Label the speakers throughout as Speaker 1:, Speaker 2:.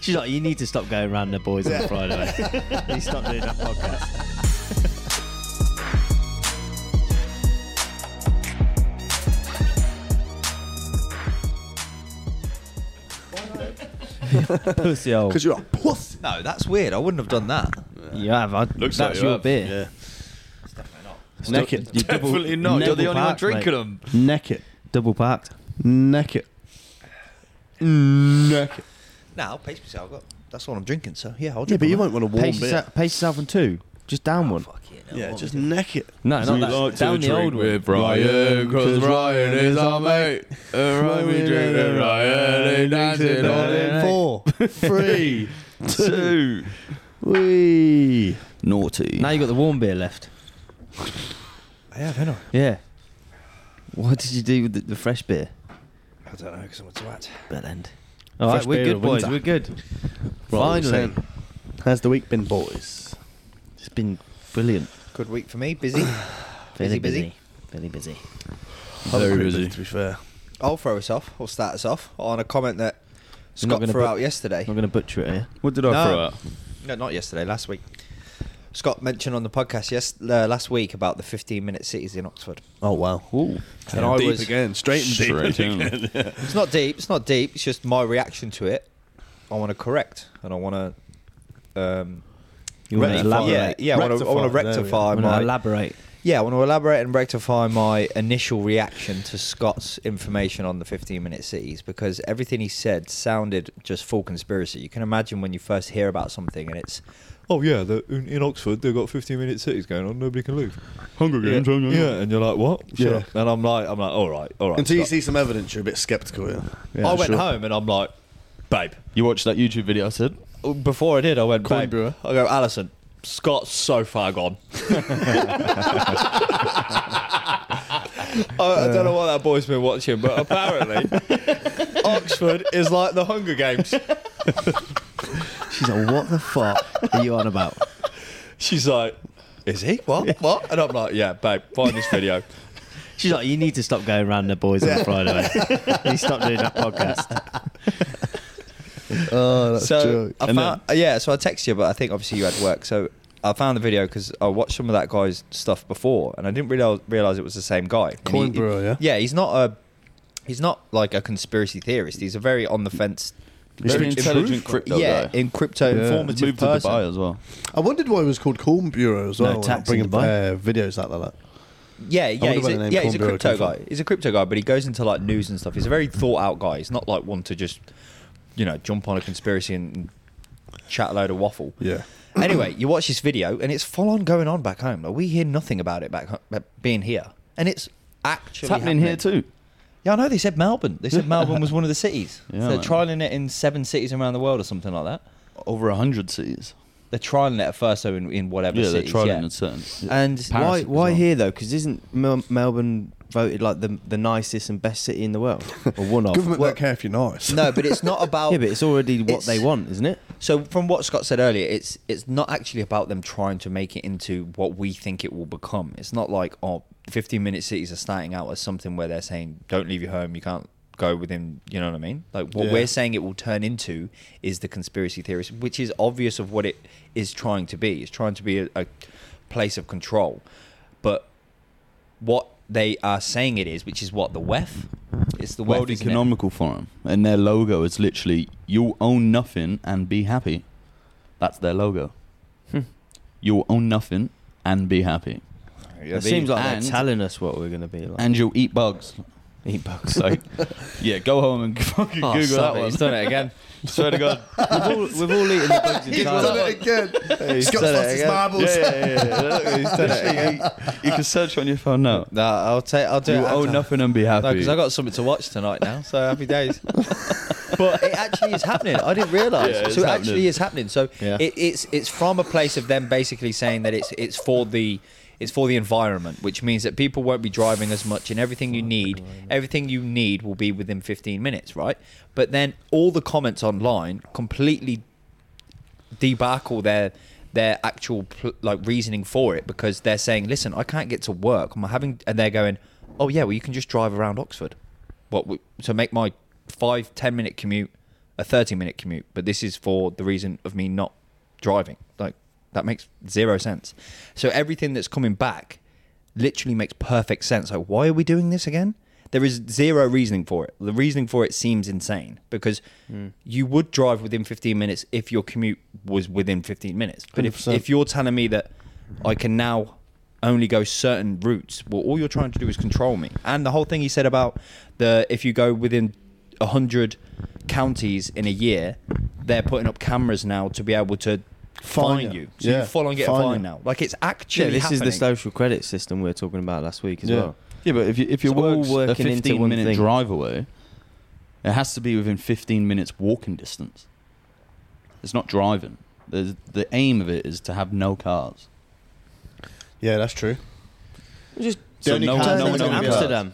Speaker 1: She's like, you need to stop going around the boys on Friday. you stop doing that podcast. Pussy hole.
Speaker 2: Because you're a puss.
Speaker 3: No, that's weird. I wouldn't have done that.
Speaker 1: You have. I,
Speaker 4: Looks like
Speaker 1: that's
Speaker 4: you
Speaker 1: your
Speaker 4: have.
Speaker 1: beer.
Speaker 2: Yeah.
Speaker 1: Neck it. You double-
Speaker 4: Definitely not. You're the
Speaker 1: double
Speaker 4: only one
Speaker 1: parked,
Speaker 4: drinking
Speaker 1: mate.
Speaker 4: them.
Speaker 2: Neck it.
Speaker 1: Double parked.
Speaker 2: Neck it. Neck it.
Speaker 3: No, I'll pace myself. I've got, that's all I'm drinking, so yeah, I'll
Speaker 2: Yeah,
Speaker 3: drink.
Speaker 2: but you
Speaker 3: on
Speaker 2: won't want a warm
Speaker 1: Pace,
Speaker 2: beer.
Speaker 1: yourself, pace yourself on two. Just down one.
Speaker 3: that. Fuck yeah, no,
Speaker 2: Yeah,
Speaker 3: I'll
Speaker 2: just
Speaker 3: do it.
Speaker 2: neck it.
Speaker 1: No,
Speaker 4: We
Speaker 1: not that.
Speaker 4: like to
Speaker 1: down the
Speaker 4: drink
Speaker 1: old one.
Speaker 4: with Ryan, cause Ryan is our mate. And Ryan, we drink with Ryan, he dance it all in
Speaker 2: Four, three,
Speaker 4: two.
Speaker 2: wee.
Speaker 4: Naughty.
Speaker 1: Now you got the warm beer left.
Speaker 3: I have, haven't
Speaker 1: Yeah. What did you do with the, the fresh beer?
Speaker 3: I? I don't know, because I'm a twat.
Speaker 1: Bell end. All right,
Speaker 2: Fresh
Speaker 1: we're
Speaker 2: beer
Speaker 1: good,
Speaker 2: of
Speaker 1: boys.
Speaker 2: winter.
Speaker 1: We're good.
Speaker 2: Right,
Speaker 1: Finally,
Speaker 2: so How's the week been, boys?
Speaker 1: it's been brilliant.
Speaker 3: Good week for me, busy.
Speaker 1: Very
Speaker 3: Busy, busy.
Speaker 1: busy. Very busy.
Speaker 4: Very
Speaker 2: I've been
Speaker 4: busy.
Speaker 2: To be fair.
Speaker 3: I'll throw us off. I'll start us off on a comment that
Speaker 1: You're not
Speaker 3: Scott
Speaker 1: gonna
Speaker 3: threw
Speaker 1: put-
Speaker 3: out yesterday.
Speaker 1: I'm not going to butcher it here.
Speaker 4: What did I
Speaker 3: No.
Speaker 4: throw out?
Speaker 3: No, not yesterday. Last week, Scott mentioned on the podcast yes uh, last week about the 15-minute cities in Oxford.
Speaker 2: Oh wow.
Speaker 1: Ooh.
Speaker 2: And I
Speaker 3: Deep
Speaker 2: was again, straight and deep.
Speaker 4: Straight in.
Speaker 3: It's not deep. It's not deep. It's just my reaction to it. I want to correct, and I want to. Um,
Speaker 1: You want to
Speaker 3: rectify-
Speaker 1: elaborate?
Speaker 3: Yeah, yeah. I want to, I want to
Speaker 2: Rectify, there we
Speaker 3: rectify
Speaker 1: I'm going to
Speaker 3: my.
Speaker 1: elaborate.
Speaker 3: yeah, I want to elaborate and rectify my initial reaction to Scott's information on the 15-minute cities because everything he said sounded just full conspiracy. You can imagine when you first hear about something and it's, oh yeah, the, in, in Oxford they've got 15-minute cities going on. Nobody can leave.
Speaker 4: Hunger Games. Yeah.
Speaker 3: Yeah, and you're like, what? Shut
Speaker 2: Yeah.
Speaker 3: up. And I'm like, I'm like, all right, all right.
Speaker 2: Until you
Speaker 3: Scott."
Speaker 2: see some evidence, you're a bit sceptical. Yeah.
Speaker 3: I went home and I'm like, babe.
Speaker 4: You watched that YouTube video I said?
Speaker 3: Before I did, I went,
Speaker 4: Corn
Speaker 3: babe.
Speaker 4: brewer.
Speaker 3: I go, Alison, Scott's so far gone. I, I don't know what that boy's been watching, but apparently Oxford is like the Hunger Games.
Speaker 1: She's like, what the fuck are you on about?
Speaker 3: She's like, is he? What? What? And I'm like, yeah, babe, find this video.
Speaker 1: She's like, you need to stop going around the boys on Friday. you stop doing that podcast.
Speaker 2: Oh, that's
Speaker 3: so I
Speaker 4: And
Speaker 3: found, yeah, so I texted you, but I think obviously you had work. So I found the video because I watched some of that guy's stuff before, and I didn't realize, realize it was the same guy. And
Speaker 2: Corn
Speaker 3: he-
Speaker 2: brewer, yeah?
Speaker 3: Yeah, he's not a he's not like a conspiracy theorist. He's a very on the fence.
Speaker 4: He's an
Speaker 3: very
Speaker 4: intelligent
Speaker 3: improved-
Speaker 4: crypto
Speaker 3: yeah,
Speaker 4: guy.
Speaker 3: in crypto
Speaker 2: Yeah.
Speaker 4: He's
Speaker 3: informative
Speaker 4: moved to
Speaker 3: person.
Speaker 4: Dubai as well.
Speaker 2: I wondered why it was called Corn Bureau as
Speaker 1: No
Speaker 2: well.
Speaker 1: tax in
Speaker 2: bringing
Speaker 1: Dubai.
Speaker 2: uh, videos like that.
Speaker 3: Yeah, yeah,
Speaker 2: wonder
Speaker 3: he's
Speaker 2: where the
Speaker 3: a,
Speaker 2: name
Speaker 3: yeah, he's
Speaker 2: Corn
Speaker 3: a
Speaker 2: Brewer
Speaker 3: crypto
Speaker 2: came from.
Speaker 3: guy. He's a crypto guy, but he goes into like news and stuff. He's a very thought out guy. He's not like one to just you know jump on a conspiracy and chat a load of waffle.
Speaker 2: Yeah.
Speaker 3: anyway, you watch this video and it's full on going on back home. Like we hear nothing about it back home, being here, and it's actually
Speaker 4: It's happening here too.
Speaker 3: Yeah, I know. They said Melbourne. They said Melbourne was one of the cities.
Speaker 4: Yeah,
Speaker 3: so they're
Speaker 4: man.
Speaker 3: trialing it in seven cities around the world or something like that.
Speaker 4: Over a hundred cities.
Speaker 3: They're trialing it at first, so in, in whatever
Speaker 4: Yeah, they're
Speaker 3: cities.
Speaker 4: trialing
Speaker 3: yeah.
Speaker 4: in certain.
Speaker 1: And
Speaker 4: Paris
Speaker 1: why
Speaker 4: as
Speaker 1: why
Speaker 4: well.
Speaker 1: here though? Because isn't Mel- Melbourne voted like the the nicest and best city in the world, or one of?
Speaker 2: Government
Speaker 3: Well-
Speaker 2: don't care if you're nice.
Speaker 3: no, but it's not about.
Speaker 1: yeah, but it's already what
Speaker 3: It's-
Speaker 1: they want, isn't it?
Speaker 3: So from what Scott said earlier, it's it's not actually about them trying to make it into what we think it will become. It's not like oh, 15 minute cities are starting out as something where they're saying don't leave your home, you can't go within, you know what I mean? Like what
Speaker 2: Yeah.
Speaker 3: we're saying it will turn into is the conspiracy theorist, which is obvious of what it is trying to be. It's trying to be a, a place of control. But what they are saying it is, which is what the WEF, it's the WEF,
Speaker 4: World
Speaker 3: isn't it?
Speaker 4: Economical Forum, and their logo is literally "You'll own nothing and be happy." That's their logo.
Speaker 3: Hmm.
Speaker 4: You'll own nothing and be happy,
Speaker 3: Yeah,
Speaker 1: it
Speaker 3: they-
Speaker 1: seems like
Speaker 4: and-
Speaker 1: they're telling us what we're going to be like.
Speaker 4: and you'll eat bugs.
Speaker 1: eat bugs.
Speaker 4: So, yeah, go home and fucking
Speaker 3: Oh,
Speaker 4: Google
Speaker 3: sorry,
Speaker 4: that one.
Speaker 3: He's done it again.
Speaker 4: Swear to God.
Speaker 1: we've, all, we've all eaten the bugs in
Speaker 2: He's
Speaker 1: China.
Speaker 2: done it again. Scott's
Speaker 3: done it
Speaker 2: lost his
Speaker 3: again.
Speaker 2: marbles.
Speaker 4: Yeah, yeah, yeah, yeah. Look, he's done it again. You can search on your phone now.
Speaker 3: No, I'll take. I'll do
Speaker 4: You
Speaker 3: it. after.
Speaker 4: own nothing and be happy.
Speaker 3: No, because I got something to watch tonight now, so happy days. but it actually is happening. I didn't realise.
Speaker 4: Yeah, it's
Speaker 3: so it
Speaker 4: happening.
Speaker 3: actually is happening. So
Speaker 1: Yeah.
Speaker 3: it, it's it's from a place of them basically saying that it's it's for the it's for the environment, which means that people won't be driving as much, and everything you need, everything you need, will be within 15 minutes, right? But then all the comments online completely debacle their their actual pl- like reasoning for it because they're saying, "Listen, I can't get to work. I'm having," and they're going, "Oh yeah, well you can just drive around Oxford, what? w- So make my five ten minute commute a 30 minute commute, but this is for the reason of me not driving. Like that makes zero sense. So everything that's coming back literally makes perfect sense. Like why are we doing this again? There is zero reasoning for it. The reasoning for it seems insane because you would drive within 15 minutes if your commute was within 15 minutes. But if,
Speaker 2: 100%.
Speaker 3: if you're telling me that I can now only go certain routes, well, all you're trying to do is control me. And the whole thing he said about the if you go within 100 counties in a year, they're putting up cameras now to be able to
Speaker 2: Fine
Speaker 3: find
Speaker 2: you.
Speaker 3: you. So
Speaker 2: Yeah,
Speaker 3: you follow and get
Speaker 2: fine
Speaker 3: a fine
Speaker 2: you.
Speaker 3: now. Like it's
Speaker 1: Yeah,
Speaker 3: actually
Speaker 1: this is the
Speaker 3: happening.
Speaker 1: social credit system we were talking about last week as
Speaker 2: Yeah.
Speaker 1: well.
Speaker 4: Yeah, but if you, if you're
Speaker 1: It's all
Speaker 4: all a
Speaker 1: working into
Speaker 4: 15
Speaker 1: one
Speaker 4: minute
Speaker 1: thing.
Speaker 4: drive away, it has to be within 15 minutes walking distance. It's not driving. There's, the aim of it is to have no cars.
Speaker 2: Yeah, that's true.
Speaker 1: Just
Speaker 4: So
Speaker 2: only
Speaker 4: no,
Speaker 2: car-
Speaker 1: turn
Speaker 4: no
Speaker 2: it
Speaker 4: one
Speaker 1: into
Speaker 4: owns
Speaker 2: only
Speaker 4: cars.
Speaker 1: Amsterdam.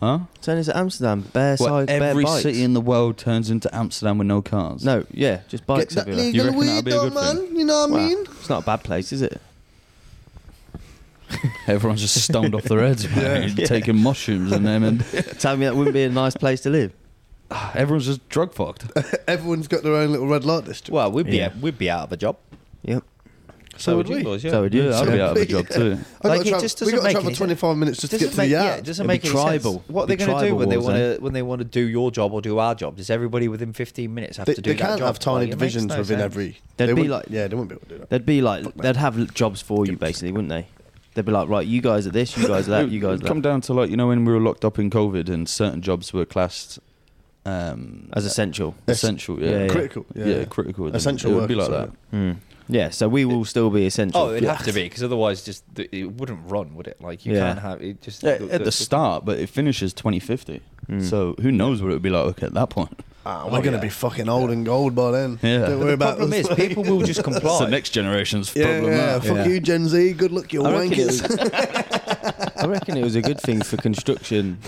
Speaker 4: Huh?
Speaker 1: Turn into Amsterdam. Bare
Speaker 4: Well,
Speaker 1: side, bare
Speaker 4: every
Speaker 1: bikes.
Speaker 4: city in the world turns into Amsterdam with no cars.
Speaker 1: no, yeah, just bikes. everywhere.
Speaker 4: legal You reckon that'd be a good thing?
Speaker 2: You know
Speaker 1: Wow. It's not a bad place, is it?
Speaker 4: Everyone's just stoned off their heads, mate,
Speaker 1: Yeah.
Speaker 4: taking mushrooms and them, and
Speaker 1: Tell me that wouldn't be a nice place to live.
Speaker 4: everyone's just drug fucked.
Speaker 2: Everyone's got their own little red light district.
Speaker 3: Well, we'd be
Speaker 1: Yeah.
Speaker 3: we'd be out of a job.
Speaker 1: Yep.
Speaker 2: so would
Speaker 3: you
Speaker 2: we.
Speaker 3: boys,
Speaker 1: So
Speaker 3: yeah.
Speaker 1: would you?
Speaker 4: Yeah, I'd be out of a job too.
Speaker 2: I
Speaker 3: Like,
Speaker 2: gotta
Speaker 3: it
Speaker 2: travel-
Speaker 3: just
Speaker 2: we
Speaker 3: doesn't
Speaker 2: got to
Speaker 3: make
Speaker 2: travel
Speaker 3: any-
Speaker 2: 25 minutes just to get
Speaker 3: doesn't
Speaker 2: to the
Speaker 3: make, yeah,
Speaker 2: yard.
Speaker 3: it doesn't
Speaker 1: It'd
Speaker 3: make
Speaker 1: be
Speaker 3: any
Speaker 1: tribal.
Speaker 3: sense. What are they
Speaker 1: It'd be
Speaker 3: going to do
Speaker 1: tribal
Speaker 3: when they
Speaker 1: wars,
Speaker 3: want
Speaker 2: eh?
Speaker 3: to when they want to do your job or do our job? Does everybody within 15 minutes have
Speaker 2: They,
Speaker 3: to do
Speaker 2: they
Speaker 3: that
Speaker 2: can't
Speaker 3: job?
Speaker 2: have tiny
Speaker 3: Like, it makes
Speaker 2: divisions
Speaker 3: no
Speaker 2: within
Speaker 3: sense.
Speaker 2: every.
Speaker 1: They'd
Speaker 2: they
Speaker 1: be
Speaker 2: wouldn't-
Speaker 1: like-
Speaker 2: yeah, they wouldn't be able to do that.
Speaker 1: They'd be like, they'd have l- jobs for you basically, wouldn't they? They'd be like, right, you guys are this, you guys are that, you guys are
Speaker 4: come
Speaker 1: that,
Speaker 4: down to like you know when we were locked up in COVID and certain jobs were classed um,
Speaker 1: as essential.
Speaker 4: essential. Yeah,
Speaker 1: Yeah, yeah.
Speaker 2: Critical, yeah, yeah.
Speaker 4: critical. then.
Speaker 2: Essential
Speaker 4: It would be
Speaker 2: workers,
Speaker 4: like
Speaker 2: yeah.
Speaker 4: that.
Speaker 3: Hmm.
Speaker 1: Yeah, so we will still be essential.
Speaker 3: Oh, it'd have to be because otherwise, just th- it wouldn't run, would it? Like you
Speaker 1: Yeah.
Speaker 3: can't have it. Just
Speaker 4: Yeah, at the start, but it finishes 2050. So who knows what it would be like at that point?
Speaker 2: Ah,
Speaker 3: Oh,
Speaker 2: we're going
Speaker 3: yeah.
Speaker 2: to be fucking old and gold by then.
Speaker 4: Yeah.
Speaker 2: Don't
Speaker 4: But
Speaker 2: worry
Speaker 3: The
Speaker 2: about
Speaker 3: problem
Speaker 2: us.
Speaker 3: is, people will just
Speaker 4: It's the
Speaker 3: comply.
Speaker 4: next generation's
Speaker 2: Yeah,
Speaker 4: problem.
Speaker 2: yeah,
Speaker 4: that.
Speaker 2: fuck
Speaker 1: Yeah.
Speaker 2: you, Gen Z. Good luck, you
Speaker 1: I reckon, it
Speaker 2: wankers.
Speaker 1: was, I reckon it was a good thing for construction.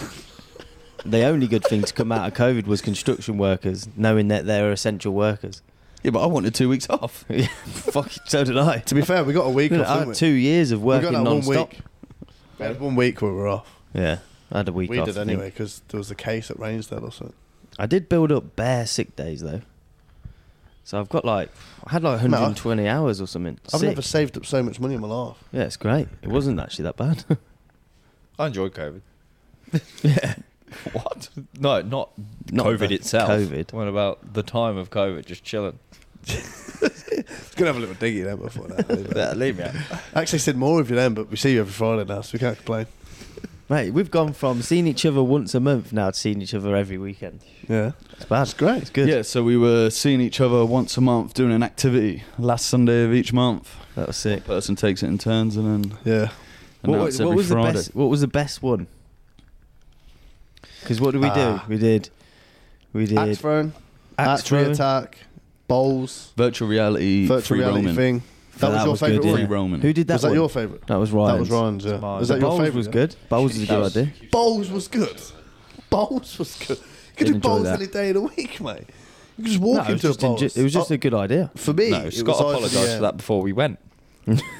Speaker 1: The only good thing to come out of COVID was construction workers, knowing that they're essential workers.
Speaker 4: Yeah, but I wanted two weeks off.
Speaker 1: Yeah, Fuck, so did I.
Speaker 2: To be fair, we got a week
Speaker 1: You know,
Speaker 2: off.
Speaker 1: I
Speaker 2: didn't
Speaker 1: had
Speaker 2: we?
Speaker 1: two years of
Speaker 2: we
Speaker 1: working
Speaker 2: got that one
Speaker 1: non-stop.
Speaker 2: week. We had one week where we were off.
Speaker 1: Yeah, I had a week
Speaker 2: we
Speaker 1: off.
Speaker 2: did
Speaker 1: I think.
Speaker 2: anyway because there was a case at Rainsdale or something.
Speaker 1: I did build up bare sick days though. So I've got like I had like
Speaker 2: Mate, I-
Speaker 1: 120 hours or something.
Speaker 2: I've
Speaker 1: Sick.
Speaker 2: never saved up so much money in my life.
Speaker 1: Yeah, it's great. It wasn't actually that bad.
Speaker 3: I enjoyed COVID.
Speaker 1: yeah.
Speaker 3: What? No, not,
Speaker 1: Not
Speaker 3: COVID
Speaker 1: the
Speaker 3: itself.
Speaker 1: COVID.
Speaker 3: What about the time of COVID? Just chilling.
Speaker 2: It's gonna have a little diggy then before that. leave it.
Speaker 3: Yeah, leave me. out.
Speaker 2: I actually said more of you then, but we see you every Friday now, so we can't complain.
Speaker 1: Mate, we've gone from seeing each other once a month now to seeing each other every weekend.
Speaker 2: Yeah,
Speaker 1: It's bad.
Speaker 2: that's great.
Speaker 1: It's good.
Speaker 4: Yeah, so we were seeing each other once a month, doing an activity last Sunday of each month.
Speaker 1: That was sick.
Speaker 4: Person takes it in turns, and then
Speaker 2: Yeah,
Speaker 4: and
Speaker 1: What,
Speaker 4: now
Speaker 1: wa-
Speaker 4: it's
Speaker 1: what
Speaker 4: every
Speaker 1: was
Speaker 4: Friday.
Speaker 1: the best? What was the best one? Because what did we
Speaker 2: Ah.
Speaker 1: do? We did. We did.
Speaker 2: axe throwing,
Speaker 1: axe
Speaker 2: axe tree
Speaker 1: throwing.
Speaker 2: attack, bowls,
Speaker 4: Virtual reality,
Speaker 2: virtual
Speaker 4: free
Speaker 2: reality
Speaker 4: roaming.
Speaker 2: thing. That was your
Speaker 1: good,
Speaker 2: favourite
Speaker 1: yeah.
Speaker 4: Free
Speaker 2: one.
Speaker 4: roaming.
Speaker 1: Who did that?
Speaker 2: was that
Speaker 1: one?
Speaker 2: your favourite?
Speaker 1: That was Ryan.
Speaker 2: That was Ryan's. Yeah,
Speaker 3: mine.
Speaker 2: was that your
Speaker 1: Bowls
Speaker 2: favourite?
Speaker 1: was
Speaker 2: yeah?
Speaker 1: good. Bowls was a
Speaker 4: That
Speaker 1: good
Speaker 4: was-
Speaker 1: idea.
Speaker 2: Bowls was good. Bowls was good. You could
Speaker 1: Did
Speaker 2: do
Speaker 1: enjoy
Speaker 2: bowls
Speaker 1: that.
Speaker 2: any day of the week, mate. You could just walk
Speaker 1: No, it was
Speaker 2: into a
Speaker 1: just,
Speaker 2: bowls.
Speaker 1: enjo- it was just
Speaker 2: Oh,
Speaker 1: a good idea.
Speaker 2: for me.
Speaker 3: No,
Speaker 2: it
Speaker 3: Scott
Speaker 2: was uh,
Speaker 3: apologised for that before we went.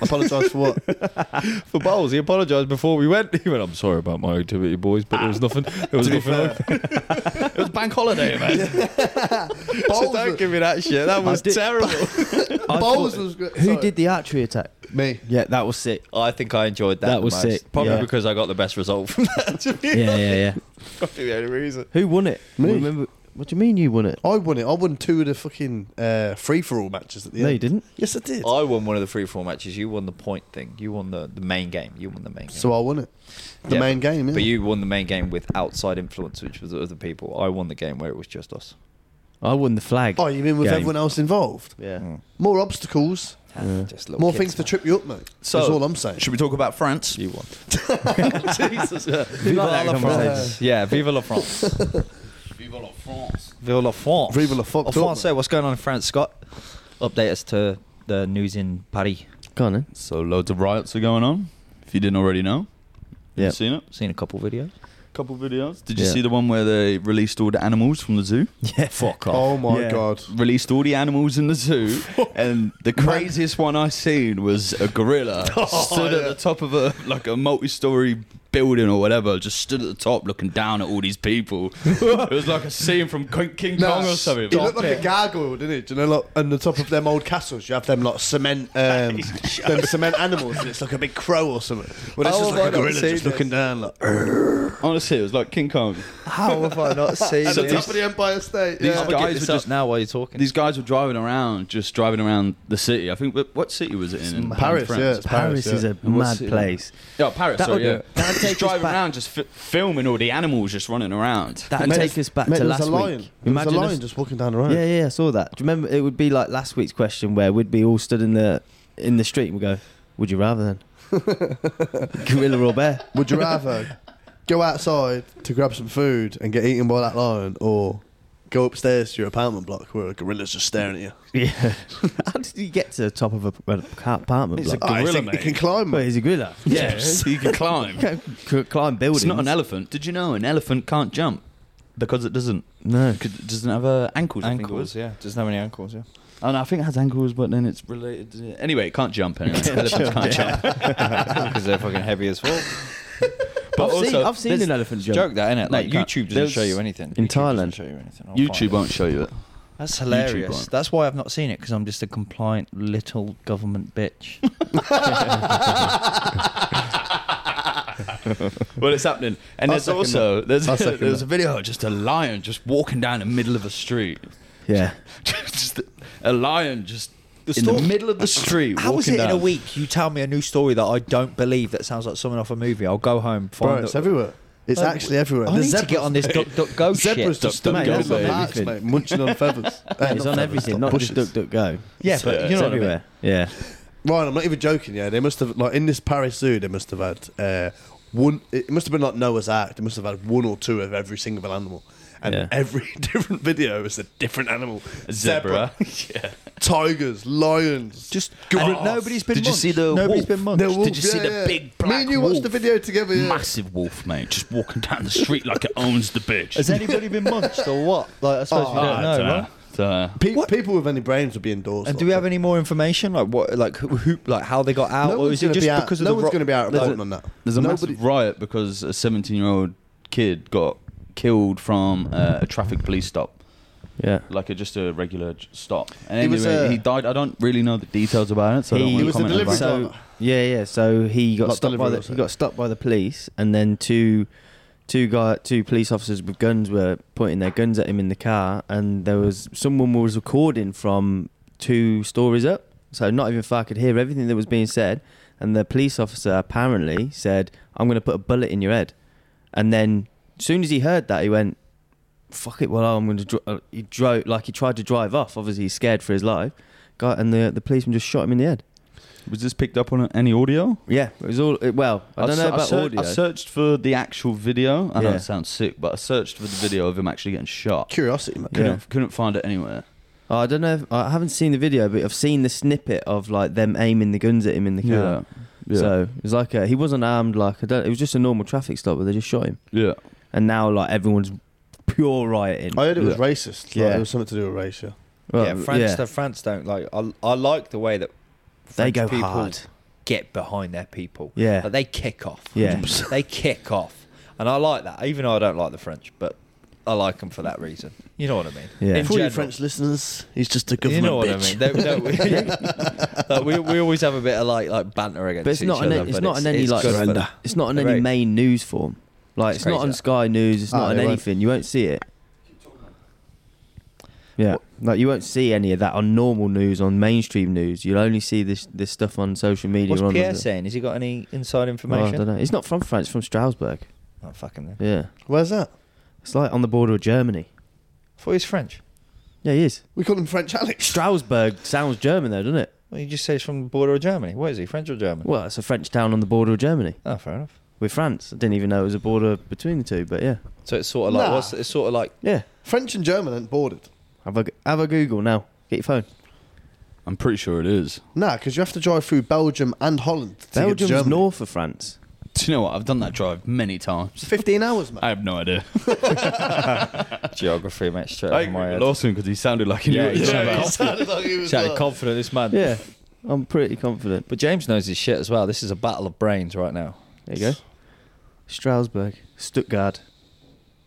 Speaker 2: Apologise for what?
Speaker 3: For bowls, he apologised before we went. He went, "I'm sorry about my activity, boys, but there was nothing. There was nothing. on."
Speaker 4: It was bank holiday, man.
Speaker 2: Bowls,
Speaker 3: Don't
Speaker 2: was,
Speaker 3: give me that shit. That was
Speaker 1: did-
Speaker 3: terrible.
Speaker 1: I
Speaker 2: bowls
Speaker 1: thought-
Speaker 2: was good.
Speaker 1: Who
Speaker 2: Sorry.
Speaker 1: did the archery attack?
Speaker 2: me?
Speaker 1: Yeah, that was sick.
Speaker 3: I think I enjoyed that.
Speaker 1: That
Speaker 3: the
Speaker 1: was
Speaker 3: most.
Speaker 1: sick,
Speaker 3: Probably
Speaker 1: yeah.
Speaker 3: because I got the best result from that. To be
Speaker 1: Yeah, yeah, yeah.
Speaker 3: probably the only reason.
Speaker 1: Who won it?
Speaker 2: Me.
Speaker 1: Remember, what do you mean you won it?
Speaker 2: I won it. I won two of the fucking uh, free for all matches at the
Speaker 1: No,
Speaker 2: end.
Speaker 1: you didn't. Oh,
Speaker 2: Yes, I did.
Speaker 3: I won one of the free form matches. You won the point thing. You won the, the main game. You won the main game.
Speaker 2: so I won it. The
Speaker 3: Yeah,
Speaker 2: main game, yeah.
Speaker 3: But you won the main game with outside influence, which was other people. I won the game where it was just us.
Speaker 1: I won the flag.
Speaker 2: Oh, you mean with
Speaker 1: game.
Speaker 2: everyone else involved?
Speaker 1: Yeah.
Speaker 3: Mm. Ah,
Speaker 2: More obstacles,
Speaker 1: Yeah.
Speaker 3: Just little
Speaker 2: more
Speaker 3: kids,
Speaker 2: things to
Speaker 3: man.
Speaker 2: trip you up, mate.
Speaker 4: So-
Speaker 2: That's all I'm saying.
Speaker 4: Should we talk about France?
Speaker 3: You won.
Speaker 4: Jesus. Yeah.
Speaker 1: Viva la
Speaker 2: France.
Speaker 3: Yeah, Vive la France.
Speaker 4: Vive la France.
Speaker 3: Vive la France.
Speaker 2: Vive la fucked
Speaker 3: En
Speaker 2: up,
Speaker 3: français,
Speaker 2: mate.
Speaker 3: what's going on in France, Scott? Update us to the news in Paris.
Speaker 1: Go on then.
Speaker 4: So loads of riots are going on. If you didn't already know,
Speaker 1: Yeah.
Speaker 4: you seen it.
Speaker 3: Seen a couple videos.
Speaker 4: Couple videos. Did you
Speaker 1: Yeah.
Speaker 4: see the one where they released all the animals from the zoo?
Speaker 1: Yeah. Fuck
Speaker 2: Oh my
Speaker 1: Yeah.
Speaker 2: god.
Speaker 4: Released all the animals in the zoo, and the craziest one I seen was a gorilla stood at the top of a like a multi-story building or whatever, just stood at the top looking down at all these people. it was like a scene from King King Kong or something.
Speaker 2: He looked like a gargoyle, didn't it? Do you know, like, on the top of them old castles, you have them like cement, um, them cement animals, and it's like a big crow or something. Oh, Well, it's
Speaker 3: How
Speaker 2: just
Speaker 3: have
Speaker 2: like
Speaker 3: I
Speaker 2: a
Speaker 3: not
Speaker 2: gorilla
Speaker 3: seen this?
Speaker 2: just looking down, like
Speaker 4: Honestly, it was like King Kong.
Speaker 3: How have I not seen
Speaker 2: at the
Speaker 3: this?
Speaker 2: top of the Empire State.
Speaker 4: These
Speaker 2: yeah.
Speaker 4: guys were just-
Speaker 3: now while you're talking.
Speaker 4: These guys were driving around, just driving around the city. I think what- what city was it in? in
Speaker 2: mad. Paris,
Speaker 4: France?
Speaker 2: yeah, it's
Speaker 1: Paris,
Speaker 2: Paris,
Speaker 1: is
Speaker 2: yeah.
Speaker 1: a
Speaker 4: And what's
Speaker 1: mad
Speaker 4: it-
Speaker 1: place.
Speaker 4: Yeah, Paris.
Speaker 1: That
Speaker 4: sorry,
Speaker 1: would-
Speaker 4: yeah.
Speaker 1: that would take us
Speaker 4: just driving
Speaker 1: back-
Speaker 4: around, just f- filming all the animals just running around.
Speaker 1: That'd
Speaker 2: Mate,
Speaker 1: take us back
Speaker 2: mate,
Speaker 1: to
Speaker 2: there was
Speaker 1: last
Speaker 2: a lion.
Speaker 1: week.
Speaker 2: There was a
Speaker 1: us-
Speaker 2: lion just walking down the road.
Speaker 1: Yeah, yeah, I saw that. Do you remember? It would be like last week's question where we'd be all stood in the in the street and we go, "Would you rather then, gorilla or bear?"
Speaker 2: Would you rather go outside to grab some food and get eaten by that lion, or go upstairs to your apartment block where a gorilla's just staring at you?
Speaker 1: Yeah. How did you get to the top of a a ca- apartment
Speaker 4: It's a
Speaker 1: block?
Speaker 4: Gorilla,
Speaker 2: it's a-
Speaker 4: mate.
Speaker 2: It can climb.
Speaker 1: Wait,
Speaker 2: Mate.
Speaker 1: he's a gorilla.
Speaker 4: yeah, you can climb.
Speaker 1: Can't c- climb buildings.
Speaker 4: It's not an elephant. Did you know an elephant can't jump? Because it doesn't.
Speaker 1: No.
Speaker 4: Because it doesn't have uh, ankles. I think it was.
Speaker 3: yeah. Doesn't have any ankles, yeah.
Speaker 4: Oh, no, I think it has ankles, but then it's related. To... Anyway, it can't jump. Anyway,
Speaker 1: Can't jump,
Speaker 4: elephants can't jump.
Speaker 3: Because they're fucking heavy as fuck.
Speaker 1: But I've seen,
Speaker 3: also,
Speaker 1: I've seen
Speaker 3: there's-
Speaker 1: an elephant
Speaker 3: Joke,
Speaker 1: jump.
Speaker 3: joke that, innit?
Speaker 4: No,
Speaker 3: Like,
Speaker 4: you can't.
Speaker 3: YouTube doesn't
Speaker 4: There's-
Speaker 3: show you anything.
Speaker 1: in
Speaker 3: YouTube doesn't
Speaker 1: Thailand.
Speaker 3: show you anything. I'll
Speaker 4: YouTube
Speaker 3: find
Speaker 4: won't show you it.
Speaker 3: That's
Speaker 4: won't.
Speaker 3: hilarious. That's why I've not seen it, because I'm just a compliant little government bitch.
Speaker 4: well, it's happening. And
Speaker 2: I'll
Speaker 4: there's
Speaker 2: second
Speaker 4: also there's
Speaker 2: I'll second
Speaker 4: there's
Speaker 2: that.
Speaker 4: a video of just a lion just walking down the middle of a street.
Speaker 1: Yeah.
Speaker 4: just a lion just in
Speaker 3: store-
Speaker 4: the middle of the street.
Speaker 3: How is
Speaker 4: walking
Speaker 3: it in a
Speaker 4: down.
Speaker 3: week you tell me a new story that I don't believe that sounds like something off a movie? I'll go home,
Speaker 2: Bro,
Speaker 3: find
Speaker 2: it's
Speaker 3: the-
Speaker 2: everywhere. It's
Speaker 3: I-
Speaker 2: actually everywhere.
Speaker 3: Um, I
Speaker 2: There's
Speaker 3: need to get
Speaker 2: zebras.
Speaker 3: on this duck, duck, go
Speaker 2: Oh, Zebras
Speaker 3: shit.
Speaker 2: just
Speaker 1: Duck,
Speaker 2: stuck
Speaker 1: duck,
Speaker 2: in
Speaker 1: go,
Speaker 2: the
Speaker 1: baby.
Speaker 2: parks, mate, munching on feathers. Eh,
Speaker 1: It's
Speaker 2: not
Speaker 1: on
Speaker 2: feathers,
Speaker 1: everything,
Speaker 2: not
Speaker 1: not just
Speaker 2: bushes.
Speaker 1: duck, duck, go.
Speaker 3: Yeah,
Speaker 1: It's,
Speaker 3: but
Speaker 1: uh,
Speaker 3: you know
Speaker 1: it's
Speaker 3: what I mean.
Speaker 1: everywhere. Yeah.
Speaker 2: Ryan, I'm not even joking. Yeah, they must have like in this Paris zoo. They must have had uh, one. It must have been like Noah's Ark. They must have had one or two of every single animal, and
Speaker 1: Yeah.
Speaker 2: every different video is a different animal.
Speaker 4: A zebra. yeah.
Speaker 2: tigers, lions.
Speaker 3: Just
Speaker 2: Oh,
Speaker 4: gorilla-
Speaker 3: nobody's been.
Speaker 4: Did you
Speaker 3: munched.
Speaker 4: see the
Speaker 3: Nobody's
Speaker 4: wolf?
Speaker 3: been munched.
Speaker 2: The wolf,
Speaker 4: Did you see the big
Speaker 2: Me
Speaker 4: black
Speaker 2: and you watched
Speaker 4: wolf?
Speaker 2: the video together. Yeah.
Speaker 4: Massive wolf, mate, just walking down the street like it owns the bitch. uh,
Speaker 3: Has anybody been munched or what? Like I suppose we
Speaker 2: Oh,
Speaker 3: don't know, right?
Speaker 2: Pe-
Speaker 3: What?
Speaker 2: People with any brains would be indoors.
Speaker 3: And do we have any more information? Like what? Like who? who like how they got out?
Speaker 2: No
Speaker 3: or
Speaker 2: one's
Speaker 3: is it
Speaker 2: going to
Speaker 3: just
Speaker 2: be out.
Speaker 3: because of
Speaker 2: No
Speaker 3: the?
Speaker 2: one's
Speaker 3: ro-
Speaker 2: going to be out
Speaker 3: There's a-
Speaker 2: voting on that.
Speaker 4: There's a
Speaker 2: Nobody-
Speaker 4: massive riot because a 17-year-old kid got killed from uh, a traffic police stop,
Speaker 1: Yeah.
Speaker 4: like a, just a regular j- stop. And
Speaker 2: He
Speaker 4: anyway,
Speaker 2: was, uh,
Speaker 4: he died. I don't really know the details about it, so I don't
Speaker 1: He-
Speaker 4: wanna
Speaker 1: He was the
Speaker 4: comment
Speaker 2: delivery
Speaker 4: about it.
Speaker 2: driver.
Speaker 1: So yeah, yeah. So he got
Speaker 2: Like
Speaker 1: stopped by
Speaker 2: delivery
Speaker 1: the
Speaker 2: or
Speaker 1: he
Speaker 2: something.
Speaker 1: got stopped by the police, and then two two guy two police officers with guns were pointing their guns at him in the car, and there was someone was recording from two stories up, so not even far could hear everything that was being said, and the police officer apparently said, "I'm going to put a bullet in your head," and then as soon as he heard that, he went. Fuck it! Well, I'm going to. Dr- uh," he drove like he tried to drive off. Obviously, he's scared for his life. Guy, and the the policeman just shot him in the head.
Speaker 4: Was this picked up on any audio?
Speaker 1: Yeah, it was all. It, well, I don't
Speaker 4: se-
Speaker 1: know about
Speaker 4: ser-
Speaker 1: audio.
Speaker 4: I searched for the actual video. I know
Speaker 1: Yeah.
Speaker 4: it sounds sick, but I searched for the video of him actually getting shot.
Speaker 2: Curiosity, mate.
Speaker 4: Couldn't,
Speaker 1: Yeah.
Speaker 4: couldn't find it anywhere.
Speaker 1: Oh, I don't know. If, I haven't seen the video, but I've seen the snippet of like them aiming the guns at him in the car.
Speaker 4: Yeah.
Speaker 1: So it was like a, he wasn't armed. Like I don't. It was just a normal traffic stop, but they just shot him.
Speaker 4: yeah.
Speaker 1: And now like everyone's pure rioting.
Speaker 2: I heard it was
Speaker 4: Yeah.
Speaker 2: racist. Like,
Speaker 1: Yeah.
Speaker 2: it was something to do with race. Yeah.
Speaker 1: Well,
Speaker 3: yeah, France. The France don't like. I, I like the way that
Speaker 1: they
Speaker 3: French
Speaker 1: go
Speaker 3: people
Speaker 1: hard.
Speaker 3: Get behind their people.
Speaker 1: Yeah.
Speaker 3: Like, they kick off.
Speaker 1: Yeah.
Speaker 3: they kick off, and I like that. Even though I don't like the French, but I like them for that reason. You know what I mean?
Speaker 1: Yeah.
Speaker 3: In
Speaker 2: For
Speaker 3: general.
Speaker 2: you French listeners, he's just a
Speaker 3: You
Speaker 2: government
Speaker 3: know what
Speaker 2: bitch.
Speaker 3: I mean? They, they, we, like, we, we always have a bit of like like banter against
Speaker 1: But it's
Speaker 3: each
Speaker 1: not. An, e,
Speaker 3: other.
Speaker 1: it's
Speaker 3: but
Speaker 1: not in any
Speaker 3: it's
Speaker 1: like.
Speaker 3: good for-
Speaker 2: surrender.
Speaker 1: It's not in any
Speaker 3: Right.
Speaker 1: main news form. Like it's,
Speaker 3: It's
Speaker 1: not
Speaker 3: crazy,
Speaker 1: on
Speaker 3: that.
Speaker 1: Sky News. It's
Speaker 2: Ah,
Speaker 1: not on
Speaker 2: they won't.
Speaker 1: anything. You won't see it. Yeah, like you won't see any of that on normal news, on mainstream news. You'll only see this this stuff on social media.
Speaker 3: What's
Speaker 1: or on
Speaker 3: Pierre
Speaker 1: the-
Speaker 3: saying? Has he got any inside
Speaker 1: Well, I
Speaker 3: information?
Speaker 1: don't know. It's not from France. It's from Strasbourg.
Speaker 3: oh, fuck him then.
Speaker 1: Yeah,
Speaker 2: Where's that?
Speaker 1: it's like on the border of Germany.
Speaker 3: I thought he was French.
Speaker 1: Yeah, he is.
Speaker 2: We call him French Alex.
Speaker 1: Strasbourg sounds German though, doesn't it?
Speaker 3: Well, you just say he's from the border of Germany. What is he, French or German?
Speaker 1: Well, it's a French town on the border of Germany
Speaker 3: Oh, fair enough.
Speaker 1: with France. I didn't even know it was a border between the two, but yeah,
Speaker 3: So it's sort of like
Speaker 2: Nah.
Speaker 3: what's it's sort of like
Speaker 1: yeah.
Speaker 2: French and German ain't bordered.
Speaker 1: Have a g- have a Google now. Get your phone.
Speaker 4: I'm pretty sure it is.
Speaker 2: Nah, because you have to drive through Belgium and Holland. To get to
Speaker 1: Belgium's
Speaker 2: Germany.
Speaker 1: north of France.
Speaker 4: Do you know what? I've done that drive many
Speaker 2: It's
Speaker 4: times.
Speaker 2: 15 hours, mate.
Speaker 4: I have no idea.
Speaker 3: geography, mate, straight
Speaker 4: I
Speaker 3: over my
Speaker 4: agree with
Speaker 3: head.
Speaker 4: Lawson because he sounded like he
Speaker 3: Yeah,
Speaker 4: knew what he was
Speaker 3: yeah,
Speaker 4: on
Speaker 3: yeah.
Speaker 4: about.
Speaker 2: sounded like he was uh,
Speaker 3: Sounded
Speaker 2: like-
Speaker 3: confident, this man.
Speaker 1: Yeah, I'm pretty confident.
Speaker 3: But James knows his shit as well. This is a battle of brains right now.
Speaker 1: There you go. Strasbourg, Stuttgart.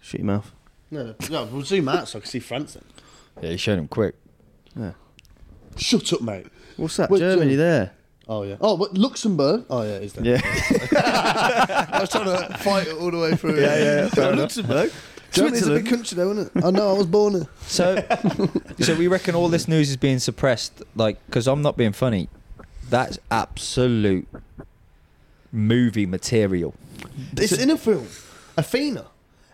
Speaker 1: Shut your mouth.
Speaker 2: No, no, we'll zoom out so I can see France then.
Speaker 3: Yeah, you showed him quick.
Speaker 1: Yeah.
Speaker 2: Shut up, mate.
Speaker 1: What's that?
Speaker 2: Wait,
Speaker 1: Germany
Speaker 2: so-
Speaker 1: there.
Speaker 2: Oh, yeah. Oh, what, Luxembourg? Oh, yeah, it is there.
Speaker 1: Yeah.
Speaker 2: I was trying to fight it all the way through.
Speaker 1: Yeah, yeah, yeah, fair enough.
Speaker 2: Luxembourg? Germany's a big country, though, isn't it? I know, I was born here.
Speaker 3: So, so we reckon all this news is being suppressed, like, because I'm not being funny. That's absolute movie material.
Speaker 2: It's in a film. Athena.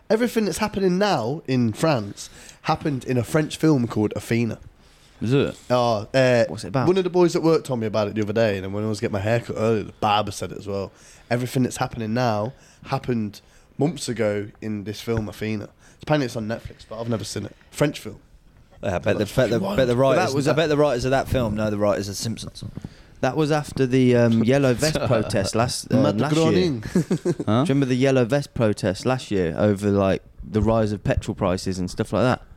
Speaker 2: Everything that's happening now in France happened in a French film called Athena.
Speaker 4: Is it?
Speaker 2: Oh, uh,
Speaker 1: What's it about?
Speaker 2: One of the boys that worked on me about it the other day, and then when I was getting my haircut earlier, the barber said it as well. Everything that's happening now happened months ago in this film Athena. Apparently, it's on Netflix, but I've never seen it. French film.
Speaker 3: Yeah, I Uh, bet the, bet the, bet the
Speaker 1: Well, that
Speaker 3: writers.
Speaker 1: was
Speaker 3: I
Speaker 1: a-
Speaker 3: bet the writers of that film know the writers of Simpsons.
Speaker 1: That was after the um, yellow vest protest last um,
Speaker 2: Mad
Speaker 1: last year.
Speaker 2: Groening.
Speaker 1: Do
Speaker 4: Huh?
Speaker 1: you remember the yellow vest protest last year over like the rise of petrol prices and stuff like that?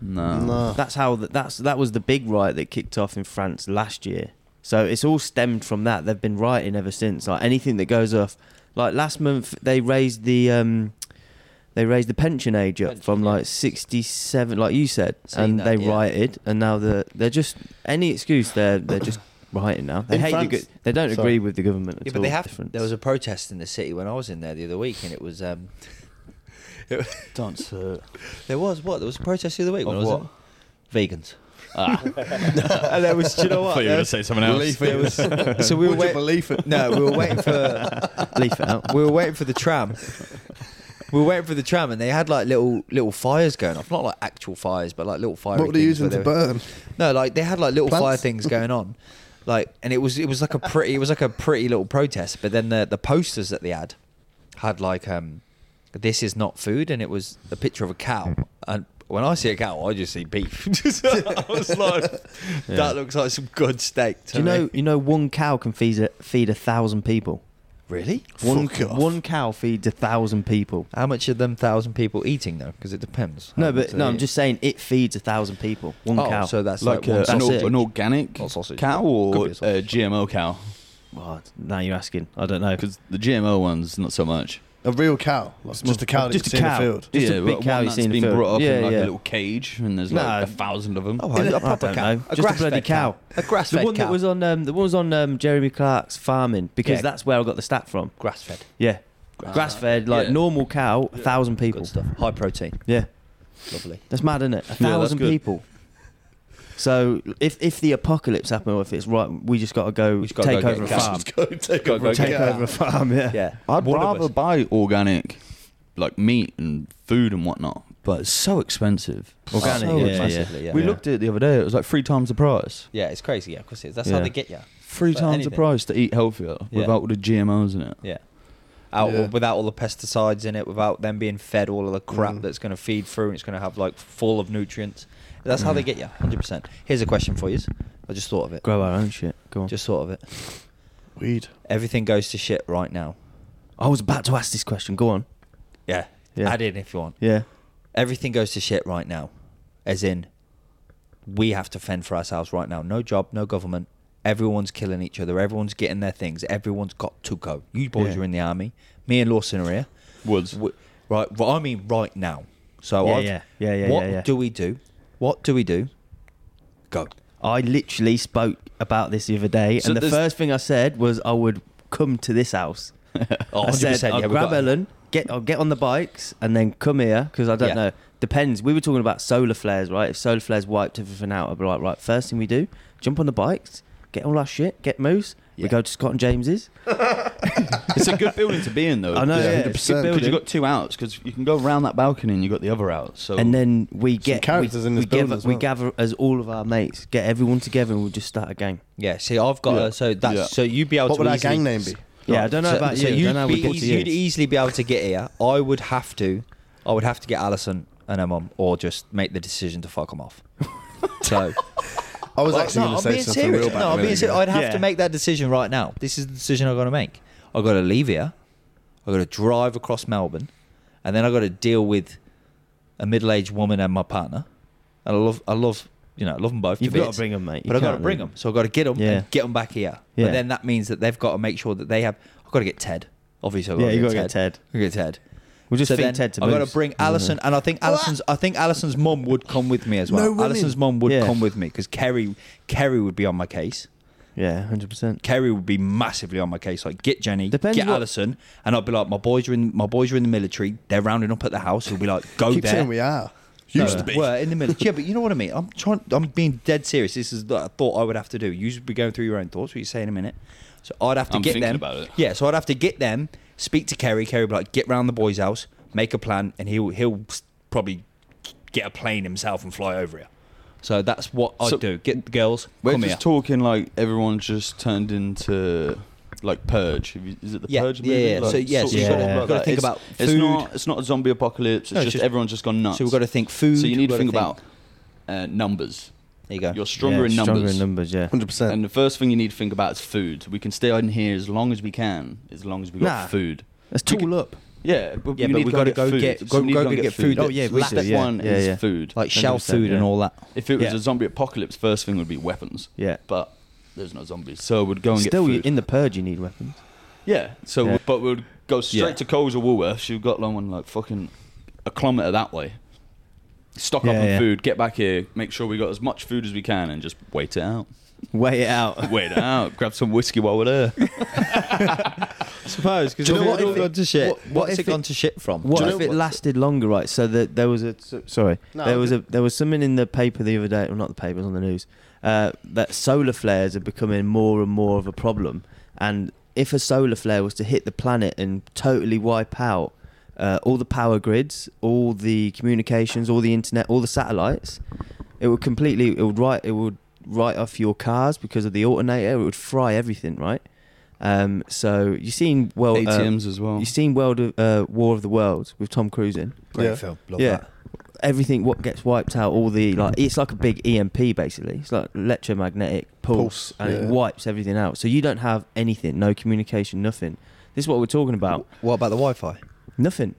Speaker 4: No.
Speaker 3: Uh.
Speaker 2: Nah.
Speaker 1: That's how th- that's that was the big riot that kicked off in France last year. So it's all stemmed from that. They've been rioting ever since. Like anything that goes off, like last month they raised the um, they raised the pension age up
Speaker 3: Pension,
Speaker 1: from
Speaker 3: yeah.
Speaker 1: like sixty seven, like you said,
Speaker 3: Seen
Speaker 1: and
Speaker 3: that,
Speaker 1: they
Speaker 3: yeah.
Speaker 1: rioted, and now they're they're just any excuse they're they're just rioting now. They
Speaker 2: In
Speaker 1: hate
Speaker 2: France-
Speaker 1: the, go- they don't
Speaker 2: Sorry.
Speaker 1: agree with the government. At
Speaker 3: Yeah, but
Speaker 1: all.
Speaker 3: they have.
Speaker 1: Different.
Speaker 3: There was a protest in the city when I was in there the other week, and it was. Um,
Speaker 4: Don't sir.
Speaker 3: there was what? There was a protest the other week.
Speaker 4: Of
Speaker 3: when I was
Speaker 4: what?
Speaker 3: in- Vegans.
Speaker 4: Ah.
Speaker 3: and there was. Do you know what?
Speaker 4: you were gonna say something else.
Speaker 3: There was- so we were
Speaker 2: Would you
Speaker 3: wait-
Speaker 2: believe it?
Speaker 3: No, we were waiting for.
Speaker 1: leaf it out.
Speaker 3: we were waiting for the tram. We were waiting for the tram, and they had like little little fires going off. Not like actual fires, but like little fire.
Speaker 2: What were they using to burn?
Speaker 3: No, like they had like little
Speaker 2: Plants?
Speaker 3: fire things going on, like and it was it was like a pretty it was like a pretty little protest. But then the the posters that they had had like um, this is not food, and it was a picture of a cow. And when I see a cow, I just see beef. So I was like,
Speaker 1: Yeah.
Speaker 3: that looks like some good steak. To
Speaker 1: Do you
Speaker 3: me.
Speaker 1: know? You know, one cow can feed a, feed a thousand people.
Speaker 3: really?
Speaker 1: One
Speaker 2: Fuck off.
Speaker 1: one cow feeds a thousand people.
Speaker 3: How much are them thousand people eating though? Because it depends. how
Speaker 1: No,
Speaker 3: much
Speaker 1: but
Speaker 3: they
Speaker 1: no, I'm
Speaker 3: eat.
Speaker 1: just saying it feeds a thousand people. One
Speaker 3: oh,
Speaker 1: cow.
Speaker 3: So that's like,
Speaker 4: like uh,
Speaker 3: one
Speaker 4: an,
Speaker 1: sausage.
Speaker 4: or- an organic
Speaker 3: Not sausage.
Speaker 4: cow
Speaker 3: Could
Speaker 4: or
Speaker 3: be a
Speaker 4: a
Speaker 3: sausage.
Speaker 4: GMO cow?
Speaker 1: Oh, now you're asking. I don't know.
Speaker 4: Because the GMO one's not so much.
Speaker 2: A real cow. Like, just a cow that
Speaker 1: Just a
Speaker 2: you see in the
Speaker 1: cow.
Speaker 2: field.
Speaker 1: Just a
Speaker 4: Yeah,
Speaker 1: big
Speaker 4: but one
Speaker 1: cow you
Speaker 4: that's
Speaker 1: see in the
Speaker 4: been
Speaker 1: field.
Speaker 4: brought up
Speaker 1: Yeah,
Speaker 4: in like
Speaker 1: yeah.
Speaker 4: a little cage, and there's like
Speaker 1: Nah.
Speaker 4: a thousand of them.
Speaker 3: Oh, a,
Speaker 1: I
Speaker 3: a proper
Speaker 1: don't
Speaker 3: cow.
Speaker 1: know.
Speaker 3: A
Speaker 1: Just a
Speaker 3: grass-fed
Speaker 1: bloody cow.
Speaker 3: A grass
Speaker 1: the
Speaker 3: fed
Speaker 1: one
Speaker 3: cow.
Speaker 1: that was on um, the one was on um, Jeremy Clark's farming because
Speaker 3: Yeah.
Speaker 1: that's where I got the stat from.
Speaker 3: grass fed.
Speaker 1: Yeah, grass fed like
Speaker 4: Yeah.
Speaker 1: normal cow, a thousand people.
Speaker 3: Good stuff. High protein.
Speaker 1: Yeah,
Speaker 3: Lovely.
Speaker 1: that's mad, isn't it? A
Speaker 4: that's
Speaker 1: thousand
Speaker 4: good.
Speaker 1: people. So if if the apocalypse happened or if it's right, we just got to go
Speaker 3: We just gotta
Speaker 1: take
Speaker 3: go
Speaker 1: over a
Speaker 3: get cows.
Speaker 1: farm.
Speaker 2: Go take
Speaker 4: Go-
Speaker 2: over a
Speaker 4: go
Speaker 1: Take
Speaker 4: get
Speaker 2: cow.
Speaker 1: over a farm. Yeah.
Speaker 3: Yeah.
Speaker 4: I'd
Speaker 3: One of
Speaker 4: rather
Speaker 3: us.
Speaker 4: buy organic, like meat and food and whatnot, but it's so expensive.
Speaker 1: Organic,
Speaker 4: So
Speaker 1: yeah,
Speaker 4: expensive.
Speaker 3: massively, yeah.
Speaker 4: We looked at it the other day. It was like three times the price.
Speaker 3: Yeah, it's crazy. Yeah, of course it is. That's how
Speaker 1: Yeah.
Speaker 3: they get you.
Speaker 4: Three
Speaker 3: For
Speaker 4: times
Speaker 3: anything.
Speaker 4: the price to eat healthier
Speaker 3: Yeah.
Speaker 4: without all the GMOs in it.
Speaker 3: Yeah. Out,
Speaker 2: Yeah.
Speaker 3: Without all the pesticides in it, without them being fed all of the crap
Speaker 2: Mm.
Speaker 3: that's going to feed through and it's going to have like full of nutrients. That's
Speaker 1: Mm.
Speaker 3: how they get you, 100%. Here's a question for you. I just thought of it.
Speaker 1: Grow our own shit. Go on.
Speaker 3: Just thought of it.
Speaker 2: Weed.
Speaker 3: Everything goes to shit right now.
Speaker 1: I was about to ask this question. Go on.
Speaker 3: Yeah.
Speaker 1: Yeah.
Speaker 3: Add in if you want.
Speaker 1: Yeah.
Speaker 3: Everything goes to shit right now. As in, we have to fend for ourselves right now. No job, no government. Everyone's killing each other. Everyone's getting their things. Everyone's got to go. You boys
Speaker 1: Yeah.
Speaker 3: are in the army. Me and Lawson are here.
Speaker 4: Woods.
Speaker 3: W- Right, well, I mean right now. So
Speaker 1: Yeah,
Speaker 3: I've-
Speaker 1: yeah. Yeah, yeah,
Speaker 3: What
Speaker 1: yeah, yeah.
Speaker 3: do we do? What do we do? Go.
Speaker 1: I literally spoke about this the other day,
Speaker 4: So
Speaker 1: and the
Speaker 4: there's-
Speaker 1: first thing I said was I would come to this house.
Speaker 4: Oh,
Speaker 1: I said I'll
Speaker 3: we
Speaker 1: grab
Speaker 3: got-
Speaker 1: Ellen, get I'll get on the bikes, and then come here because I don't
Speaker 3: Yeah.
Speaker 1: know. Depends. We were talking about solar flares, right? If solar flares wiped everything out, I'd be like, right. First thing we do, jump on the bikes, get all our shit, get moose.
Speaker 3: Yeah.
Speaker 1: We go to Scott and James's.
Speaker 4: it's a good building to be in, though.
Speaker 1: I know,
Speaker 2: yeah,
Speaker 1: yeah, it's a good
Speaker 4: Because
Speaker 2: 100%.
Speaker 1: building.
Speaker 4: you've got two outs, because you can go around that balcony and you've got the other out. So
Speaker 1: and then we get
Speaker 2: characters
Speaker 1: we,
Speaker 2: in this
Speaker 1: we gather,
Speaker 2: building as
Speaker 1: we
Speaker 2: well.
Speaker 1: gather as all of our mates, get everyone together, and we'll just start a gang.
Speaker 3: Yeah, see, I've got
Speaker 4: Yeah.
Speaker 3: a, so that's
Speaker 4: Yeah.
Speaker 3: so you'd be able
Speaker 2: What
Speaker 3: to
Speaker 2: would our
Speaker 3: easily-
Speaker 2: gang name be?
Speaker 1: Yeah, I don't know
Speaker 3: so,
Speaker 1: about you.
Speaker 3: so
Speaker 1: I
Speaker 3: you'd,
Speaker 1: don't know how
Speaker 3: be,
Speaker 1: we get to you.
Speaker 3: would easily be able to get here. I would have to, I would have to get Alison and her mum, or just make the decision to fuck them off. so
Speaker 2: I was
Speaker 3: Well,
Speaker 2: actually
Speaker 3: no, I'm
Speaker 2: going to say
Speaker 3: being
Speaker 2: something
Speaker 3: serious.
Speaker 2: real bad.
Speaker 3: No,
Speaker 2: a
Speaker 3: I'm
Speaker 2: minute
Speaker 3: being serious.
Speaker 2: ago.
Speaker 3: I'd have
Speaker 1: Yeah.
Speaker 3: to make that decision right now. This is the decision I've got to make. I've got to leave here. I've got to drive across Melbourne, and then I've got to deal with a middle-aged woman and my partner. And I love, I love, you know, I love them both.
Speaker 1: You've
Speaker 3: to
Speaker 1: got
Speaker 3: bits,
Speaker 1: to bring 'em, mate. You
Speaker 3: But I've got to
Speaker 1: can't
Speaker 3: bring
Speaker 1: leave.
Speaker 3: them, so I've got to get them
Speaker 1: Yeah.
Speaker 3: and get them back here.
Speaker 1: Yeah.
Speaker 3: But then that means that they've got to make sure that they have. I've got to get Ted. Obviously, I've
Speaker 1: yeah, you got
Speaker 3: got
Speaker 1: to get Ted.
Speaker 3: I've gotta get Ted.
Speaker 1: We'll just
Speaker 3: So
Speaker 1: feed
Speaker 3: then
Speaker 1: Ted to
Speaker 3: I've got
Speaker 1: Moose.
Speaker 3: to bring Alison, and I think Alison's. I think Alison's mum would come with me as
Speaker 2: No
Speaker 3: well.
Speaker 2: women.
Speaker 3: Alison's mum would
Speaker 1: Yeah.
Speaker 3: come with me because Kerry, Kerry would be on my case.
Speaker 1: Yeah, hundred percent.
Speaker 3: Kerry would be massively on my case. Like, get Jenny,
Speaker 1: Depends
Speaker 3: get
Speaker 1: what-
Speaker 3: Alison, and I'd be like, my boys are in, my boys are in the military. They're rounding up at the house. He'll be like, go
Speaker 2: Keep
Speaker 3: there.
Speaker 2: saying we are.
Speaker 3: No,
Speaker 2: Used to be.
Speaker 3: We're in the military. yeah, but you know what I mean. I'm trying. I'm being dead serious. This is what I thought I would have to do. You should be going through your own thoughts. What you say in a minute. So I'd have to
Speaker 4: I'm
Speaker 3: get
Speaker 4: thinking
Speaker 3: them.
Speaker 4: about it.
Speaker 3: Yeah, so I'd have to get them. Speak to Kerry. Kerry would be like, get round the boys' house, make a plan, and he'll he'll probably get a plane himself and fly over here. So that's what I'd
Speaker 4: So-
Speaker 3: do. Get the girls.
Speaker 4: We're
Speaker 3: come
Speaker 4: just
Speaker 3: here.
Speaker 4: talking like everyone's just turned into like Purge. Have you- Is it the
Speaker 3: Yeah,
Speaker 4: Purge
Speaker 3: yeah,
Speaker 4: movie?
Speaker 3: yeah.
Speaker 4: Like,
Speaker 3: So, yeah, so
Speaker 1: you've
Speaker 4: sort of
Speaker 1: gotta-
Speaker 4: like
Speaker 1: you've
Speaker 3: gotta
Speaker 4: that. It's-
Speaker 3: think about
Speaker 4: It's
Speaker 3: food.
Speaker 4: not. It's not a zombie apocalypse. It's
Speaker 3: No, it's
Speaker 4: just,
Speaker 3: just-
Speaker 4: everyone's just gone nuts.
Speaker 3: So we've got to think food.
Speaker 4: So you need
Speaker 3: we've
Speaker 4: to
Speaker 3: gotta
Speaker 4: think about uh, numbers.
Speaker 3: There you go.
Speaker 4: You're stronger in numbers.
Speaker 1: Stronger in numbers. Yeah.
Speaker 2: Hundred percent.
Speaker 4: And the first thing you need to think about is food. We can stay on here as long as we can, as long as we got
Speaker 1: Nah.
Speaker 4: food.
Speaker 1: Let's
Speaker 4: You
Speaker 1: tool up.
Speaker 4: Yeah,
Speaker 3: Yeah, but
Speaker 4: need
Speaker 3: we
Speaker 4: to
Speaker 3: gotta go
Speaker 4: food.
Speaker 3: get- go-
Speaker 4: So we need
Speaker 3: go
Speaker 4: to
Speaker 3: get food.
Speaker 1: Oh, yeah, we
Speaker 4: Last
Speaker 1: do, yeah.
Speaker 4: one
Speaker 1: Yeah,
Speaker 4: is
Speaker 1: yeah.
Speaker 4: food.
Speaker 3: like shell
Speaker 1: 100%,
Speaker 3: food and
Speaker 1: yeah.
Speaker 3: all that.
Speaker 4: If it was
Speaker 1: Yeah.
Speaker 4: a zombie apocalypse, first thing would be weapons.
Speaker 1: Yeah.
Speaker 4: But there's no zombies, so we'd go and
Speaker 1: Still,
Speaker 4: get
Speaker 1: you-
Speaker 4: food.
Speaker 1: in the purge, you need weapons.
Speaker 4: yeah. So,
Speaker 1: Yeah.
Speaker 4: we- but we'd go straight
Speaker 3: Yeah.
Speaker 4: to Coles or Woolworths. You've got long one like fucking a kilometer that way. Stock up
Speaker 1: Yeah,
Speaker 4: on
Speaker 1: yeah.
Speaker 4: food. Get back here. Make sure we got as much food as we can, and just wait it out.
Speaker 1: Weigh it out.
Speaker 4: Wait it out. Grab some whiskey while we're there.
Speaker 3: Suppose because
Speaker 2: Do you know what if it-
Speaker 3: to shit.
Speaker 1: what- what
Speaker 3: What's
Speaker 1: if
Speaker 3: it
Speaker 1: it-
Speaker 3: gone to shit from?
Speaker 1: What
Speaker 2: Do you
Speaker 1: if
Speaker 2: know
Speaker 1: it
Speaker 2: what-
Speaker 1: lasted longer? Right. So that there was a so- sorry.
Speaker 2: No,
Speaker 1: there was
Speaker 2: okay.
Speaker 1: a there was something in the paper the other day. Well, not the paper. It was on the news. Uh, that solar flares are becoming more and more of a problem. And if a solar flare was to hit the planet and totally wipe out uh, all the power grids, all the communications, all the internet, all the satellites, it would completely it would write it would write off your cars because of the alternator. It would fry everything. Right. Um, so you've seen well uh,
Speaker 4: ATMs as well.
Speaker 1: You've seen World of, uh, War of the Worlds with Tom Cruise in.
Speaker 2: Great Yeah.
Speaker 3: film.
Speaker 1: yeah. Everything what gets wiped out, all the like, it's like a big EMP basically. It's like electromagnetic pulse,
Speaker 2: Pulse,
Speaker 1: and
Speaker 2: yeah.
Speaker 1: it wipes everything out. So you don't have anything, no communication, nothing. This is what we're talking about.
Speaker 3: What about the Wi-Fi?
Speaker 1: Nothing.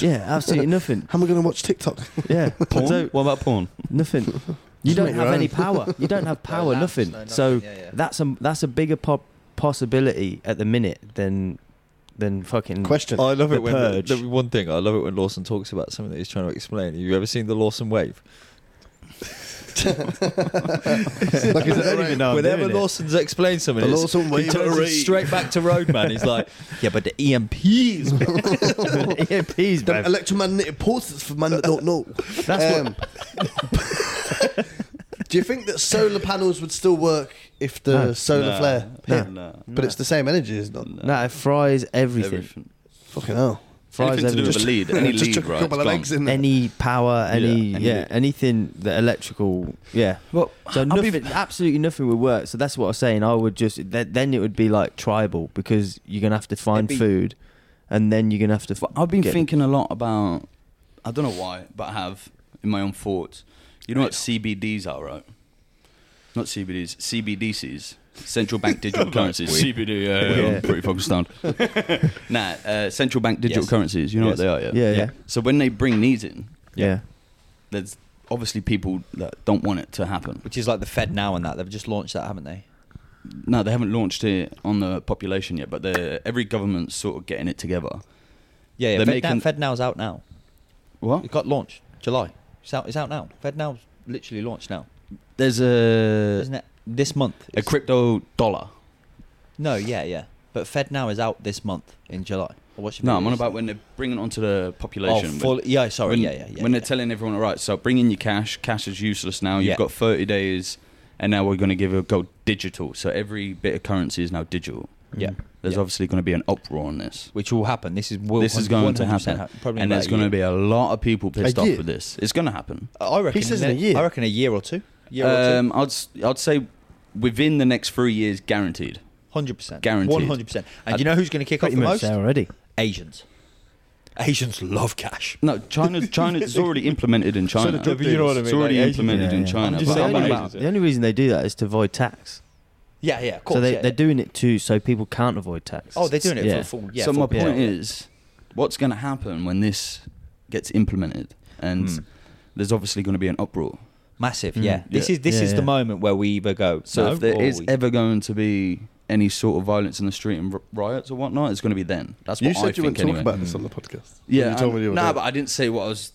Speaker 1: Yeah, absolutely nothing.
Speaker 2: How am I going to watch TikTok?
Speaker 1: Yeah,
Speaker 4: porn.
Speaker 1: So,
Speaker 4: what about porn?
Speaker 1: nothing. You
Speaker 2: Just
Speaker 1: don't
Speaker 2: make your
Speaker 1: have any
Speaker 2: own.
Speaker 1: power. You don't have power.
Speaker 3: lamps,
Speaker 1: nothing.
Speaker 3: no nothing,
Speaker 1: So
Speaker 3: yeah, yeah.
Speaker 1: that's a that's a bigger po- possibility at the minute than than fucking
Speaker 2: Question.
Speaker 3: Oh,
Speaker 5: I love
Speaker 1: The
Speaker 5: it when the,
Speaker 1: Purge.
Speaker 5: the one thing I love it when Lawson talks about something that he's trying to explain. Have you ever seen the Lawson wave?
Speaker 2: Like, is it
Speaker 1: I don't even know I'm
Speaker 5: Whenever
Speaker 1: doing it.
Speaker 5: Lawson's explained something,
Speaker 2: The
Speaker 5: it's-
Speaker 2: Lawson
Speaker 5: he
Speaker 2: wave.
Speaker 5: turns it straight back to Roadman. He's like, "Yeah, but the
Speaker 3: E
Speaker 5: EMPs."
Speaker 1: EMPs,
Speaker 2: Them
Speaker 1: bro.
Speaker 2: electromagnetic pulses for man that don't know.
Speaker 1: That's
Speaker 2: Um, do you think that solar panels would still work if the
Speaker 1: No.
Speaker 2: solar
Speaker 4: Nah.
Speaker 2: flare?
Speaker 4: Nah.
Speaker 2: hit? But it's the same energy, is not
Speaker 4: Nah.
Speaker 1: No, it fries everything.
Speaker 4: Everything.
Speaker 2: Fucking hell.
Speaker 1: Fries
Speaker 4: Anything to do with
Speaker 1: everything.
Speaker 4: a lead. Any
Speaker 2: Just
Speaker 4: lead,
Speaker 2: chuck a
Speaker 4: right?
Speaker 2: couple
Speaker 4: it's
Speaker 2: of
Speaker 4: gone.
Speaker 2: eggs in there.
Speaker 1: any power, any
Speaker 4: Yeah,
Speaker 1: yeah,
Speaker 4: any bit.
Speaker 1: anything that electrical, yeah.
Speaker 4: Well,
Speaker 1: So nothing, absolutely nothing would work. So that's what I was saying. I would just th- then it would be like tribal because you're gonna have to find
Speaker 4: be-
Speaker 1: food, and then you're gonna have to. f-
Speaker 4: But I've been
Speaker 1: get-
Speaker 4: thinking a lot about. I don't know why, but I have in my own thoughts. You know what CBDs are, right? Not CBDs, CBDCs, central bank digital currencies. CBD, yeah,
Speaker 1: yeah, I'm
Speaker 4: pretty focused on. nah, uh, central bank digital
Speaker 3: Yes.
Speaker 4: currencies. You know
Speaker 3: Yes.
Speaker 4: what they are, yeah?
Speaker 1: Yeah, yeah.
Speaker 4: So when they bring these in,
Speaker 1: Yeah. Uh,
Speaker 4: there's obviously people that don't want it to happen.
Speaker 3: Which is like the Fed now and that they've just launched that, haven't they?
Speaker 4: No, they haven't launched it on the population yet, but they're- every government's sort of getting it together.
Speaker 3: Yeah, yeah.
Speaker 4: They're
Speaker 3: Fed,
Speaker 4: making-
Speaker 3: now, Fed now's out now.
Speaker 4: What?
Speaker 3: It got launched July. It's out. It's out now. Fed now's literally launched now,
Speaker 4: There's
Speaker 1: Uh,
Speaker 4: a
Speaker 3: isn't it? This month.
Speaker 4: a crypto dollar.
Speaker 3: No, yeah, yeah. But Fed now is out this month in July. I watched. a
Speaker 4: No,
Speaker 3: video
Speaker 4: I'm on about
Speaker 3: recently.
Speaker 4: when they're bringing it onto the
Speaker 3: Oh,
Speaker 4: population.
Speaker 3: full, yeah. Sorry.
Speaker 4: when,
Speaker 3: yeah, yeah, yeah.
Speaker 4: When
Speaker 3: yeah.
Speaker 4: they're telling everyone, all right, so bring in your cash. Cash is useless now. You've
Speaker 3: Yeah.
Speaker 4: got 30 days, and now we're going to give it a go digital. So every bit of currency is now digital.
Speaker 3: yeah,
Speaker 4: There's
Speaker 3: Yeah.
Speaker 4: obviously going to be an uproar on this.
Speaker 3: which will happen. This is will
Speaker 4: this is going to
Speaker 3: 100%
Speaker 4: happen.
Speaker 3: hap- Probably
Speaker 4: and
Speaker 3: about
Speaker 4: there's
Speaker 3: a
Speaker 4: going to
Speaker 3: year.
Speaker 4: be a lot of people pissed
Speaker 2: A
Speaker 4: off
Speaker 2: year?
Speaker 4: with this. It's going to happen.
Speaker 3: I reckon.
Speaker 2: He says in a
Speaker 3: ne-
Speaker 2: year.
Speaker 3: I reckon a year or two. Year or two.
Speaker 4: Um, I'd, s- I'd say within the next three years, guaranteed.
Speaker 3: Hundred percent.
Speaker 4: Guaranteed.
Speaker 3: One hundred percent. And
Speaker 4: And-
Speaker 3: you know who's going to kick off
Speaker 1: Pretty
Speaker 3: the
Speaker 1: much
Speaker 3: most?
Speaker 1: there already.
Speaker 3: Asians. Asians love cash.
Speaker 4: No, China. China. It's already implemented in China.
Speaker 5: the drug dealers.
Speaker 4: It's already
Speaker 5: Like,
Speaker 4: implemented
Speaker 1: yeah,
Speaker 4: in
Speaker 1: yeah.
Speaker 4: China.
Speaker 5: I'm just
Speaker 4: but
Speaker 1: the,
Speaker 5: saying
Speaker 4: I'm
Speaker 1: only
Speaker 5: about
Speaker 1: reason,
Speaker 5: Asians, yeah.
Speaker 1: the only reason they do that is to avoid tax.
Speaker 3: Yeah, yeah, of course.
Speaker 1: so they,
Speaker 3: yeah,
Speaker 1: they're
Speaker 3: yeah.
Speaker 1: doing it too, so people can't avoid tax.
Speaker 3: Oh, they're doing it
Speaker 1: Yeah.
Speaker 3: for full. Yeah,
Speaker 4: so my
Speaker 3: full
Speaker 4: point
Speaker 3: yeah.
Speaker 4: is, what's going to happen when this gets implemented? And
Speaker 3: Hmm.
Speaker 4: there's obviously going to be an uproar.
Speaker 3: Massive,
Speaker 1: Mm.
Speaker 3: yeah. This
Speaker 4: Yeah.
Speaker 3: is this
Speaker 1: Yeah,
Speaker 3: is the
Speaker 1: yeah.
Speaker 3: moment where we either go.
Speaker 4: So
Speaker 3: no, Oh,
Speaker 4: if there
Speaker 3: or
Speaker 4: is
Speaker 3: we-
Speaker 4: ever going to be any sort of violence in the street and r- riots or whatnot, it's going to be then. That's what
Speaker 2: you said
Speaker 4: I
Speaker 2: you
Speaker 4: think
Speaker 2: wouldn't
Speaker 4: anyway.
Speaker 2: talk about this on the podcast.
Speaker 4: yeah,
Speaker 2: you told me
Speaker 4: I-
Speaker 2: you were
Speaker 4: nah,
Speaker 2: doing
Speaker 4: but I didn't say what I was.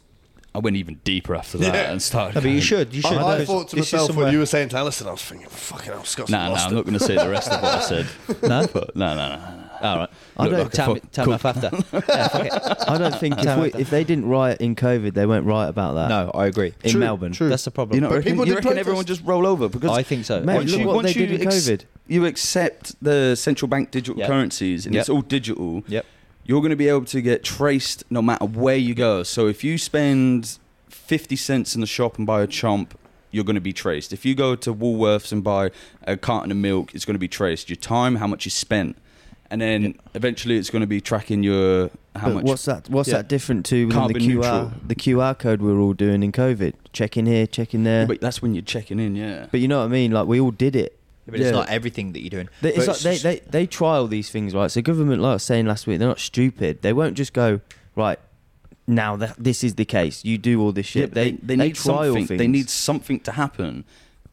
Speaker 4: I went even deeper after that
Speaker 2: Yeah.
Speaker 4: and started.
Speaker 3: no, but you
Speaker 4: going-
Speaker 3: should. You should.
Speaker 2: I, I
Speaker 3: because
Speaker 2: thought to
Speaker 3: this is
Speaker 2: myself
Speaker 3: somewhere-
Speaker 2: when you were saying to Alison, I was thinking, fucking hell, Scott's
Speaker 4: Nah, nah,
Speaker 2: lost
Speaker 4: I'm
Speaker 2: it.
Speaker 4: not going to say the rest of what I said.
Speaker 3: No?
Speaker 4: But no, no, no, no.
Speaker 3: All right.
Speaker 1: I don't-
Speaker 3: Look, like time, time off after. Yeah, fuck it.
Speaker 1: I don't think if,
Speaker 3: Time
Speaker 1: we,
Speaker 3: after.
Speaker 1: if they didn't riot in COVID, they won't riot about that.
Speaker 3: No, I agree.
Speaker 1: in Melbourne.
Speaker 2: true.
Speaker 3: That's the problem.
Speaker 4: You know,
Speaker 2: But
Speaker 4: reckon,
Speaker 2: people
Speaker 4: you
Speaker 2: did
Speaker 4: reckon everyone
Speaker 2: protest.
Speaker 4: just roll over because
Speaker 3: I think so.
Speaker 1: Mate,
Speaker 4: Once
Speaker 1: look
Speaker 4: you-
Speaker 1: what
Speaker 4: once
Speaker 1: they
Speaker 4: you
Speaker 1: did with
Speaker 4: ex-
Speaker 1: COVID.
Speaker 4: you accept the central bank digital
Speaker 3: Yep.
Speaker 4: currencies and
Speaker 3: Yep.
Speaker 4: it's all digital,
Speaker 3: Yep.
Speaker 4: you're going to be able to get traced no matter where you go. So if you spend 50 cents in the shop and buy a chomp, you're going to be traced. If you go to Woolworths and buy a carton of milk, it's going to be traced. Your time, how much you spent. And then eventually it's going to be tracking your how
Speaker 1: but
Speaker 4: much.
Speaker 1: what's that? What's
Speaker 4: Yeah.
Speaker 1: that different to within the
Speaker 4: Carbon
Speaker 1: QR
Speaker 4: neutral.
Speaker 1: the QR code we were all doing in COVID? Checking here, checking there.
Speaker 4: Yeah,
Speaker 1: but,
Speaker 4: but that's when you're checking in, yeah.
Speaker 1: you know what I mean? Like we all did it.
Speaker 3: But it's
Speaker 1: Yeah.
Speaker 3: not everything that you're doing.
Speaker 1: They, it's
Speaker 3: But
Speaker 1: like they, they, they trial these things, right? So government, like I was saying last week, they're not stupid. They won't just go right now. That this is the case. You do all this
Speaker 4: Yeah,
Speaker 1: shit.
Speaker 4: but
Speaker 1: they,
Speaker 4: they need
Speaker 1: trial
Speaker 4: something.
Speaker 1: things.
Speaker 4: They need something to happen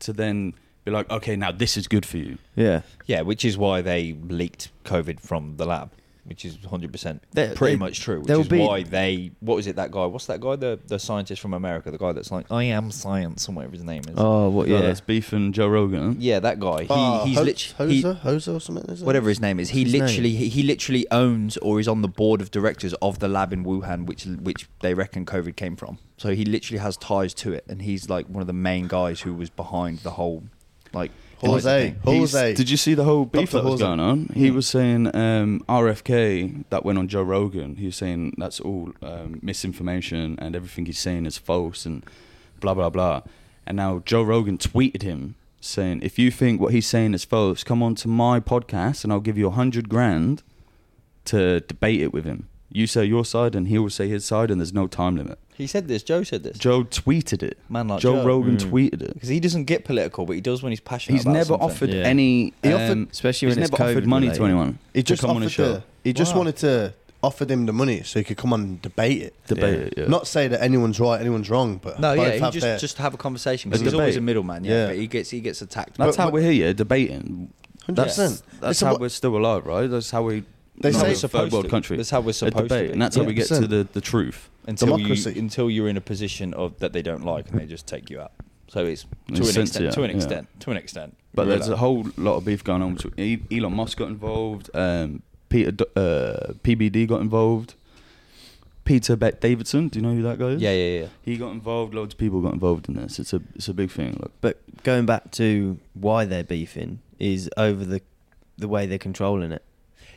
Speaker 4: to then be like, okay, now this is good for you.
Speaker 1: yeah.
Speaker 3: Yeah, which is why they leaked COVID from the lab, which is 100%
Speaker 1: They-
Speaker 3: pretty
Speaker 1: they-
Speaker 3: much true, which
Speaker 1: there'll
Speaker 3: is
Speaker 1: be-
Speaker 3: why they, what was it, that guy, what's that guy, the, the scientist from America, the guy that's like, I am science, and whatever his name is.
Speaker 1: Oh, what? Yeah.
Speaker 4: Yeah, that's beef and Joe Rogan. huh?
Speaker 3: Yeah, that guy. He,
Speaker 2: Ah,
Speaker 3: he's
Speaker 2: Ho-
Speaker 3: literally, he-
Speaker 2: Hoser, Hoser or something. Is it?
Speaker 3: whatever his name is, he
Speaker 1: What's his
Speaker 3: literally, he, he literally owns or is on the board of directors of the lab in Wuhan, which, which they reckon COVID came from. So he literally has ties to it, and he's like one of the main guys who was behind the whole, like,
Speaker 2: Jose,
Speaker 3: thing.
Speaker 4: He's-
Speaker 2: Jose.
Speaker 4: Did you see the whole beef
Speaker 2: Dr.
Speaker 4: that was
Speaker 2: Jose.
Speaker 4: going on? He was saying um, RFK that went on Joe Rogan. He was saying that's all um, misinformation and everything he's saying is false and blah blah blah. And now Joe Rogan tweeted him saying, "If you think what he's saying is false, come on to my podcast and I'll give you a hundred grand to debate it with him. You say your side and he will say his side, and there's no time limit."
Speaker 3: He said this, Joe said this.
Speaker 4: Joe tweeted it.
Speaker 3: Man like
Speaker 4: Joe,
Speaker 3: Joe.
Speaker 4: Rogan
Speaker 1: Mm.
Speaker 4: tweeted it.
Speaker 3: because he doesn't get political, but he does when he's passionate.
Speaker 4: He's
Speaker 3: about
Speaker 4: never
Speaker 3: something.
Speaker 4: offered
Speaker 1: Yeah.
Speaker 4: any.
Speaker 2: He offered-
Speaker 4: um,
Speaker 1: Especially
Speaker 4: he's
Speaker 1: when it's
Speaker 4: never offered
Speaker 1: COVID
Speaker 4: money to
Speaker 1: related.
Speaker 4: anyone.
Speaker 2: He just
Speaker 4: to come on a
Speaker 2: offered
Speaker 4: show.
Speaker 2: the, He just
Speaker 3: Wow.
Speaker 2: wanted to offered him the money so he could come on and debate it.
Speaker 4: Debate
Speaker 1: Yeah.
Speaker 4: it. Yeah.
Speaker 2: Not say that anyone's right, anyone's wrong, but
Speaker 3: No,
Speaker 2: both
Speaker 3: yeah, he
Speaker 2: have
Speaker 3: just
Speaker 2: their-
Speaker 3: just have a conversation
Speaker 4: A
Speaker 3: 'cause he's always a
Speaker 4: debate.
Speaker 3: middleman. Yeah,
Speaker 2: Yeah.
Speaker 3: but he gets he gets attacked.
Speaker 4: that's
Speaker 2: But-
Speaker 4: how
Speaker 2: but-
Speaker 4: we're here, yeah, debating.
Speaker 2: 100%.
Speaker 4: That's that's
Speaker 2: Listen,
Speaker 4: how
Speaker 2: what-
Speaker 4: we're still alive, right? That's how we.
Speaker 2: They
Speaker 4: no,
Speaker 2: say-
Speaker 4: we're a
Speaker 3: Supposed
Speaker 4: third world
Speaker 3: to.
Speaker 4: country.
Speaker 3: That's how we're
Speaker 4: A
Speaker 3: supposed to
Speaker 4: debate,
Speaker 3: be.
Speaker 4: and that's how we get to
Speaker 2: 100%.
Speaker 4: the the truth.
Speaker 3: until
Speaker 2: democracy.
Speaker 3: you until you're in a position of that they don't like and they just take you out. So it's
Speaker 4: In
Speaker 3: to
Speaker 4: a
Speaker 3: an
Speaker 4: sense,
Speaker 3: extent,
Speaker 4: yeah,
Speaker 3: to an
Speaker 4: yeah.
Speaker 3: extent, to an extent.
Speaker 4: But
Speaker 3: You're
Speaker 4: there's
Speaker 3: allowed.
Speaker 4: a whole lot of beef going on. Between E- Elon Musk got involved. Um, Peter D- uh, PBD got involved. Peter Bet Davidson. Do you know who that guy is?
Speaker 3: yeah, yeah, yeah.
Speaker 4: He got involved. Loads of people got involved in this. It's a it's a big thing. Like,
Speaker 1: But going back to why they're beefing is over the the way they're controlling it.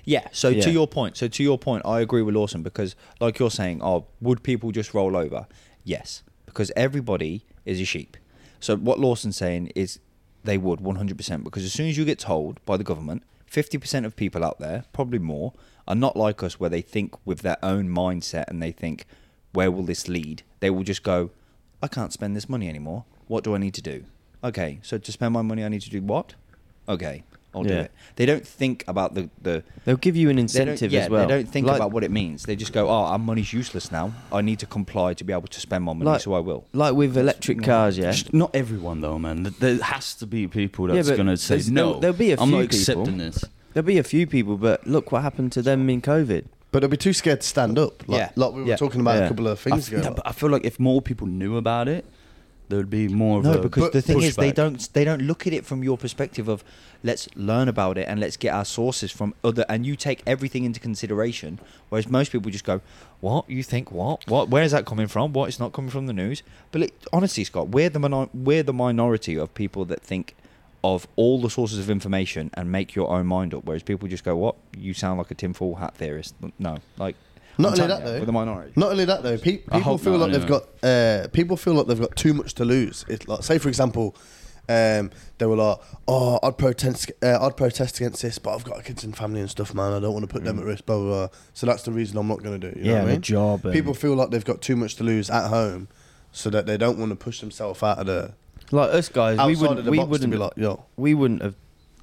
Speaker 3: Yeah. So
Speaker 1: Yeah.
Speaker 3: to your point, so to your point, I agree with Lawson because, like you're saying, oh, would people just roll over? Yes, because everybody is a sheep. So what Lawson's saying is they would 100% because as soon as you get told by the government, 50% of people out there, probably more, are not like us where they think with their own mindset and they think, where will this lead? They will just go, I can't spend this money anymore. What do I need to do? Okay, so to spend my money, I need to do what? Okay, I'll do
Speaker 1: Yeah.
Speaker 3: it. They don't think about the the
Speaker 1: They'll give you an
Speaker 3: they don't-
Speaker 1: incentive
Speaker 3: yeah,
Speaker 1: as well.
Speaker 3: They don't think
Speaker 1: Like-
Speaker 3: about what it means. They just go, "Oh, our money's useless now. I need to comply to be able to spend my money, so I will."
Speaker 1: Like with electric cars, yeah.
Speaker 4: Just Not everyone though, man. Th- There has to be people
Speaker 1: Yeah,
Speaker 4: that's
Speaker 1: but
Speaker 4: going to say
Speaker 1: there's- there'll-
Speaker 4: no.
Speaker 1: there'll be a
Speaker 4: I'm
Speaker 1: few
Speaker 4: not
Speaker 1: people."
Speaker 4: accepting this.
Speaker 1: There'll be a few people, but look what happened to them in COVID.
Speaker 2: but they'll be too scared to stand up. Like,
Speaker 3: Yeah.
Speaker 2: like we were
Speaker 3: Yeah.
Speaker 2: talking about
Speaker 1: Yeah.
Speaker 2: a couple of
Speaker 4: I,
Speaker 2: things
Speaker 4: f- yeah,
Speaker 2: ago.
Speaker 4: but I feel like if more people knew about it, there would be more of
Speaker 3: No,
Speaker 4: a
Speaker 3: because
Speaker 2: but
Speaker 3: the thing is, they
Speaker 4: pushback.
Speaker 3: don't they don't look at it from your perspective of let's learn about it and let's get our sources from other. And you take everything into consideration, whereas most people just go, "What you think? What? What? Where is that coming from? What? It's not coming from the news." But it, honestly, Scott, we're the minor- we're the minority of people that think of all the sources of information and make your own mind up. Whereas people just go, "What? You sound like a tinfoil hat theorist." No, like I'm
Speaker 2: Not only
Speaker 3: telling
Speaker 2: that,
Speaker 3: you,
Speaker 2: though.
Speaker 3: we're the minority.
Speaker 2: Not only that though, pe-
Speaker 4: I
Speaker 2: people
Speaker 4: hope
Speaker 2: feel
Speaker 4: not,
Speaker 2: like they've
Speaker 4: anyway.
Speaker 2: got uh, people feel like they've got too much to lose. It's like, say for example, um, they were like, "Oh, I'd protest, uh, I'd protest against this, but I've got kids and family and stuff, man. I don't want to put them at risk." Blah blah. blah. So that's the reason I'm not going to do it. You
Speaker 1: Mm. yeah,
Speaker 2: know what I
Speaker 1: and a
Speaker 2: mean?
Speaker 1: job. And
Speaker 2: People feel like they've got too much to lose at home, so that they don't want to push themselves out of the
Speaker 1: like us guys, we
Speaker 2: outside
Speaker 1: wouldn't.
Speaker 2: of the
Speaker 1: we
Speaker 2: box to
Speaker 1: wouldn't.
Speaker 2: be like, "Yo,
Speaker 1: we wouldn't have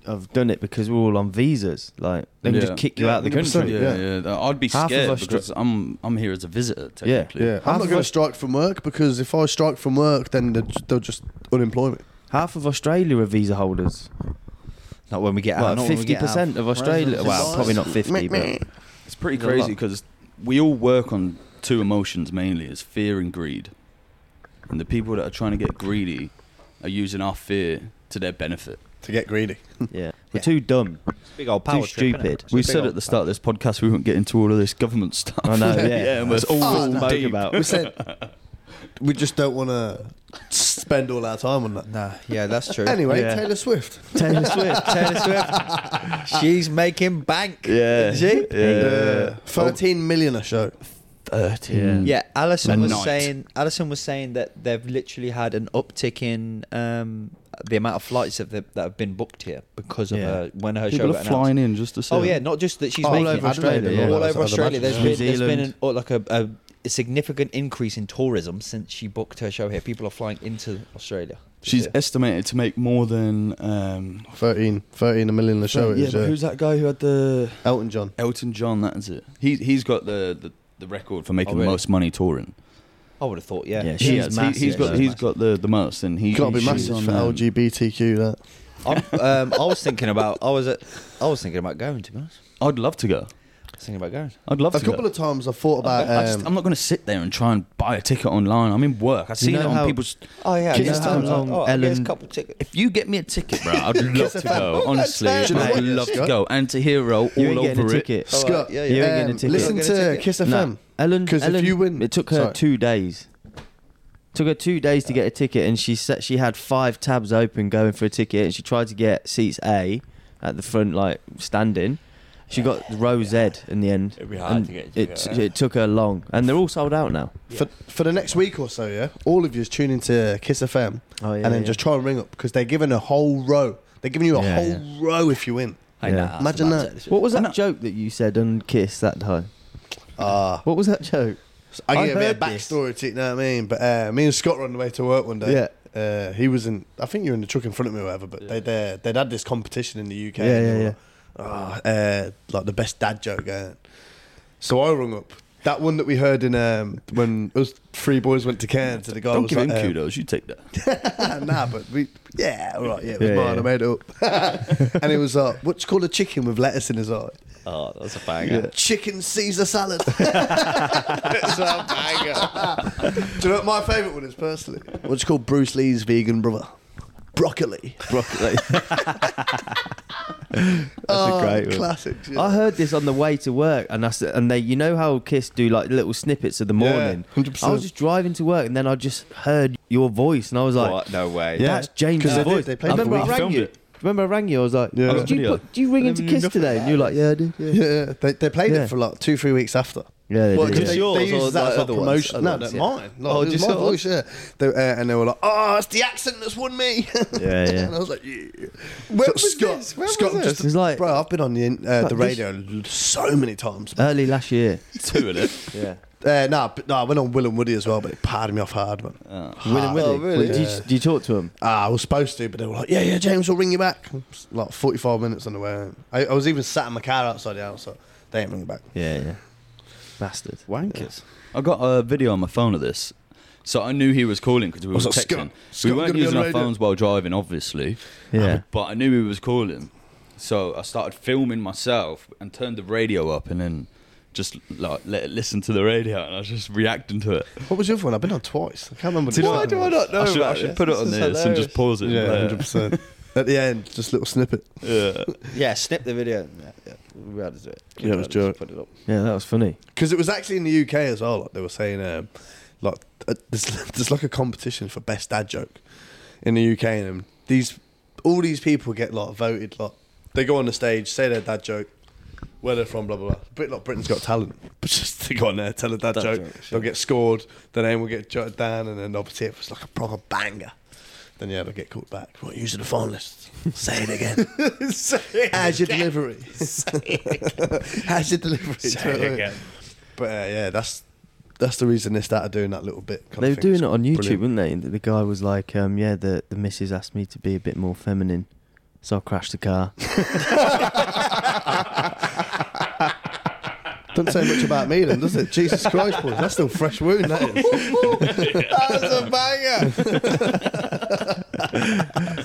Speaker 1: have done it because we're all on visas. Like they can
Speaker 4: Yeah.
Speaker 1: just kick you
Speaker 2: Yeah,
Speaker 1: out of the country.
Speaker 2: 100%,
Speaker 4: Yeah, yeah. I'd be
Speaker 1: Half of
Speaker 4: scared
Speaker 1: us
Speaker 4: because I'm I'm here as a visitor
Speaker 1: Yeah.
Speaker 4: technically.
Speaker 2: Yeah,
Speaker 1: Half
Speaker 2: I'm not
Speaker 1: of
Speaker 2: going to
Speaker 1: us-
Speaker 2: strike from work because if I strike from work, then they'll, they'll just unemploy me.
Speaker 1: Half of Australia are visa holders.
Speaker 3: Not when we get out.
Speaker 1: Like
Speaker 3: not when we
Speaker 1: fifty
Speaker 3: get out.
Speaker 1: percent of Australia.
Speaker 2: Residents.
Speaker 1: Well, probably not fifty,
Speaker 2: Meh, meh.
Speaker 1: but
Speaker 4: It's pretty
Speaker 1: There's a lot.
Speaker 4: crazy because we all work on two emotions mainly is fear and greed. And the people that are trying to get greedy are using our fear to their benefit.
Speaker 2: To get greedy.
Speaker 1: yeah, we're
Speaker 3: Yeah.
Speaker 1: too dumb.
Speaker 3: Big old power
Speaker 1: Too
Speaker 3: trip, innit?
Speaker 1: stupid.
Speaker 3: It's a
Speaker 4: We
Speaker 3: big
Speaker 4: said
Speaker 3: old
Speaker 4: at the start of this podcast we wouldn't get into all of this government stuff.
Speaker 1: I know. Yeah,
Speaker 4: and it's all
Speaker 2: Oh,
Speaker 4: written
Speaker 2: no.
Speaker 4: deep.
Speaker 1: about.
Speaker 2: We said we just don't want to spend all our time on that.
Speaker 3: Nah, yeah, that's true.
Speaker 2: Anyway,
Speaker 1: Yeah.
Speaker 2: Taylor Swift.
Speaker 1: Taylor Swift.
Speaker 3: Taylor Swift, she's making bank.
Speaker 4: Yeah.
Speaker 3: She?
Speaker 4: Yeah.
Speaker 2: Uh, Thirteen million a show.
Speaker 4: 13.
Speaker 3: Yeah, Alison
Speaker 4: A
Speaker 3: was
Speaker 4: night.
Speaker 3: saying. Alison was saying that they've literally had an uptick in um, the amount of flights that, that have been booked here because of
Speaker 1: Yeah.
Speaker 3: her, when her show
Speaker 4: People
Speaker 3: got
Speaker 4: are
Speaker 3: announced.
Speaker 4: flying in just to see.
Speaker 3: Oh
Speaker 4: it.
Speaker 3: yeah, not just that she's
Speaker 2: Oh, all
Speaker 3: making
Speaker 1: over
Speaker 3: it.
Speaker 1: Australia,
Speaker 3: Adelaide,
Speaker 1: yeah.
Speaker 3: all
Speaker 2: I'd
Speaker 3: over
Speaker 2: imagine,
Speaker 3: Australia. There's
Speaker 2: yeah.
Speaker 3: been there's been an,
Speaker 1: Zealand.
Speaker 3: or like a, a, a significant increase in tourism since she booked her show here. People are flying into Australia. this
Speaker 4: She's
Speaker 3: year.
Speaker 4: estimated to make more than. Um,
Speaker 2: 13, 13 a million a show.
Speaker 4: yeah,
Speaker 2: is,
Speaker 4: but
Speaker 2: yeah.
Speaker 4: who's that guy who had the
Speaker 2: Elton John.
Speaker 4: uh, Elton John? That is it. He he's got the the, the record for making
Speaker 3: Oh, really?
Speaker 4: the most money touring.
Speaker 3: I would have thought, yeah.
Speaker 1: Yeah,
Speaker 4: He
Speaker 1: she's
Speaker 4: has.
Speaker 1: massive.
Speaker 4: He, has got
Speaker 1: She's
Speaker 4: he's
Speaker 1: massive.
Speaker 4: got the the most, and he
Speaker 2: You gotta be
Speaker 4: she's
Speaker 2: massive
Speaker 4: on,
Speaker 2: for
Speaker 4: um,
Speaker 2: LGBTQ. That
Speaker 3: I'm, um, I was thinking about. I was at. I was thinking about going. To be honest,
Speaker 4: I'd love to go.
Speaker 3: I was thinking about going.
Speaker 4: I'd love
Speaker 2: a
Speaker 4: to
Speaker 2: couple
Speaker 4: go.
Speaker 2: of times I thought
Speaker 4: I-
Speaker 2: about.
Speaker 4: I just,
Speaker 2: um,
Speaker 4: I'm not going to sit there and try and buy a ticket online. I'm in work. I see
Speaker 1: know
Speaker 4: it on
Speaker 1: how-
Speaker 4: people's.
Speaker 3: Oh yeah,
Speaker 1: Kids
Speaker 3: yeah.
Speaker 1: how
Speaker 3: I was like,
Speaker 1: long
Speaker 3: oh, I guess
Speaker 1: Ellen-
Speaker 3: couple tickets.
Speaker 4: If you get me a ticket, bro, I'd love to go. Honestly,
Speaker 2: Do you know
Speaker 4: I'd
Speaker 2: what?
Speaker 4: love to
Speaker 2: Scott?
Speaker 4: go. Antihero all
Speaker 1: You ain't getting
Speaker 4: over
Speaker 1: a
Speaker 4: it.
Speaker 1: ticket.
Speaker 3: Oh,
Speaker 2: Scott,
Speaker 3: yeah,
Speaker 1: yeah. You ain't getting a
Speaker 2: um,
Speaker 1: ticket.
Speaker 2: listen
Speaker 3: You're not getting a
Speaker 2: to
Speaker 3: ticket.
Speaker 2: Kiss
Speaker 1: Nah,
Speaker 2: FM.
Speaker 1: Ellen,
Speaker 2: 'Cause if
Speaker 1: Ellen-
Speaker 2: you win-
Speaker 1: it took her
Speaker 2: sorry.
Speaker 1: two days. Took her two days to get a ticket, and she said she had five tabs open going for a ticket, and she tried to get seats A at the front, like standing. She got row Z in the end.
Speaker 6: It'd be hard
Speaker 1: and
Speaker 6: to get a
Speaker 1: it,
Speaker 6: ticket, yeah.
Speaker 1: it took her long, and they're all sold out now.
Speaker 2: For, for the next week or so, yeah, all of you tune into Kiss FM
Speaker 1: Oh yeah,
Speaker 2: and then just try and ring up because they're giving a whole row. They're giving you a
Speaker 1: Yeah,
Speaker 2: whole row if you win.
Speaker 1: Yeah.
Speaker 2: Imagine that.
Speaker 1: What was
Speaker 4: I
Speaker 1: that
Speaker 4: know-
Speaker 1: joke that you said on Kiss that time?
Speaker 2: Ah,
Speaker 1: What was that joke?
Speaker 2: I
Speaker 1: I
Speaker 2: give a bit of
Speaker 1: heard this.
Speaker 2: backstory to it, you know what I mean? But uh, me and Scott were on the way to work one day.
Speaker 1: Yeah.
Speaker 2: Uh, he was in, I think you were in the truck in front of me or whatever, but they'd, uh, they'd had this competition in the UK.
Speaker 1: Yeah,
Speaker 2: and
Speaker 1: yeah,
Speaker 2: they were
Speaker 1: yeah.
Speaker 2: like, "Ah, uh, like the best dad joke going. So I rung up. That one that we heard in um, when us three boys went to Cairns, and the guy
Speaker 4: Don't
Speaker 2: was
Speaker 4: give
Speaker 2: like,
Speaker 4: him
Speaker 2: um,
Speaker 4: kudos. You take that.
Speaker 2: nah, but we, yeah, all right, yeah, it was
Speaker 1: Yeah,
Speaker 2: mine.
Speaker 1: yeah.
Speaker 2: I made it up. and it was like, what you call a chicken with lettuce in his eye?
Speaker 3: Oh, that's a banger.
Speaker 2: Chicken Caesar salad. It's a banger. Do you know what my favourite one is personally? What's called Bruce Lee's vegan brother? Broccoli.
Speaker 1: Broccoli. That's a great one.
Speaker 2: Classics. Oh, Yeah.
Speaker 1: I heard this on the way to work, and I s- and they, you know how Kiss do like little snippets of the
Speaker 2: Yeah,
Speaker 1: morning.
Speaker 2: 100%.
Speaker 1: I was just driving to work, and then I just heard your voice, and I was like,
Speaker 3: What? No way.
Speaker 2: Yeah.
Speaker 1: "That's James'
Speaker 2: 'Cause they did,
Speaker 1: voice."
Speaker 2: they
Speaker 1: I
Speaker 2: played it.
Speaker 1: remember
Speaker 2: We
Speaker 1: I rang
Speaker 4: filmed
Speaker 1: you.
Speaker 4: it.
Speaker 1: Remember I rang you. I was like,
Speaker 2: Yeah.
Speaker 1: oh, "Do you
Speaker 4: Video.
Speaker 1: put- do you ring
Speaker 4: I
Speaker 1: into
Speaker 4: remember
Speaker 1: Kiss
Speaker 4: nothing
Speaker 1: today?" And you're like, "Yeah, I did." Yeah,
Speaker 2: yeah, they, they played
Speaker 1: Yeah.
Speaker 2: it for like two, three weeks after.
Speaker 1: yeah they
Speaker 2: Well,
Speaker 1: did.
Speaker 2: 'cause
Speaker 1: yeah.
Speaker 2: they,
Speaker 5: yours
Speaker 2: they used
Speaker 5: or
Speaker 2: that
Speaker 5: like
Speaker 2: as like
Speaker 5: other ones?
Speaker 2: promotion.
Speaker 5: Other
Speaker 2: No,
Speaker 5: ones,
Speaker 2: no,
Speaker 5: yeah.
Speaker 2: mine. Like,
Speaker 5: Oh,
Speaker 2: it was
Speaker 5: just
Speaker 2: my
Speaker 5: yours?
Speaker 2: voice, yeah. They, uh, and they were like, "Oh, it's the accent that's won me."
Speaker 1: Yeah, yeah.
Speaker 2: and I was like, yeah. so Scott, Scott,
Speaker 1: this?
Speaker 2: just-
Speaker 1: It's like-
Speaker 2: bro, I've been on the in- uh,
Speaker 1: Like
Speaker 2: the
Speaker 1: this-
Speaker 2: radio l- so many times. Uh,
Speaker 1: Early last year.
Speaker 4: Two in it.
Speaker 1: Yeah.
Speaker 2: no, Eh, nah, but- nah, I went on Will and Woody as well, but it parted me off hard, man.
Speaker 1: Will and Willie.
Speaker 2: Oh, really?
Speaker 1: Well, Do,
Speaker 2: Yeah.
Speaker 1: you, do you talk to him?
Speaker 2: Ah, I was supposed to, but they were like, "Yeah, yeah, James, we'll ring you back." It's Like forty-five minutes on the way. home. I, I was even sat in my car outside the house. So they ain't ringing back.
Speaker 1: Yeah, yeah. Bastard.
Speaker 4: Wankers. I got a video on my phone of this. So I knew he was calling because we
Speaker 2: I
Speaker 4: were
Speaker 2: was
Speaker 4: texting.
Speaker 2: like, Oh, "Scott,
Speaker 4: we
Speaker 2: Scott,
Speaker 4: weren't
Speaker 2: gotta be on
Speaker 4: using our
Speaker 2: the radio."
Speaker 4: phones while driving, obviously. Um,
Speaker 1: Yeah.
Speaker 4: But I knew he was calling. So I started filming myself and turned the radio up and then just like let it listen to the radio and I was just reacting to it.
Speaker 2: What was the other one? I've been on twice. I can't remember. the
Speaker 4: Why
Speaker 2: second
Speaker 4: do I
Speaker 2: one.
Speaker 4: not know? I should, I should put it on this, and just pause it. and
Speaker 2: Yeah,
Speaker 4: play it.
Speaker 2: hundred percent. At the end, just a little snippet.
Speaker 4: Yeah.
Speaker 3: Yeah, snip the video. Yeah, yeah. We had to do it.
Speaker 2: Yeah, it was
Speaker 3: We had to
Speaker 2: joke.
Speaker 3: Put it up.
Speaker 1: Yeah, that was funny.
Speaker 2: Because it was actually in the UK as well. Like they were saying, um, like uh, there's, there's like a competition for best dad joke in the UK, and um, these all these people get like voted. Like they go on the stage, say their dad joke, where they're from, blah blah blah. Brit like Britain's Got Talent, but just they go on there, tell a dad,
Speaker 3: Dad
Speaker 2: joke.
Speaker 3: joke,
Speaker 2: They'll get scored. Their name will get jotted down, and then obviously if it's like a proper banger. Then yeah, they'll get called back. What use of the phone list? Say it again. How's your delivery? How's your delivery? Do you know what I mean? But uh, yeah, that's that's the reason they started doing that little bit. Kind
Speaker 1: They
Speaker 2: of
Speaker 1: were
Speaker 2: thing.
Speaker 1: doing
Speaker 2: It's
Speaker 1: it on YouTube,
Speaker 2: brilliant.
Speaker 1: weren't they? And The guy was like, um, "Yeah, the the missus asked me to be a bit more feminine," So I crashed the car.
Speaker 2: Doesn't say much about me then, does it? Jesus Christ, boys, that's still fresh wound. That is.
Speaker 3: That's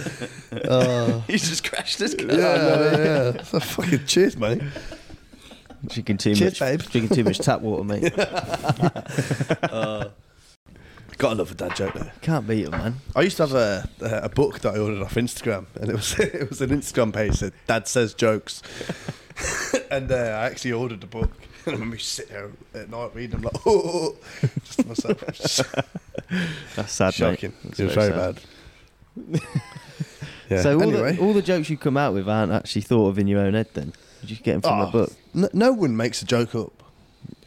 Speaker 3: a banger.
Speaker 4: He's just crashed his car.
Speaker 2: Yeah, yeah, yeah. So fucking cheers, mate.
Speaker 1: Drinking too much.
Speaker 2: Cheers, babe.
Speaker 1: Drinking too much tap water, mate.
Speaker 2: Gotta love a dad joke there.
Speaker 1: Can't beat it, man.
Speaker 2: I used to have a a book that I ordered off Instagram, and it was it was an Instagram page that said Dad says jokes, and uh, I actually ordered the book. And I remember sitting there at night reading, I'm like, oh, just to myself. It was
Speaker 1: That's sad,
Speaker 2: shocking.
Speaker 1: mate. That's
Speaker 2: It was very
Speaker 1: sad.
Speaker 2: bad. yeah.
Speaker 1: So all,
Speaker 2: anyway,
Speaker 1: the, all the jokes you come out with aren't actually thought of in your own head. Then you just get them from
Speaker 2: Oh,
Speaker 1: a book.
Speaker 2: n- no one makes a joke up.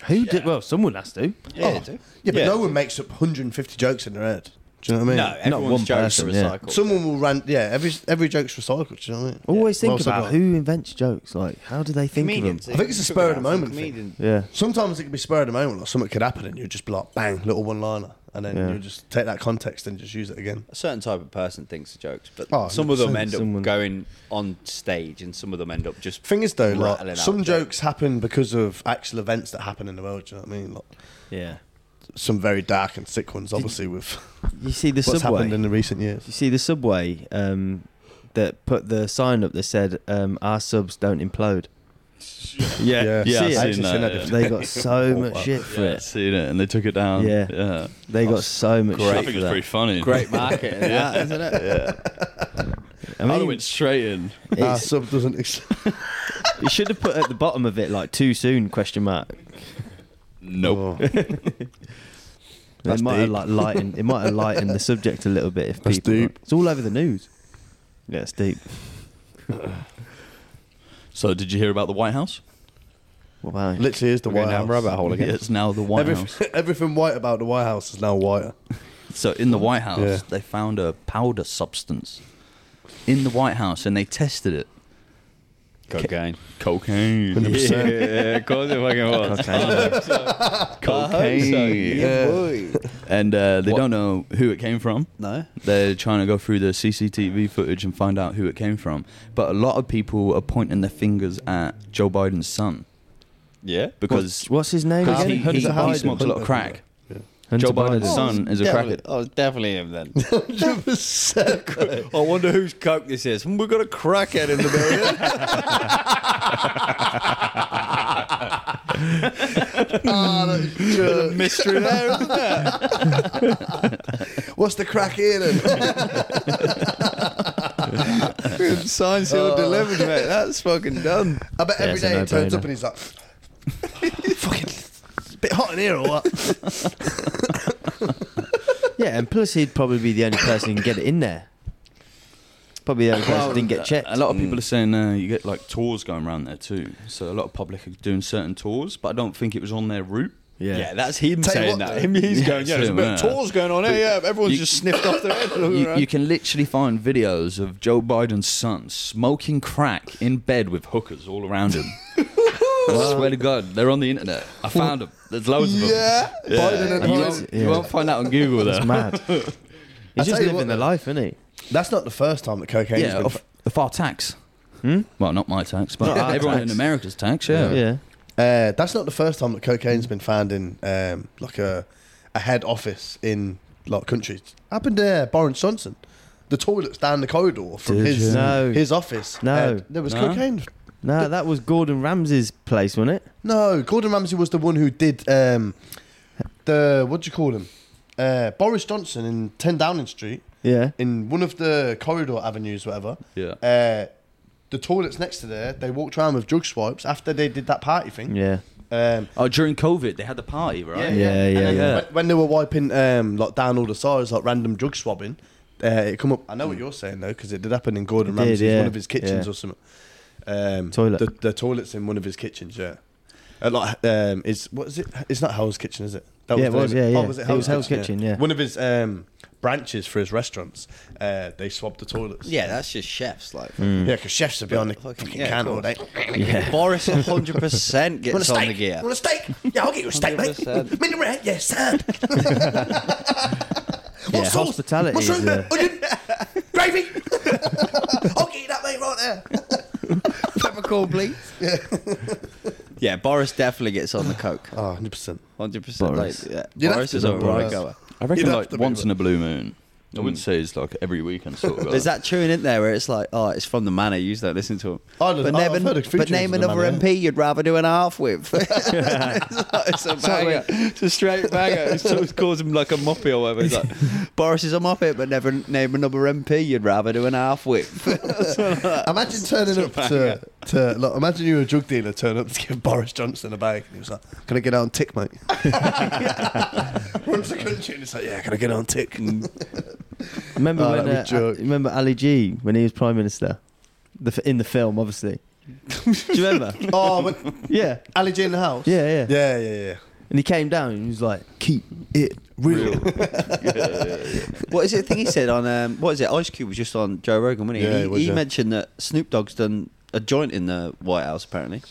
Speaker 1: Who did? Well, someone has to.
Speaker 3: Yeah,
Speaker 2: Oh, yeah, but
Speaker 3: Yeah.
Speaker 2: no one makes up 150 jokes in their head. Do you know what I mean?
Speaker 3: No, everyone's
Speaker 1: one
Speaker 3: jokes are
Speaker 1: person, yeah.
Speaker 3: recycled.
Speaker 2: Someone will rant. Yeah, every every joke's recycled. Do you know what I mean?
Speaker 1: Always think
Speaker 2: Well said,
Speaker 1: about
Speaker 2: Rob.
Speaker 1: who invents jokes. Like, how do they think
Speaker 3: Comedians.
Speaker 1: of
Speaker 2: I think it's a spur of the moment thing.
Speaker 3: Comedian.
Speaker 1: them? Yeah.
Speaker 2: Sometimes it can be spur of the moment, like something could happen, and you just be like, bang, little one liner, and then
Speaker 1: Yeah.
Speaker 2: you just take that context and just use it again.
Speaker 3: A certain type of person thinks of jokes, but
Speaker 2: Oh,
Speaker 3: some of them
Speaker 2: 100%.
Speaker 3: end up
Speaker 1: Someone-
Speaker 3: going on stage, and some of them end up just.
Speaker 2: Thing is, though,
Speaker 3: Rattling
Speaker 2: like,
Speaker 3: out
Speaker 2: some
Speaker 3: jokes.
Speaker 2: jokes happen because of actual events that happen in the world. Do you know what I mean? Like
Speaker 1: Yeah.
Speaker 2: some very dark and sick ones, obviously, with
Speaker 1: You see the
Speaker 2: what's
Speaker 1: subway.
Speaker 2: happened in the recent years.
Speaker 1: you see the subway um, that put the sign up that said um, "Our subs don't implode."
Speaker 4: Yeah, yeah,
Speaker 2: Yeah.
Speaker 1: See
Speaker 4: I've
Speaker 1: it?
Speaker 4: seen
Speaker 2: Actually
Speaker 4: that,
Speaker 2: seen that
Speaker 4: yeah.
Speaker 2: different-
Speaker 1: They got so
Speaker 2: Oh,
Speaker 1: much
Speaker 2: wow.
Speaker 1: shit for
Speaker 4: Yeah, I've
Speaker 1: it.
Speaker 4: seen it, and they took it down.
Speaker 1: Yeah.
Speaker 4: Yeah,
Speaker 1: They got so much
Speaker 4: I
Speaker 1: shit
Speaker 4: think it
Speaker 1: for
Speaker 4: was
Speaker 1: that.
Speaker 4: pretty funny.
Speaker 3: Great market, yeah. that, isn't it?
Speaker 1: I
Speaker 4: I
Speaker 1: mean,
Speaker 4: went straight in.
Speaker 2: Our
Speaker 1: it's-
Speaker 2: sub doesn't. Ex-
Speaker 1: you should have put at the bottom of it like too soon? Question mark.
Speaker 4: Nope.
Speaker 2: Oh, That's
Speaker 1: it might have
Speaker 2: deep.
Speaker 1: like lightened. It might have lightened the subject a little bit if
Speaker 2: That's
Speaker 1: people.
Speaker 2: deep.
Speaker 1: It's all over the news. Yeah, it's deep.
Speaker 4: So, did you hear about the White House?
Speaker 1: Wow.
Speaker 2: Literally, is the White House.
Speaker 4: Yeah, it's now the White House.
Speaker 2: Everything, everything white about the White House is now whiter.
Speaker 4: So, in the White House,
Speaker 2: Yeah.
Speaker 4: they found a powder substance in the White House, and they tested it.
Speaker 3: Cocaine.
Speaker 4: Cocaine.
Speaker 2: 100%.
Speaker 3: Yeah, of course it fucking was.
Speaker 1: Okay.
Speaker 4: Cocaine.
Speaker 2: Yeah.
Speaker 4: And uh, they don't know who it came from.
Speaker 3: No.
Speaker 4: They're trying to go through the CCTV footage and find out who it came from. But a lot of people are pointing their fingers at Joe Biden's son
Speaker 3: Yeah.
Speaker 4: because
Speaker 1: What's his name
Speaker 4: because
Speaker 1: again?
Speaker 4: he, he,
Speaker 1: Hunter
Speaker 4: he
Speaker 1: Biden.
Speaker 4: smokes a lot of crack.
Speaker 1: Hunter
Speaker 4: Joe Biden's
Speaker 1: Biden.
Speaker 4: son is a crackhead.
Speaker 3: Oh, it's definitely him then.
Speaker 2: 100%.
Speaker 3: I wonder whose coke this is. Hmm, We've got a crackhead in the building. Oh,
Speaker 2: Joke.
Speaker 3: Mystery there, isn't there?
Speaker 2: What's the crack here then?
Speaker 3: Sign sealed delivered, mate. That's fucking done.
Speaker 2: I bet
Speaker 1: Yeah,
Speaker 2: every
Speaker 1: it's a
Speaker 2: day he turns
Speaker 1: no-brainer.
Speaker 2: up and he's like, fucking, it's a bit hot in here or what?
Speaker 1: Yeah, and plus he'd probably be the only person who can get it in there. Probably the only person who didn't get checked. Mm.
Speaker 4: A lot of people are saying uh, you get like tours going around there too. So a lot of public are doing certain tours, but I don't think it was on their route.
Speaker 1: Yeah.
Speaker 3: Yeah, that's him
Speaker 2: Tell you
Speaker 3: saying
Speaker 2: what,
Speaker 3: that.
Speaker 2: though.
Speaker 3: Him, he's
Speaker 4: Yeah,
Speaker 3: going, yeah,
Speaker 4: it's
Speaker 3: there's a
Speaker 4: him,
Speaker 3: bit
Speaker 4: yeah.
Speaker 3: of tours going on here. Yeah, everyone's
Speaker 4: you-
Speaker 3: just sniffed off their head. looking
Speaker 4: You,
Speaker 3: around.
Speaker 4: you can literally find videos of Joe Biden's son smoking crack in bed with hookers all around him. I swear to God, they're on the internet. I found them. There's loads of them.
Speaker 2: Yeah. Biden and
Speaker 4: And you,
Speaker 2: Biden.
Speaker 4: won't, you won't find that on Google
Speaker 1: It's
Speaker 4: though.
Speaker 1: mad. He's
Speaker 2: tell
Speaker 1: just
Speaker 2: you
Speaker 1: living
Speaker 2: what,
Speaker 1: the
Speaker 2: though.
Speaker 1: life, isn't he?
Speaker 2: That's not the first time that cocaine
Speaker 4: Yeah,
Speaker 2: has
Speaker 4: of, of our tax.
Speaker 1: Hmm?
Speaker 4: Well, not my tax, but
Speaker 1: Not our
Speaker 4: everyone
Speaker 1: tax.
Speaker 4: in America's tax. Yeah.
Speaker 1: Yeah.
Speaker 2: been, uh, That's not the first time that cocaine's been found in um, like a, a head office in like countries. Happened there, Boris Johnson. The toilet's down the corridor from
Speaker 1: Did
Speaker 2: his
Speaker 1: you? No.
Speaker 2: his office.
Speaker 1: No.
Speaker 2: Uh, there was
Speaker 4: No?
Speaker 2: cocaine.
Speaker 1: No, that was Gordon Ramsay's place, wasn't it?
Speaker 2: No, Gordon Ramsay was the one who did um, the what do you call him? Uh, Boris Johnson in Ten Downing Street.
Speaker 1: Yeah.
Speaker 2: in one of the corridor avenues, whatever.
Speaker 4: Yeah.
Speaker 2: Uh, the toilets next to there, they walked around with drug swipes after they did that party thing.
Speaker 1: Yeah.
Speaker 2: Um,
Speaker 4: Oh, during COVID, they had the party, right?
Speaker 1: Yeah, yeah,
Speaker 2: And
Speaker 1: yeah.
Speaker 2: then
Speaker 4: yeah.
Speaker 2: When, when they were wiping um, like down all the sides, like random drug swabbing, uh, it come up. I know what you're saying though, because it did happen in Gordon
Speaker 1: Mm. It did,
Speaker 2: Ramsay's
Speaker 1: yeah,
Speaker 2: one of his kitchens
Speaker 1: yeah.
Speaker 2: or something. Um,
Speaker 1: Toilet.
Speaker 2: The, the toilets in one of his kitchens. Yeah. Uh, like um, it's what is it? It's not Hell's Kitchen, is it? That
Speaker 1: Yeah, it
Speaker 2: the
Speaker 1: was,
Speaker 2: name of
Speaker 1: yeah,
Speaker 2: Oh,
Speaker 1: yeah.
Speaker 2: was it
Speaker 1: It
Speaker 2: Hell's
Speaker 1: was Hell's Kitchen, yeah.
Speaker 2: One of his um, branches for his restaurants, uh, they swabbed the toilets.
Speaker 3: yeah, that's just chefs. Like,
Speaker 2: Yeah, because chefs are behind the
Speaker 3: Fucking-
Speaker 2: fucking,
Speaker 3: yeah,
Speaker 2: can
Speaker 3: of
Speaker 2: all day.
Speaker 1: Yeah.
Speaker 3: Boris 100%
Speaker 2: Want a
Speaker 3: gets on the
Speaker 2: steak?
Speaker 3: gear.
Speaker 2: Want a steak? Yeah, I'll get you a steak, mate.
Speaker 3: 100%.
Speaker 2: Minute red, yeah, sand. what
Speaker 1: Yeah, hospitality is,
Speaker 2: Mushroom,
Speaker 1: uh,
Speaker 2: onion, gravy. I'll get you that, mate,
Speaker 3: call, please. yeah. yeah, Boris definitely gets on the coke.
Speaker 2: Oh, 100%.
Speaker 3: Hundred percent.
Speaker 1: Boris.
Speaker 3: Like, yeah.
Speaker 2: You'd have
Speaker 3: Boris
Speaker 2: to
Speaker 3: is
Speaker 2: do
Speaker 3: a right
Speaker 2: Boris.
Speaker 3: goer.
Speaker 4: I
Speaker 2: You'd
Speaker 4: reckon
Speaker 2: have
Speaker 4: like
Speaker 2: to be
Speaker 4: once
Speaker 2: right.
Speaker 4: in a blue moon. I wouldn't
Speaker 1: Hmm.
Speaker 4: say it's like every weekend sort of. guy.
Speaker 3: There's that tune in there where it's like, oh, it's from the manor. You just don't listen to him.
Speaker 2: I don't-
Speaker 3: but
Speaker 2: I-
Speaker 3: name,
Speaker 2: Oh, I've heard a few
Speaker 3: but
Speaker 2: tunes
Speaker 3: name
Speaker 2: in the
Speaker 3: another
Speaker 2: Manor.
Speaker 3: MP you'd rather do an half with. it's, like, it's a banger. It's a straight banger. It sort of calls him like a moppy or whatever. It's like, Boris is a moppy, but never name another MP you'd rather do an half with.
Speaker 2: Imagine turning up to, to look, imagine you were a drug dealer turning up to give Boris Johnson a bag and he was like, Can I get out on tick, mate? Runs the country and it's like, Yeah, can I get out on tick?
Speaker 1: Remember
Speaker 2: Oh,
Speaker 1: when?
Speaker 2: that'd be
Speaker 1: Uh,
Speaker 2: joke.
Speaker 1: Ali- remember Ali G when he was prime minister, the, f- in the film, obviously. Do you remember?
Speaker 2: oh, but
Speaker 1: Yeah,
Speaker 2: Ali G in the house?
Speaker 1: yeah, yeah,
Speaker 2: Yeah, yeah, yeah.
Speaker 1: And he came down and he was like, "Keep it real."
Speaker 3: what is it? thing he said on um, what is it? Ice Cube was just on Joe Rogan, wasn't he?
Speaker 2: Yeah,
Speaker 3: And
Speaker 2: he
Speaker 3: he
Speaker 2: was,
Speaker 3: he
Speaker 2: yeah.
Speaker 3: mentioned that Snoop Dogg's done a joint in the White House. Apparently,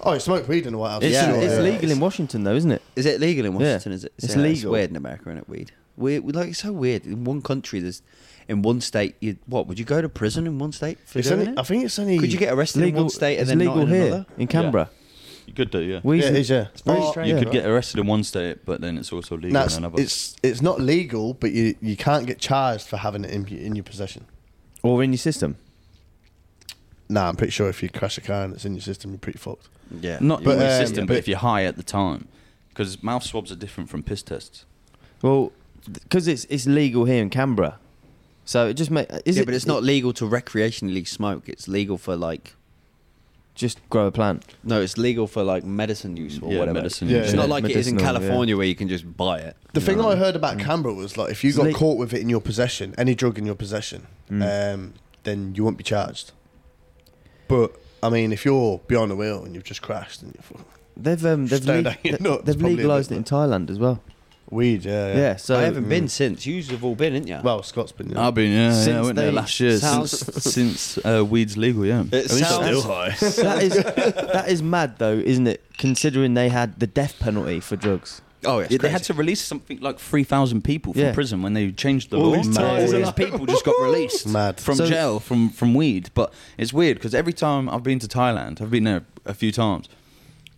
Speaker 2: Oh, he smoked weed in the White House.
Speaker 1: It's,
Speaker 3: Yeah,
Speaker 1: it's
Speaker 3: yeah.
Speaker 1: legal in Washington, though, isn't it?
Speaker 3: is it legal in
Speaker 1: Yeah.
Speaker 3: Washington? Is it? uh,
Speaker 1: It's
Speaker 3: It's
Speaker 1: legal.
Speaker 3: weird in America, isn't it? Weed. Weird. we- Like it's so weird. In one country, there's in one state. You what? Would you go to prison in one state for
Speaker 2: It's
Speaker 3: doing
Speaker 2: only,
Speaker 3: it?
Speaker 2: I think it's only.
Speaker 3: Could you get arrested in one state and
Speaker 1: it's
Speaker 3: then
Speaker 1: legal
Speaker 3: not in
Speaker 1: here
Speaker 3: another?
Speaker 1: in Canberra.
Speaker 4: you could do, yeah.
Speaker 1: We
Speaker 2: Yeah, it
Speaker 1: used
Speaker 2: is,
Speaker 1: to-
Speaker 2: yeah.
Speaker 1: it's very
Speaker 2: Or-
Speaker 1: strange,
Speaker 4: you
Speaker 1: yeah.
Speaker 4: could get arrested in one state, but then it's also legal
Speaker 2: That's,
Speaker 4: in another.
Speaker 2: it's it's not legal, but you you can't get charged for having it in, in your possession.
Speaker 1: or in your system.
Speaker 2: Nah, I'm pretty sure if you crash a car and it's in your system, you're pretty fucked.
Speaker 3: Yeah.
Speaker 4: not
Speaker 2: But,
Speaker 4: in the
Speaker 2: um,
Speaker 4: system, but,
Speaker 2: but-
Speaker 4: if you're high at the time, because mouth swabs are different from piss tests.
Speaker 1: Well, because it's it's legal here in Canberra, so it just make is
Speaker 3: yeah,
Speaker 1: it?
Speaker 3: but it's not legal to recreationally smoke. It's legal for like.
Speaker 1: just grow a plant.
Speaker 3: No, it's legal for like medicine use or
Speaker 4: Yeah,
Speaker 3: whatever.
Speaker 4: medicine
Speaker 2: Yeah,
Speaker 4: use.
Speaker 3: It's not like it is in
Speaker 1: Medicinal, yeah.
Speaker 3: California where you can just buy it.
Speaker 2: The thing I heard about Canberra was like if you
Speaker 1: It's
Speaker 2: got
Speaker 1: like-
Speaker 2: caught with it in your possession, any drug in your possession,
Speaker 1: Mm.
Speaker 2: um, then you won't be charged. But I mean, if you're beyond the wheel and you've just crashed and you're full-
Speaker 1: They've um they've, leg-
Speaker 2: Stone down your nuts,
Speaker 1: they've
Speaker 2: probably a
Speaker 1: legalized it
Speaker 2: bit,
Speaker 1: in Thailand as well.
Speaker 2: weed, yeah, yeah.
Speaker 1: Yeah, so
Speaker 3: I haven't
Speaker 2: mm.
Speaker 3: been since. You've all been, haven't you?
Speaker 2: Well, Scott's been. Yeah.
Speaker 4: I've been yeah, yeah I
Speaker 1: Since
Speaker 4: went there
Speaker 1: they-
Speaker 4: last year
Speaker 3: sounds-
Speaker 4: since since uh, weed's legal. Yeah,
Speaker 3: It sounds- Still
Speaker 4: high.
Speaker 1: that is that is mad though, isn't it? Considering they had the death penalty for drugs.
Speaker 3: oh, yeah,
Speaker 4: they had to release something like three thousand people from
Speaker 1: Yeah.
Speaker 4: prison when they changed the
Speaker 1: All
Speaker 4: law.
Speaker 1: these times.
Speaker 4: All these people just got released
Speaker 2: Mad.
Speaker 4: from
Speaker 1: So-
Speaker 4: jail from from weed. But it's weird because every time I've been to Thailand, I've been there a few times.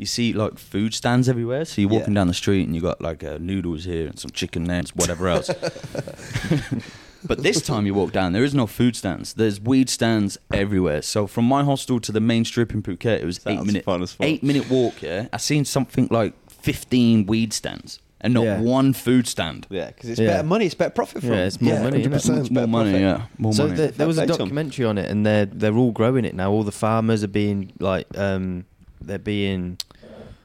Speaker 4: You see like food stands everywhere. So you're walking
Speaker 3: Yeah.
Speaker 4: down the street and you got like uh, noodles here and some chicken there and whatever else. But this time you walk down, there is no food stands. There's weed stands everywhere. So from my hostel to the main strip in Phuket, it was
Speaker 5: Sounds
Speaker 4: eight minute
Speaker 5: fun as fuck.
Speaker 4: eight minute walk. Yeah, I seen something like fifteen weed stands and not
Speaker 1: Yeah.
Speaker 4: one food stand.
Speaker 3: Yeah, because it's
Speaker 1: Yeah.
Speaker 3: better money. It's better profit for
Speaker 1: Yeah,
Speaker 3: them.
Speaker 1: it's more money, innit?
Speaker 2: 100%.
Speaker 4: It's more money,
Speaker 3: profit.
Speaker 4: yeah, more
Speaker 1: so
Speaker 4: money.
Speaker 1: there- there was a
Speaker 3: Fair play to 'em.
Speaker 1: documentary on it, and they're they're all growing it now. All the farmers are being like um, they're being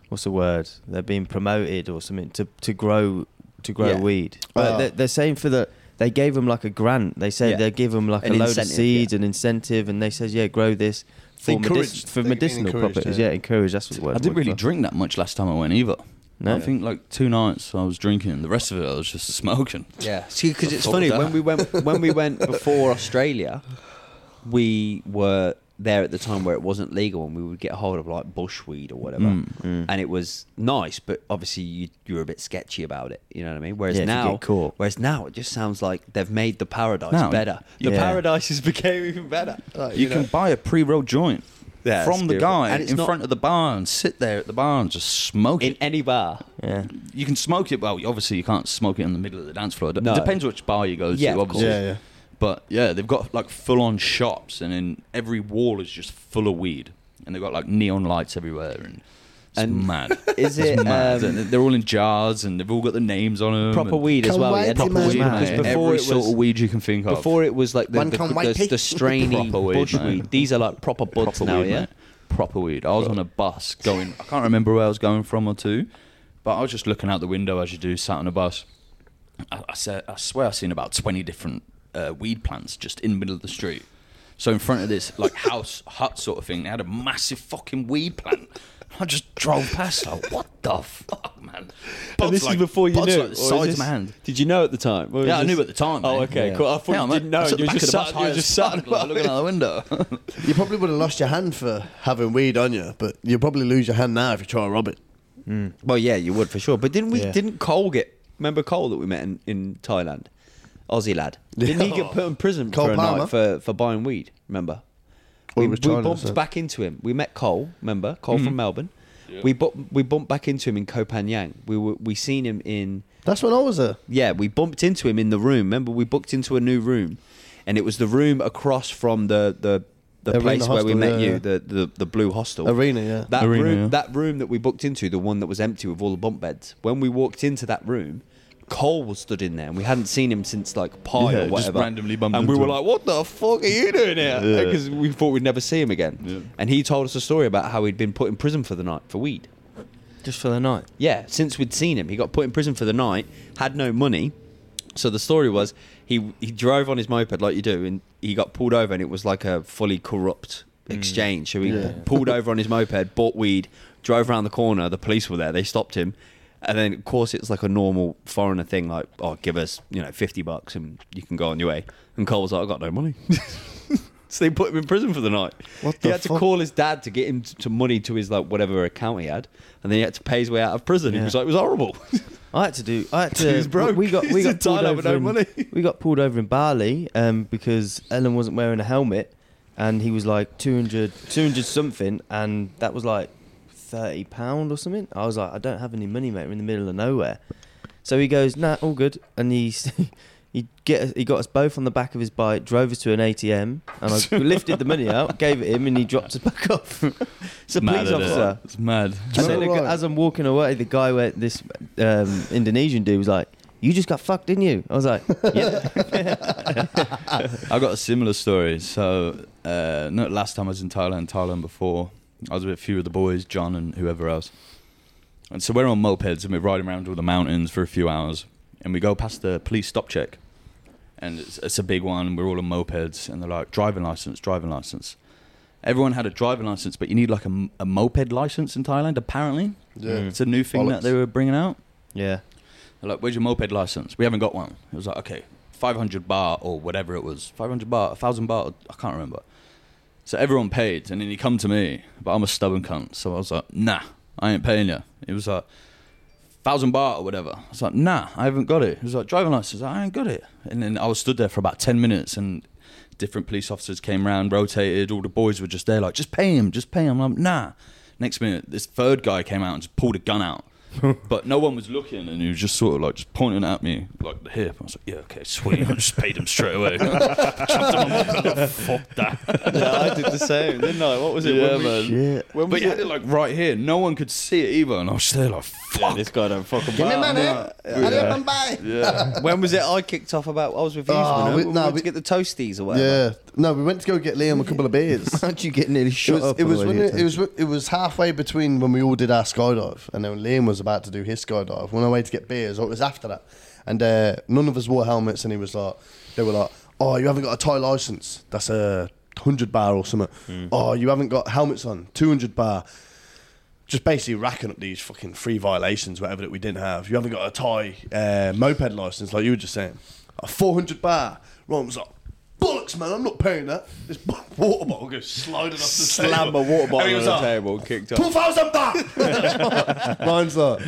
Speaker 1: what's the word? They're being promoted or something to to grow to grow
Speaker 3: Yeah.
Speaker 1: weed.
Speaker 2: Ah.
Speaker 1: But they're, they're saying for the they gave them like a grant. They said
Speaker 3: Yeah.
Speaker 1: they give them like
Speaker 3: An
Speaker 1: a load of
Speaker 3: incentive,
Speaker 1: seeds,
Speaker 3: yeah.
Speaker 1: an incentive, and they says yeah, grow this for, medic-
Speaker 2: Encouraged.
Speaker 1: for
Speaker 2: They're being
Speaker 1: medicinal
Speaker 2: encouraged,
Speaker 1: properties.
Speaker 2: yeah.
Speaker 1: Yeah, encourage. That's what the word.
Speaker 4: I didn't
Speaker 1: was
Speaker 4: really
Speaker 1: for.
Speaker 4: drink that much last time I went either.
Speaker 1: No?
Speaker 4: I think like two nights I was drinking. The rest of it I was just smoking.
Speaker 3: Yeah, see, because it's
Speaker 4: Fuck
Speaker 3: funny
Speaker 4: that.
Speaker 3: when we went when we went before Australia, we were there at the time where it wasn't legal, and we would get hold of like bushweed or whatever, and it was nice, but obviously you you were a bit sketchy about it. You know what I mean? Whereas
Speaker 1: Yeah, if you
Speaker 3: now,
Speaker 1: get caught.
Speaker 3: whereas now it just sounds like they've made the paradise
Speaker 4: No,
Speaker 3: better. The
Speaker 1: yeah.
Speaker 3: paradise has became even better.
Speaker 2: Uh,
Speaker 3: Like,
Speaker 4: You,
Speaker 3: know.
Speaker 4: can buy a pre-rolled joint
Speaker 3: Yeah, it's
Speaker 4: from the
Speaker 3: beautiful.
Speaker 4: guy
Speaker 3: And it's
Speaker 4: in
Speaker 3: not-
Speaker 4: front of the bar and sit there at the bar and just smoke
Speaker 3: in
Speaker 4: it.
Speaker 3: any bar.
Speaker 1: Yeah.
Speaker 4: You can smoke it. Well, obviously you can't smoke it in the middle of the dance floor. It
Speaker 3: No.
Speaker 4: depends which bar you go to.
Speaker 3: Yeah, of
Speaker 4: obviously.
Speaker 2: Yeah, yeah.
Speaker 4: But yeah, they've got like full-on shops, and then every wall is just full of weed, and they've got like neon lights everywhere, and it's
Speaker 3: And
Speaker 4: mad. It's
Speaker 3: is it,
Speaker 4: mad.
Speaker 3: um,
Speaker 4: They're- they're all in jars, and they've all got the names on them.
Speaker 3: Proper
Speaker 4: and
Speaker 3: weed as
Speaker 2: Come
Speaker 3: well.
Speaker 2: white
Speaker 3: Yeah,
Speaker 2: people,
Speaker 3: proper weed.
Speaker 1: man.
Speaker 3: Because
Speaker 1: Yeah,
Speaker 3: before
Speaker 4: every
Speaker 3: it was
Speaker 4: sort of weed you can think of.
Speaker 3: Before it was like the,
Speaker 2: Man
Speaker 3: the,
Speaker 2: can't
Speaker 3: the,
Speaker 2: wipe
Speaker 3: the,
Speaker 2: it.
Speaker 3: strainy
Speaker 4: Proper weed,
Speaker 3: bushweed.
Speaker 4: mate.
Speaker 3: These are like proper buds
Speaker 4: proper
Speaker 3: now,
Speaker 4: weed,
Speaker 3: yeah.
Speaker 4: mate. Proper weed. I was on a bus going. I can't remember where I was going from or to, but I was just looking out the window as you do, sat on a bus. I, I said, I swear, I've seen about twenty different uh, weed plants just in the middle of the street. So in front of this like house hut sort of thing, they had a massive fucking weed plant. I just drove past. Like, what the fuck, man? Buds
Speaker 5: and this
Speaker 4: like-
Speaker 5: is before you
Speaker 4: buds
Speaker 5: knew.
Speaker 4: like
Speaker 5: or
Speaker 4: the
Speaker 5: is
Speaker 4: size
Speaker 5: this-
Speaker 4: of my hand.
Speaker 5: Did you know at the time? Or
Speaker 4: Yeah,
Speaker 5: is
Speaker 4: I knew
Speaker 5: this-
Speaker 4: at the time,
Speaker 5: Oh,
Speaker 4: mate.
Speaker 5: okay,
Speaker 1: Yeah.
Speaker 5: cool. I thought
Speaker 4: Yeah,
Speaker 5: you
Speaker 4: mate,
Speaker 5: didn't know.
Speaker 4: I was at
Speaker 5: You
Speaker 4: the
Speaker 5: were
Speaker 4: back
Speaker 5: just
Speaker 4: of the bus
Speaker 5: sat. You
Speaker 4: high
Speaker 5: were
Speaker 4: as
Speaker 5: just sat.
Speaker 4: fuck, like, looking out the window.
Speaker 2: You probably would have lost your hand for having weed on you, but you'll probably lose your hand now if you try and rob it.
Speaker 3: Well, yeah, you would for sure. But didn't we?
Speaker 1: Yeah.
Speaker 3: Didn't Cole get? Remember Cole that we met in, in Thailand, Aussie lad. Didn't he get put in prison
Speaker 2: Cole
Speaker 3: for a
Speaker 2: Palmer?
Speaker 3: night for, for buying weed? Remember?
Speaker 2: Well,
Speaker 3: we,
Speaker 2: it was
Speaker 3: we
Speaker 2: China,
Speaker 3: bumped
Speaker 2: so-
Speaker 3: back into him. We met Cole, remember Cole
Speaker 5: Mm.
Speaker 3: from Melbourne. We bu- we bumped back into him in Koh Phangan. We were, we seen him in
Speaker 2: That's when I was there.
Speaker 3: yeah. We bumped into him in the room. Remember we booked into a new room, and it was the room across from the the, the
Speaker 2: Arena
Speaker 3: place where we
Speaker 2: Hostel,
Speaker 3: met
Speaker 2: yeah,
Speaker 3: you,
Speaker 2: yeah.
Speaker 3: the, the the blue hostel
Speaker 2: Arena, yeah.
Speaker 3: That
Speaker 4: Arena,
Speaker 3: room,
Speaker 4: yeah.
Speaker 3: that room that we booked into, the one that was empty with all the bump beds. When we walked into that room, Cole was stood in there, and we hadn't seen him since like pie
Speaker 4: Yeah,
Speaker 3: or
Speaker 4: just
Speaker 3: whatever.
Speaker 4: randomly bumped
Speaker 3: and we
Speaker 4: into
Speaker 3: were
Speaker 4: him.
Speaker 3: like, "What the fuck are you doing here?"
Speaker 4: Yeah.
Speaker 3: Because we thought we'd never see him again.
Speaker 4: Yeah.
Speaker 3: And he told us a story about how he'd been put in prison for the night for weed.
Speaker 1: Just for the night.
Speaker 3: Yeah, since we'd seen him, he got put in prison for the night, had no money. So the story was he he drove on his moped like you do, and he got pulled over, and it was like a fully corrupt exchange. So he pulled over on his moped, bought weed, drove around the corner. The police were there, they stopped him, and then of course it's like a normal foreigner thing, like oh give us you know fifty bucks and you can go on your way. And Cole was like I got no money. So they put him in prison for the night.
Speaker 2: What
Speaker 3: he
Speaker 2: the
Speaker 3: had to
Speaker 2: fuck?
Speaker 3: call his dad to get him t- to money to his like whatever account he had, and then he had to pay his way out of prison. He
Speaker 1: Yeah.
Speaker 3: was like, it was horrible.
Speaker 1: I had to do. I had to.
Speaker 3: He's broke.
Speaker 1: We got we
Speaker 3: He's
Speaker 1: got
Speaker 3: in Thailand
Speaker 1: pulled over.
Speaker 3: with no
Speaker 1: in,
Speaker 3: money.
Speaker 1: We got pulled over in Bali um, because Ellen wasn't wearing a helmet, and he was like 200, 200 something, and that was like thirty pound or something. I was like, I don't have any money, mate. We're in the middle of nowhere. So he goes, Nah, all good, and he's. He get he got us both on the back of his bike, drove us to an ATM, and I lifted the money out, gave it him, and he dropped us back off. It's a
Speaker 4: mad,
Speaker 1: police
Speaker 4: isn't it?
Speaker 1: officer.
Speaker 4: It's mad.
Speaker 1: And
Speaker 2: So
Speaker 1: then
Speaker 2: what?
Speaker 1: as I'm walking away, the guy where this um, Indonesian dude was like, "You just got fucked, didn't you?" I was like, "Yeah."
Speaker 4: I got a similar story. So, uh, not last time I was in Thailand, Thailand before, I was with a few of the boys, John and whoever else. And so we're on mopeds and we're riding around all the mountains for a few hours. And we go past the police stop check. And it's, it's a big one. And we're all on mopeds. And they're like, driving license, driving license. Everyone had a driving license, but you need like a, m- a moped license in Thailand, apparently.
Speaker 2: Yeah.
Speaker 1: Mm.
Speaker 4: It's a new thing that
Speaker 2: Bollocks.
Speaker 4: they were bringing out.
Speaker 1: yeah.
Speaker 4: They're like, where's your moped license? We haven't got one. It was like, okay, 500 baht or whatever it was. 500 baht, 1,000 baht, I can't remember. So everyone paid, and then he come to me, but I'm a stubborn cunt. So I was like, nah, I ain't paying you. It was like, 1,000 baht or whatever. I was like, nah, I haven't got it. He was like, driving license, I ain't got it. And then I was stood there for about 10 minutes, and different police officers came round, rotated. All the boys were just there, like, just pay him, just pay him. I'm like, nah. Next minute, this third guy came out and just pulled a gun out. but no one was looking, and he was just sort of like just pointing at me, like the hip. I was like, yeah, okay, sweet. I just paid him straight away. Chucked him on the pillow, Fuck that.
Speaker 3: yeah, I did the same, didn't I? What was
Speaker 4: Yeah,
Speaker 3: When we-
Speaker 4: man.
Speaker 1: Shit.
Speaker 3: when
Speaker 4: But
Speaker 3: was
Speaker 4: you
Speaker 3: it?
Speaker 4: had it like right here. No one could see it either, and I was there like, fuck.
Speaker 3: This guy don't fucking.
Speaker 2: Give me
Speaker 3: buy.
Speaker 2: money. I live in Bali.
Speaker 4: Yeah.
Speaker 3: When was it? I kicked off about I was with you.
Speaker 2: Oh,
Speaker 3: we,
Speaker 2: we-
Speaker 3: we
Speaker 2: no,
Speaker 3: went
Speaker 2: we-
Speaker 3: to get the toasties or whatever.
Speaker 2: Yeah. No, we went to go get Liam a couple of beers.
Speaker 1: How'd you get nearly
Speaker 2: It
Speaker 1: shot
Speaker 2: was,
Speaker 1: up?
Speaker 2: it
Speaker 1: on
Speaker 2: was
Speaker 1: the way
Speaker 2: when
Speaker 1: to
Speaker 2: it,
Speaker 1: the
Speaker 2: it was it was halfway between when we all did our skydive and then Liam was about to do his skydive. We went away to get beers, or it was after that, and uh, none of us wore helmets. And he was like, they were like, "Oh, you haven't got a Thai license? That's a hundred bar or something.
Speaker 1: Mm.
Speaker 2: Oh, you haven't got helmets on? Two hundred bar." Just basically racking up these fucking free violations, whatever that we didn't have. You haven't got a Thai uh, moped license, like you were just saying. A 400 bar. Ron was like, bollocks, man, I'm not paying that. This b- water bottle goes sliding off the
Speaker 3: Slam
Speaker 2: table.
Speaker 3: a water
Speaker 2: And
Speaker 3: bottle
Speaker 2: he
Speaker 3: on
Speaker 2: was
Speaker 3: the
Speaker 2: like,
Speaker 3: table, and kicked off.
Speaker 2: 2,000 baht! Mine's like,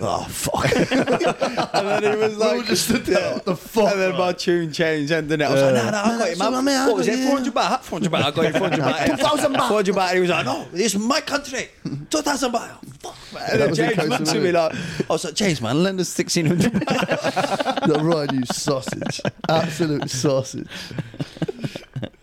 Speaker 2: oh, fuck.
Speaker 3: and then he was
Speaker 2: We all
Speaker 3: like,
Speaker 2: just stood there,
Speaker 3: Yeah.
Speaker 2: what the fuck,
Speaker 3: And then my
Speaker 2: man?
Speaker 3: tune changed, and then I was like, no, no, I got it,
Speaker 2: so I mean, I
Speaker 3: man. What was
Speaker 2: got
Speaker 3: it?
Speaker 2: it,
Speaker 3: 400 baht? 400 baht. I got you 400 baht.
Speaker 2: 2,000 baht.
Speaker 3: 400 baht. And he was like, no, this is my country. 2,000 baht. Oh, Fuck, man. And then
Speaker 2: was in
Speaker 3: James
Speaker 2: Koh
Speaker 3: looked to
Speaker 2: Samui.
Speaker 3: me like, I was like, James, man, lend us 1,600 baht.
Speaker 2: Like, right, you sausage. Absolute sausage.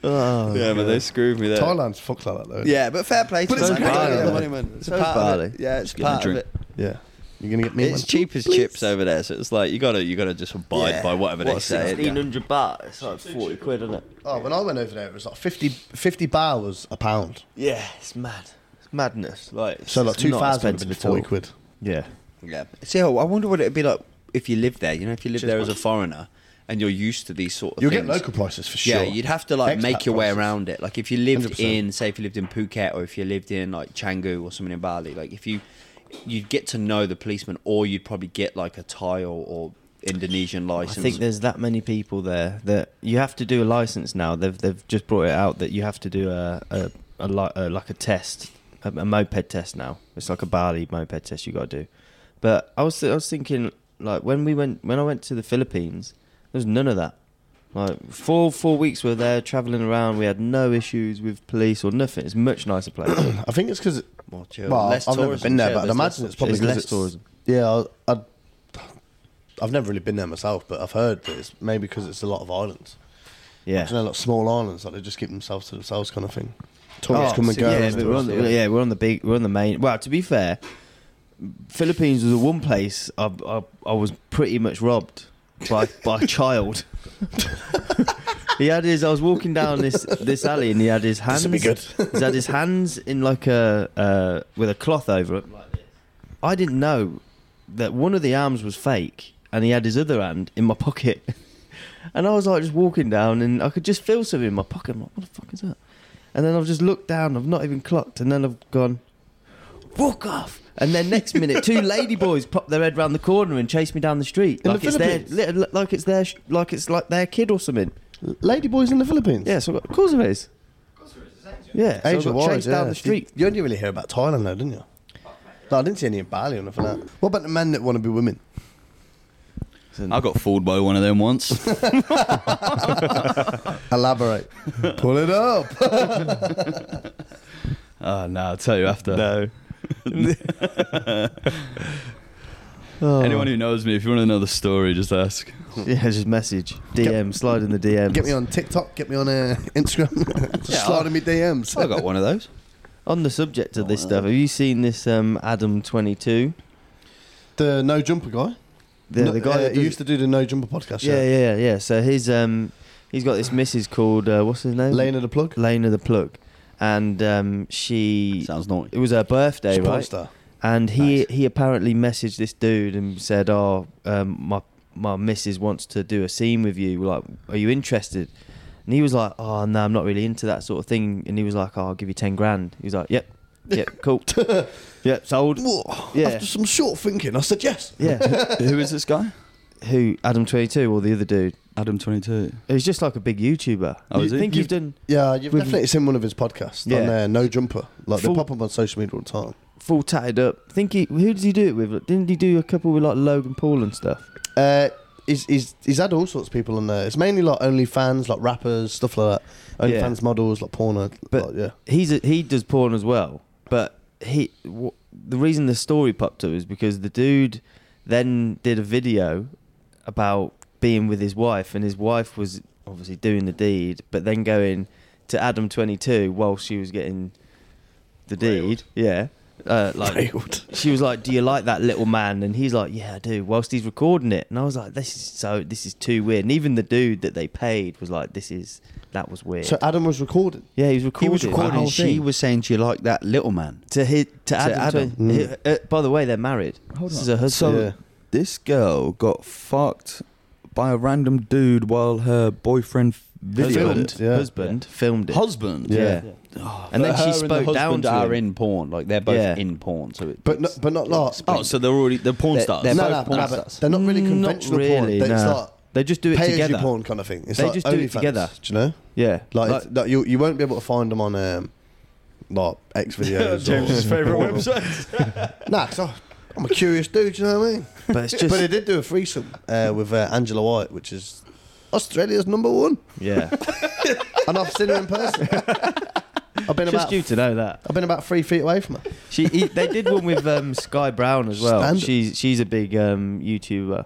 Speaker 2: Oh,
Speaker 3: Yeah, but they screwed me there.
Speaker 2: Thailand's fucked like that, though.
Speaker 3: Yeah, but fair play to
Speaker 2: But it's
Speaker 3: them, man.
Speaker 2: Bali,
Speaker 3: Yeah,
Speaker 2: man.
Speaker 3: money, man. It's a
Speaker 1: So
Speaker 3: part of it.
Speaker 1: Bali.
Speaker 3: Yeah, it's
Speaker 4: get me a
Speaker 3: part of
Speaker 4: drink.
Speaker 3: it.
Speaker 2: Yeah. You're going to get me
Speaker 5: It's
Speaker 2: one?
Speaker 5: cheap as chips over there, so it's like you gotta you gotta just abide
Speaker 3: Yeah.
Speaker 5: by whatever
Speaker 3: What,
Speaker 5: they say.
Speaker 3: yeah.
Speaker 1: 1600 baht. It's like 40 quid, isn't it?
Speaker 2: Oh, when I went over there, it was like 50, 50 bar was a pound.
Speaker 1: Yeah, it's mad. It's madness. Like it's
Speaker 2: So, like,
Speaker 1: it's not
Speaker 2: 2,000 would have been
Speaker 1: expensive at all.
Speaker 2: 40 quid.
Speaker 1: Yeah.
Speaker 3: Yeah. See, oh, I wonder what it'd be like if you lived there. You know, if you lived there as a foreigner and you're used to these sort of
Speaker 2: You'll
Speaker 3: things.
Speaker 2: get local prices for sure.
Speaker 3: Yeah, you'd have to like
Speaker 2: Expat
Speaker 3: make your way
Speaker 2: prices.
Speaker 3: around it. Like if you lived
Speaker 2: 100%.
Speaker 3: in, say, if you lived in Phuket or if you lived in like Canggu or something in Bali, like if you, you'd get to know the policeman, or you'd probably get like a Thai or, or Indonesian
Speaker 1: I
Speaker 3: license.
Speaker 1: think there's that many people there that you have to do a license now. They've they've just brought it out that you have to do a a, a, li- a like a test, a, a moped test now. It's like a Bali moped test you got to do. But I was I was thinking like when we went when I went to the Philippines, there was none of that. Like four four weeks we were there traveling around. We had no issues with police or nothing. It's a much nicer place.
Speaker 2: I think it's because.
Speaker 6: More chill.
Speaker 2: Well,
Speaker 6: less
Speaker 2: I've never
Speaker 6: tourism,
Speaker 2: been there,
Speaker 6: yeah,
Speaker 2: but I'd
Speaker 6: there's
Speaker 2: imagine
Speaker 6: less-
Speaker 2: it's probably
Speaker 1: There's less
Speaker 2: 'cause it's-
Speaker 1: tourism.
Speaker 2: Yeah, I, I, I've never really been there myself, but I've heard that it's maybe because it's a lot of islands.
Speaker 1: Yeah.
Speaker 2: You know, like small islands, like they just keep themselves to themselves, kind of thing. Tourists come and go.
Speaker 1: Oh, Yeah,
Speaker 2: and
Speaker 1: but we're on
Speaker 2: tourists-
Speaker 1: the, yeah, we're on the big, we're on the main. Well, to be fair, Philippines was the one place I, I, I was pretty much robbed by by a child. he had his. I was walking down this this alley, and he had his hands.
Speaker 2: This'll be good.
Speaker 1: He's had his hands in like a uh, with a cloth over it. Like this. I didn't know that one of the arms was fake, and he had his other hand in my pocket. And I was like just walking down, and I could just feel something in my pocket. I'm like, what the fuck is that? And then I've just looked down. I've not even clocked, and then I've gone, walk off. And then next minute, two ladyboys pop their head round the corner and chase me down the street
Speaker 2: In the
Speaker 1: like it's their, li- like it's their, sh- like it's like their kid or something.
Speaker 2: Ladyboys in the Philippines.
Speaker 1: Yeah, so I got, of course it is. Yeah, so I
Speaker 2: Asia
Speaker 1: got
Speaker 2: wide,
Speaker 1: chased down
Speaker 2: yeah.
Speaker 1: the street.
Speaker 2: You, you only really hear about Thailand, though, didn't you? No, I didn't see any in Bali or nothing like that. What about the men that want to be women?
Speaker 4: I got fooled by one of them once.
Speaker 2: Elaborate. Pull it up.
Speaker 4: oh, no, I'll tell you after.
Speaker 1: No.
Speaker 4: Anyone who knows me, if you want to know the story, just ask.
Speaker 1: Yeah, just message, DM, slide in the DM.
Speaker 2: Get me on TikTok. Get me on uh, Instagram. Just
Speaker 4: Yeah,
Speaker 2: slide in me DMs.
Speaker 4: I got one of those.
Speaker 1: On the subject of this stuff, have you seen this um, Adam twenty two?
Speaker 2: The no jumper guy.
Speaker 1: The,
Speaker 2: No-
Speaker 1: the guy
Speaker 2: uh,
Speaker 1: that
Speaker 2: who
Speaker 1: does-
Speaker 2: used to do the no jumper podcast.
Speaker 1: yeah,
Speaker 2: Yeah,
Speaker 1: yeah, yeah, yeah. So his um, he's got this missus called uh, what's his name?
Speaker 2: Lane of the plug.
Speaker 1: Lena the plug, and um, she
Speaker 4: Sounds naughty.
Speaker 1: it was her birthday,
Speaker 2: She's a porn
Speaker 1: right?
Speaker 2: star.
Speaker 1: And he
Speaker 4: Nice.
Speaker 1: he apparently messaged this dude and said, "Oh, um, my my missus wants to do a scene with you. Like, are you interested?" And he was like, "Oh no, I'm not really into that sort of thing." And he was like, "Oh, I'll give you ten grand." He was like, "Yep, yep, cool, yep, sold."
Speaker 2: Whoa,
Speaker 1: Yeah.
Speaker 2: After some short thinking, I said yes.
Speaker 1: Yeah,
Speaker 4: Who is this guy?
Speaker 1: who Adam Twenty Two or the other dude?
Speaker 4: Adam twenty two.
Speaker 1: He's just like a big YouTuber.
Speaker 4: Oh, is
Speaker 1: you
Speaker 4: he?
Speaker 1: think you've done
Speaker 2: Yeah, you've
Speaker 1: With-
Speaker 2: definitely seen one of his podcasts
Speaker 1: Yeah.
Speaker 2: on there, No Jumper. Like
Speaker 1: Full-
Speaker 2: they pop up on social media all the time.
Speaker 1: full tatted up? Think he who did he do it with? Like, Didn't he do a couple with like Logan Paul and stuff?
Speaker 2: Uh, he's, he's he's had all sorts of people on there. It's mainly like OnlyFans, like rappers, stuff like that.
Speaker 1: Yeah.
Speaker 2: OnlyFans models, like porno.
Speaker 1: But-
Speaker 2: like, yeah,
Speaker 1: he's a, he does porn as well, but he w- the reason the story popped up is because the dude then did a video about being with his wife, and his wife was obviously doing the deed, but then going to Adam twenty two while she was getting the deed, yeah. Uh, like she was like, "Do you like that little man?" And he's like, "Yeah, I do." Whilst he's recording it, and I was like, "This is so. This is too weird." And even the dude that they paid was like, "This is that was weird."
Speaker 2: So Adam was recording.
Speaker 1: yeah, he was recording.
Speaker 4: He was
Speaker 1: the
Speaker 4: recording.
Speaker 1: whole
Speaker 4: She
Speaker 1: thing.
Speaker 4: was saying, "Do you like that little man?"
Speaker 1: To hit to Adam.
Speaker 4: Adam.
Speaker 1: Twen- hi- uh, by the way, they're married. this is a husband.
Speaker 4: So
Speaker 2: Yeah.
Speaker 4: this girl got fucked by a random dude while her boyfriend videoed
Speaker 1: husband,
Speaker 4: it.
Speaker 2: yeah.
Speaker 1: husband filmed it.
Speaker 4: Husband.
Speaker 1: Yeah.
Speaker 3: Oh,
Speaker 1: And then
Speaker 4: But
Speaker 1: she
Speaker 4: Oh, her and the
Speaker 1: spoke
Speaker 4: husband
Speaker 1: down to
Speaker 4: are
Speaker 1: him.
Speaker 4: in porn. Like they're both
Speaker 1: Yeah.
Speaker 4: in porn. So it,
Speaker 2: But no, but not like
Speaker 4: oh, so they're already they're porn
Speaker 5: They're-
Speaker 4: stars.
Speaker 5: they're
Speaker 2: no,
Speaker 5: both
Speaker 2: no,
Speaker 5: porn
Speaker 2: no, but
Speaker 5: stars.
Speaker 2: they're not really
Speaker 1: Not
Speaker 2: conventional
Speaker 1: really,
Speaker 2: porn. They- It's
Speaker 1: no.
Speaker 2: like
Speaker 1: They just do it
Speaker 2: pay as
Speaker 1: together.
Speaker 2: you porn kind of thing. It's
Speaker 1: They
Speaker 2: like
Speaker 1: just do it
Speaker 2: OnlyFans,
Speaker 1: together.
Speaker 2: Do you know?
Speaker 1: Yeah.
Speaker 2: Like, it's- like you you won't be able to find them on um, like X videos.
Speaker 6: James's
Speaker 2: or-
Speaker 6: favourite
Speaker 2: or-
Speaker 6: website.
Speaker 2: Nah, 'cause I- I'm a curious dude. Do you know what I mean?
Speaker 1: but it's just
Speaker 2: but they did do a threesome uh, with uh, Angela White, which is Australia's number one,
Speaker 1: yeah.
Speaker 2: and I've seen her in person. I've been
Speaker 1: just
Speaker 2: about
Speaker 1: you to know that
Speaker 2: I've been about three feet away from her.
Speaker 1: she he, they did one with um, Sky Brown as well.
Speaker 2: Standard.
Speaker 1: She's she's a big um, YouTuber.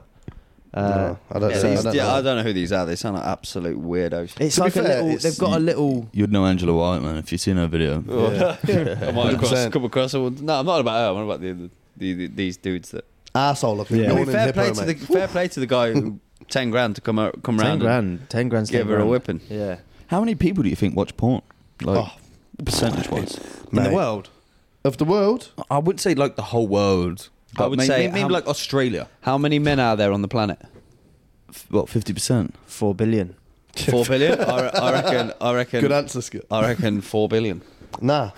Speaker 1: Uh,
Speaker 2: No, I don't.
Speaker 1: yeah,
Speaker 2: know,
Speaker 1: so
Speaker 2: I
Speaker 1: it's-
Speaker 2: don't
Speaker 4: yeah,
Speaker 2: know.
Speaker 4: I don't know who these are. They sound like absolute weirdos.
Speaker 1: It's
Speaker 2: To be
Speaker 1: like a
Speaker 2: fair,
Speaker 1: little.
Speaker 2: it's-
Speaker 1: They've got a little.
Speaker 4: You'd know Angela White, man, if you've seen her video.
Speaker 2: Yeah.
Speaker 4: I might
Speaker 2: across-
Speaker 4: come across. No, I'm not about her. I'm about the, the, these dudes that.
Speaker 2: Arsehole looking.
Speaker 1: Yeah.
Speaker 2: Yeah.
Speaker 1: Well,
Speaker 2: Northern
Speaker 4: fair, play
Speaker 2: hippo,
Speaker 4: to the,
Speaker 2: mate.
Speaker 4: fair play to the guy who ten grand to come out, come
Speaker 1: Ten
Speaker 4: round. and
Speaker 1: grand. Ten grand.
Speaker 4: Give her a whipping.
Speaker 1: Yeah.
Speaker 4: How many people do you think watch porn? Like percentage wise,
Speaker 2: Mate.
Speaker 1: world.
Speaker 2: of the world.
Speaker 4: I wouldn't say like the whole world.
Speaker 5: I
Speaker 4: but
Speaker 5: would
Speaker 4: may-
Speaker 5: say
Speaker 4: may-
Speaker 5: how-
Speaker 4: maybe like Australia.
Speaker 5: How many men are there on the planet?
Speaker 4: F- What fifty percent?
Speaker 1: Four billion.
Speaker 5: Four billion. I, re- I reckon. I reckon.
Speaker 2: Good answer, Skip.
Speaker 5: I reckon four billion.
Speaker 2: Nah,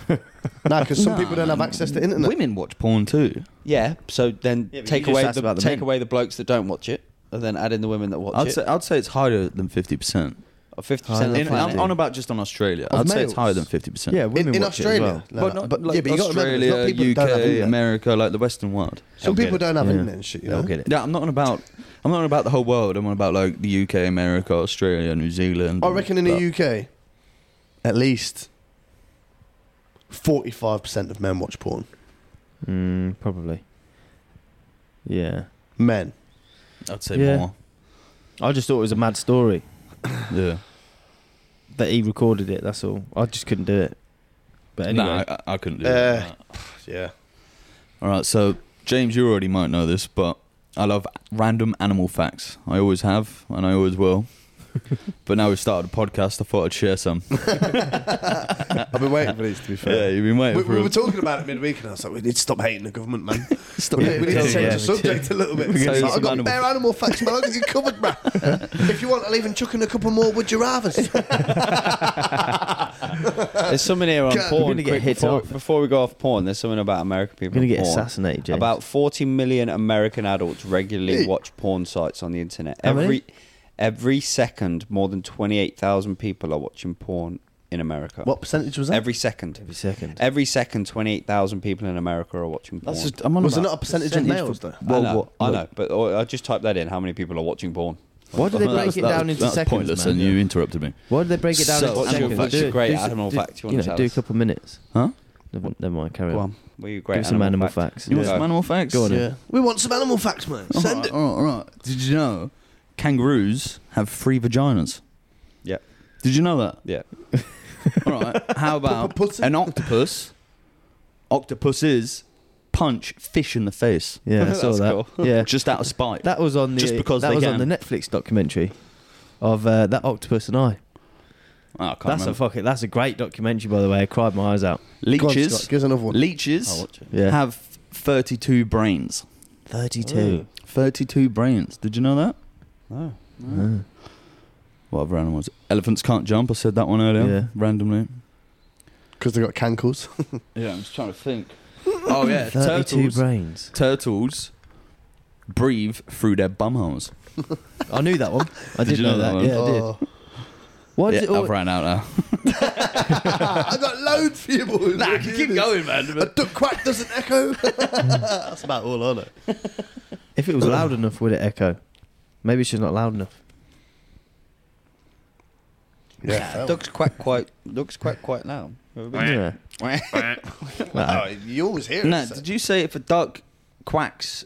Speaker 2: nah, because some people don't have access to internet.
Speaker 4: Women watch porn too.
Speaker 5: Yeah. So then
Speaker 1: Yeah, but you
Speaker 5: take
Speaker 1: just
Speaker 5: away
Speaker 1: asked
Speaker 5: the,
Speaker 1: about the
Speaker 5: take
Speaker 1: men.
Speaker 5: away the blokes that don't watch it, and then add in the women that watch
Speaker 4: I'd
Speaker 5: it.
Speaker 4: say I'd say it's higher than fifty percent.
Speaker 5: Fifty
Speaker 1: I'd
Speaker 5: percent of the
Speaker 1: In-
Speaker 5: planet.
Speaker 4: I'm on about just on Australia.
Speaker 2: Of
Speaker 4: I'd say it's
Speaker 2: males?
Speaker 4: higher than fifty percent.
Speaker 1: Yeah.
Speaker 2: in,
Speaker 1: Women
Speaker 2: in
Speaker 1: watch it as
Speaker 2: Australia,
Speaker 1: well.
Speaker 2: no,
Speaker 4: but
Speaker 2: no,
Speaker 4: not
Speaker 2: but-
Speaker 4: like
Speaker 2: yeah, but you got to remember,
Speaker 4: Australia,
Speaker 2: it's not people that don't have
Speaker 4: UK,
Speaker 2: internet.
Speaker 4: America, like the Western world.
Speaker 2: Some
Speaker 4: They'll
Speaker 2: people
Speaker 4: get
Speaker 2: don't have
Speaker 1: Yeah.
Speaker 2: internet and shit. You know?
Speaker 4: it. Yeah, I'm not on about I'm not about the whole world. I'm about like the UK, America, Australia, New Zealand.
Speaker 2: I reckon in
Speaker 4: But-
Speaker 2: the UK, at least forty-five percent of men watch porn.
Speaker 1: Mm, probably. Yeah.
Speaker 2: Men.
Speaker 4: I'd say
Speaker 1: Yeah.
Speaker 4: more.
Speaker 1: I just thought it was a mad story
Speaker 4: Yeah.
Speaker 1: that he recorded it. That's all. I just couldn't do it. But anyway,
Speaker 4: Nah, I, I couldn't do
Speaker 2: Uh,
Speaker 4: that.
Speaker 2: Yeah.
Speaker 4: All right, so James, you already might know this, but I love random animal facts. I always have, and I always will. but now we've started a podcast, I thought I'd share some.
Speaker 2: I've been waiting for these to be
Speaker 4: yeah,
Speaker 2: fair.
Speaker 4: you've been waiting
Speaker 2: We,
Speaker 4: for
Speaker 2: we
Speaker 4: a-
Speaker 2: were talking about it midweek, and I was like, "We need to stop hating the government, man.
Speaker 4: Stop
Speaker 2: we,
Speaker 4: it.
Speaker 2: we need to
Speaker 1: Yeah,
Speaker 2: change
Speaker 1: yeah,
Speaker 2: the
Speaker 1: we
Speaker 2: subject a little bit."
Speaker 4: We're gonna
Speaker 2: It's
Speaker 4: do
Speaker 2: like, I've
Speaker 4: some
Speaker 2: got
Speaker 4: animal-
Speaker 2: bare animal facts, man. I got you covered, man. if you want, I'll even chuck in a couple more. Would you rather?
Speaker 3: There's something here on
Speaker 2: God,
Speaker 3: porn.
Speaker 1: we're gonna get
Speaker 3: quick,
Speaker 1: hit
Speaker 3: before,
Speaker 1: up.
Speaker 3: before we go off porn, there's something about American
Speaker 1: I'm
Speaker 3: people.
Speaker 1: gonna
Speaker 3: and
Speaker 1: get
Speaker 3: porn.
Speaker 1: assassinated, James.
Speaker 3: About 40 million American adults regularly
Speaker 2: Hey.
Speaker 3: watch porn sites on the internet.
Speaker 1: How many?
Speaker 3: every every second, more than 28,000 people are watching porn in America.
Speaker 2: what percentage was that?
Speaker 3: Every second.
Speaker 1: every second.
Speaker 3: Every second, 28,000 people in America are watching porn.
Speaker 4: That's just, I'm on
Speaker 2: was it
Speaker 4: about-
Speaker 2: not a percentage of
Speaker 1: percentage
Speaker 2: males
Speaker 1: for-
Speaker 2: though?
Speaker 3: I
Speaker 4: well,
Speaker 3: know,
Speaker 4: what-
Speaker 3: I
Speaker 4: what-
Speaker 3: know, but or, I just typed that in. How many people are watching porn?
Speaker 1: Why do they
Speaker 4: That
Speaker 1: break
Speaker 4: was-
Speaker 1: it
Speaker 4: that
Speaker 1: down
Speaker 4: was-
Speaker 1: into
Speaker 4: that was
Speaker 1: seconds,
Speaker 4: pointless,
Speaker 1: man?
Speaker 4: and you interrupted me.
Speaker 1: Why do they break it down
Speaker 4: So,
Speaker 1: into
Speaker 4: animal
Speaker 1: seconds?
Speaker 4: facts.
Speaker 1: Do
Speaker 3: It's
Speaker 1: it-
Speaker 3: a great
Speaker 1: do s-
Speaker 3: animal
Speaker 1: do-
Speaker 3: fact. You
Speaker 1: know,
Speaker 3: wanna tell
Speaker 1: do a
Speaker 3: us?
Speaker 1: couple minutes.
Speaker 4: Huh?
Speaker 1: Never, never mind. Carry
Speaker 3: Go
Speaker 1: on.
Speaker 3: on. Were you great?
Speaker 1: Give us some animal
Speaker 3: fact.
Speaker 1: facts.
Speaker 4: You want
Speaker 3: Yeah.
Speaker 4: some animal facts?
Speaker 1: Go on. then.
Speaker 2: Yeah. We want some animal facts, man.
Speaker 4: All
Speaker 2: Send
Speaker 4: right,
Speaker 2: it.
Speaker 4: all right, all right. Did you know kangaroos have three vaginas?
Speaker 3: Yep.
Speaker 4: Did you know that?
Speaker 3: Yeah.
Speaker 4: All right. How about
Speaker 2: Pussy.
Speaker 4: an octopus? Octopuses punch fish in the face
Speaker 1: Yeah, I saw
Speaker 3: That's
Speaker 1: that. Yeah,
Speaker 4: just out of spite.
Speaker 1: that was on the
Speaker 4: Just because
Speaker 1: that
Speaker 4: they
Speaker 1: was
Speaker 4: can.
Speaker 1: on the Netflix documentary of uh, that octopus and I.
Speaker 4: Oh, I can't
Speaker 1: That's a
Speaker 4: remember.
Speaker 1: fucking. That's a great documentary, by the way. I cried my eyes out.
Speaker 2: Go on, Scott,
Speaker 4: leeches.
Speaker 2: Give us another one.
Speaker 3: I'll
Speaker 4: leeches
Speaker 3: watch it.
Speaker 1: Yeah,
Speaker 4: have thirty-two brains.
Speaker 1: thirty-two.
Speaker 4: Thirty-two brains. Did you know that?
Speaker 3: No.
Speaker 4: What other animals? Elephants can't jump. I said that one earlier.
Speaker 1: Yeah.
Speaker 4: Randomly.
Speaker 2: Because they got cankles.
Speaker 4: Yeah, I'm just trying to think. oh yeah,
Speaker 1: Thirty-two
Speaker 4: turtles.
Speaker 1: brains.
Speaker 4: turtles breathe through their bumholes.
Speaker 1: I knew that one. I did,
Speaker 4: Did you
Speaker 1: know,
Speaker 4: know that
Speaker 1: that.
Speaker 4: one?
Speaker 1: yeah, I did.
Speaker 2: Oh.
Speaker 1: Why
Speaker 4: Yeah,
Speaker 1: does it al-
Speaker 4: I've ran out now.
Speaker 2: I got loads for you, boys.
Speaker 4: Nah, keep going, man.
Speaker 2: A duck quack doesn't echo. That's about all I know.
Speaker 1: if it was loud enough, would it echo? Maybe it's just not loud enough.
Speaker 2: Yeah,
Speaker 3: Ducks quack quite. Ducks quack quite now.
Speaker 1: Yeah. Nah.
Speaker 2: Oh, you always hear
Speaker 4: Nah,
Speaker 2: it. so-
Speaker 4: did you say if a duck quacks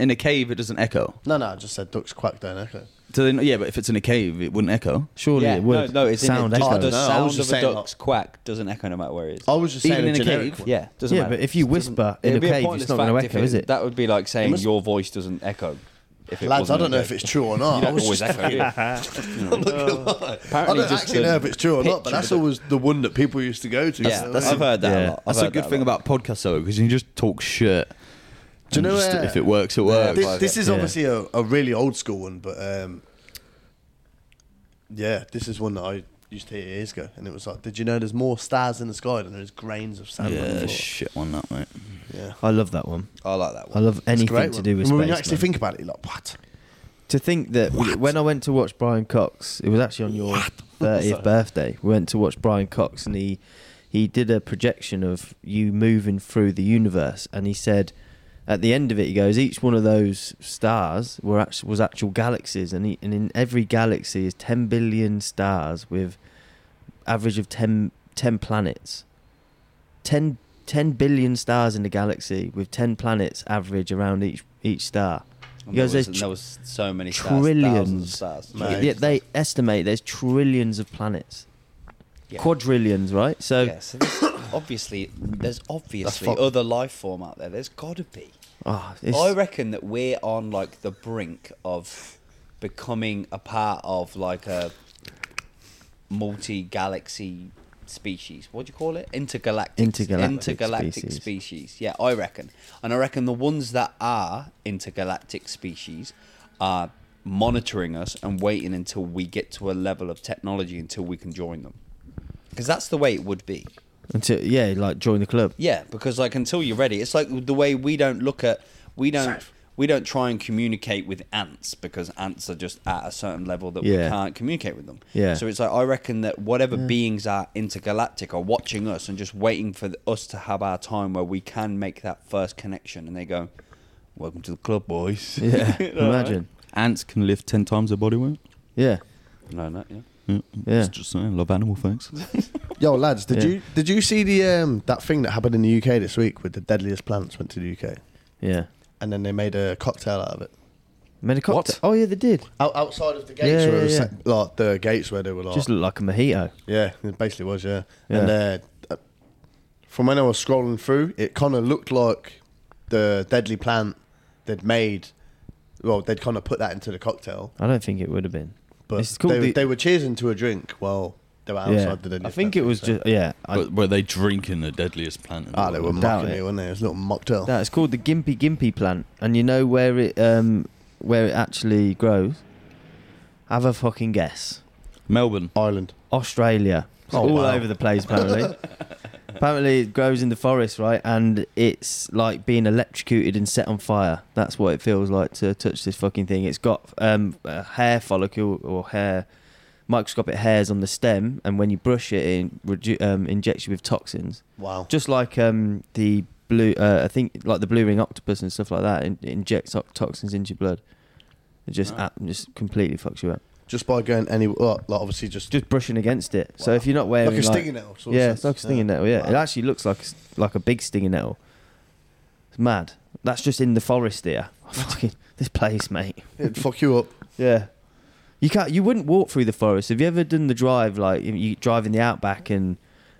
Speaker 4: in a cave, it doesn't echo?
Speaker 2: No, no, I just said ducks quack don't echo.
Speaker 4: Do they, not- yeah, but if it's in a cave, it wouldn't echo.
Speaker 1: Surely
Speaker 3: yeah,
Speaker 1: it would.
Speaker 3: No, no, it's
Speaker 1: sound
Speaker 3: in it. Just
Speaker 2: echo.
Speaker 3: The
Speaker 2: Oh, no, I
Speaker 3: sound
Speaker 2: was just
Speaker 3: of a
Speaker 2: saying Oh,
Speaker 3: duck's quack doesn't echo no matter where it is.
Speaker 2: I was just
Speaker 4: Even
Speaker 2: saying
Speaker 4: in a
Speaker 2: generic
Speaker 4: cave?
Speaker 2: one.
Speaker 3: Yeah, doesn't
Speaker 1: Yeah,
Speaker 3: matter.
Speaker 1: but if you whisper in a
Speaker 3: It'd be
Speaker 1: cave,
Speaker 3: pointless
Speaker 1: it's not going to
Speaker 3: fact
Speaker 1: echo,
Speaker 3: if
Speaker 1: is it?
Speaker 3: That would be like saying
Speaker 2: must-
Speaker 3: your voice doesn't echo. If it
Speaker 2: Lads, I
Speaker 3: wasn't
Speaker 2: don't know
Speaker 3: in
Speaker 2: if
Speaker 3: a
Speaker 2: it's true or
Speaker 3: You
Speaker 2: not. I
Speaker 3: don't
Speaker 2: was
Speaker 3: always
Speaker 2: just,
Speaker 3: echo. do you?
Speaker 2: I'm not gonna lie. I
Speaker 3: Apparently
Speaker 2: don't
Speaker 3: just
Speaker 2: actually
Speaker 3: the
Speaker 2: know if it's true or not, but
Speaker 3: picture
Speaker 2: that's
Speaker 3: of it.
Speaker 2: always the one that people used to go to.
Speaker 3: Yeah, I've heard that
Speaker 1: yeah.
Speaker 3: a lot. I've
Speaker 4: That's a
Speaker 3: heard
Speaker 4: good
Speaker 3: that
Speaker 4: thing
Speaker 3: lot.
Speaker 4: about podcasts, though, because you just talk shit.
Speaker 2: Do you
Speaker 4: And
Speaker 2: know
Speaker 4: just-
Speaker 2: uh,
Speaker 4: if it works, it works.
Speaker 2: This, this is
Speaker 1: Yeah.
Speaker 2: obviously a, a really old school one, but um, yeah, this is one that I used to hear years ago, and it was like, did you know there's more stars in the sky than there is grains of sand? on the
Speaker 4: yeah,
Speaker 2: floor?"
Speaker 4: shit one that mate.
Speaker 2: yeah.
Speaker 1: I love that one.
Speaker 3: I like that
Speaker 1: I
Speaker 3: one.
Speaker 1: love
Speaker 2: It's a
Speaker 1: anything
Speaker 2: great
Speaker 1: to
Speaker 2: one.
Speaker 1: do with
Speaker 2: And When
Speaker 1: space.
Speaker 2: you actually
Speaker 1: man.
Speaker 2: think about it, you're like, what?
Speaker 1: to think that we- when I went to watch Brian Cox, it was actually on your thirtieth birthday. We went to watch Brian Cox, and he he did a projection of you moving through the universe, and he said. At the end of it, he goes. Each one of those stars were actual, was actual galaxies, and, he, and in every galaxy is ten billion stars with average of 10, 10 planets. 10, 10 billion stars in the galaxy with ten planets average around each each star.
Speaker 3: And
Speaker 1: He
Speaker 3: there
Speaker 1: goes,
Speaker 3: was,
Speaker 1: "There's
Speaker 3: there was so many stars, thousands of
Speaker 1: trillions.
Speaker 3: stars.
Speaker 2: Mate.
Speaker 1: Yeah, they estimate there's trillions of planets, quadrillions, right? So
Speaker 3: Yeah, so there's obviously, there's obviously
Speaker 2: fucked.
Speaker 3: other life form out there. There's got to be.
Speaker 1: ah, it's,
Speaker 3: I reckon that we're on like the brink of becoming a part of like a multi-galaxy species. What do you call it? Intergalactic.
Speaker 1: Intergalactic
Speaker 3: intergalactic
Speaker 1: species.
Speaker 3: species. Yeah, I reckon, and I reckon the ones that are intergalactic species are monitoring us and waiting until we get to a level of technology until we can join them. Because that's the way it would be.
Speaker 1: until, yeah, like join the club.
Speaker 3: Yeah, because like until you're ready, it's like the way we don't look at we don't we don't try and communicate with ants because ants are just at a certain level that we
Speaker 1: Yeah.
Speaker 3: can't communicate with them.
Speaker 1: Yeah.
Speaker 3: So it's like I reckon that whatever beings are intergalactic are watching us and just waiting for us to have our time where we can make that first connection, and they go, "Welcome to the club, boys."
Speaker 1: Yeah, imagine.
Speaker 4: Ants can lift ten times their body weight.
Speaker 1: Yeah,
Speaker 6: No, no, yeah.
Speaker 4: Yeah,
Speaker 1: Yeah.
Speaker 4: it's just saying. Love animal facts.
Speaker 2: Yo, lads, did
Speaker 1: Yeah.
Speaker 2: you did you see the um, that thing that happened in the UK this week with the deadliest plants went to the UK
Speaker 1: yeah.
Speaker 2: and then they made a cocktail out of it
Speaker 1: Made a
Speaker 4: What?
Speaker 1: cocktail. Oh yeah, they did.
Speaker 2: Out, outside of the gates
Speaker 1: Yeah,
Speaker 2: where it
Speaker 1: yeah,
Speaker 2: was,
Speaker 1: yeah.
Speaker 2: like the gates where they were like
Speaker 1: Just looked like a mojito.
Speaker 2: yeah it basically was yeah,
Speaker 1: Yeah.
Speaker 2: and uh, uh, from when I was scrolling through it kind of looked like the deadly plant they'd made well they'd kind of put that into the cocktail
Speaker 1: I don't think it would have been.
Speaker 2: but
Speaker 1: It's called
Speaker 2: they,
Speaker 1: the-
Speaker 2: they were cheersing to a drink while they were outside
Speaker 1: Yeah.
Speaker 2: the deadliest
Speaker 1: I think
Speaker 2: plant,
Speaker 1: it was
Speaker 2: so-
Speaker 1: just yeah. I,
Speaker 4: but were they drinking the deadliest plant? in the
Speaker 2: ah they were
Speaker 4: world?
Speaker 1: Doubt
Speaker 2: mocking
Speaker 1: it.
Speaker 2: it weren't they it was a little mocktail
Speaker 1: that it's called the gimpy gimpy plant, and you know where it um where it actually grows. Have a fucking guess.
Speaker 4: Melbourne.
Speaker 2: Ireland
Speaker 1: Australia. It's
Speaker 2: Oh,
Speaker 1: all
Speaker 2: wow.
Speaker 1: over the place apparently. apparently it grows in the forest, right? And it's like being electrocuted and set on fire. That's what it feels like to touch this fucking thing. It's got um a hair follicle or hair microscopic hairs on the stem and when you brush it it redu- um, injects you with toxins.
Speaker 2: wow
Speaker 1: Just like um the blue uh, I think like the blue ring octopus and stuff like that it injects to- toxins into your blood. It just
Speaker 4: Right.
Speaker 1: ap- just completely fucks you up.
Speaker 2: just by going any well, like obviously just
Speaker 1: Just brushing against it. So
Speaker 2: Wow.
Speaker 1: if you're not wearing
Speaker 2: like a stinging nettle. Sort
Speaker 1: yeah,
Speaker 2: of
Speaker 1: it's like a stinging nettle. Yeah, it actually looks like a s- like a big stinging nettle. It's mad. That's just in the forest here. Fucking this place, mate.
Speaker 2: It'd fuck you up.
Speaker 1: Yeah, you can't. You wouldn't walk through the forest. Have you ever done the drive like you- you driving the outback and?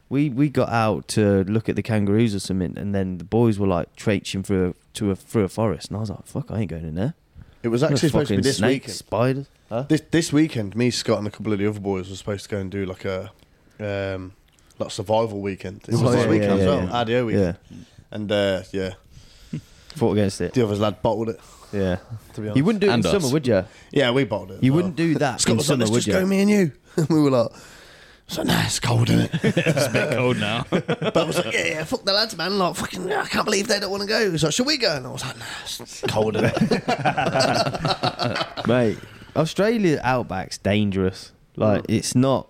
Speaker 1: We, we got out to look at the kangaroos or something, and then the boys were like traipsing through a, to a through a forest, and I was like, "Fuck, I ain't going in there."
Speaker 2: It was actually supposed to be
Speaker 1: Fucking
Speaker 2: this
Speaker 1: snakes,
Speaker 2: weekend.
Speaker 1: spiders. Huh?
Speaker 2: This this weekend, me, Scott, and a couple of the other boys were supposed to go and do like a um, like survival weekend. It was
Speaker 1: Oh,
Speaker 2: this
Speaker 1: yeah,
Speaker 2: weekend
Speaker 1: yeah,
Speaker 2: as
Speaker 1: yeah,
Speaker 2: well,
Speaker 1: yeah.
Speaker 2: RDO weekend.
Speaker 1: Yeah,
Speaker 2: And uh, yeah,
Speaker 1: fought against it.
Speaker 2: the others lad bottled it.
Speaker 1: Yeah,
Speaker 2: To be honest,
Speaker 1: you wouldn't do it
Speaker 4: And
Speaker 1: in
Speaker 4: us.
Speaker 1: summer, would you?
Speaker 2: Yeah, we bottled it. as
Speaker 1: You
Speaker 2: well.
Speaker 1: wouldn't do that
Speaker 2: Scott
Speaker 1: in
Speaker 2: was like,
Speaker 1: summer,
Speaker 2: "Let's
Speaker 1: would
Speaker 2: just
Speaker 1: you?
Speaker 2: go, me and you." And we were like, "So nah, it's cold, isn't it?"
Speaker 4: It's a bit cold now.
Speaker 2: But I was like, "Yeah, yeah, fuck the lads, man. Like, fucking, I can't believe they don't want to go." He was like, "Should we go?" And I was like, "Nah, it's cold, isn't it?"
Speaker 1: mate. Australia outback's dangerous. Like
Speaker 2: Mm.
Speaker 1: it's not.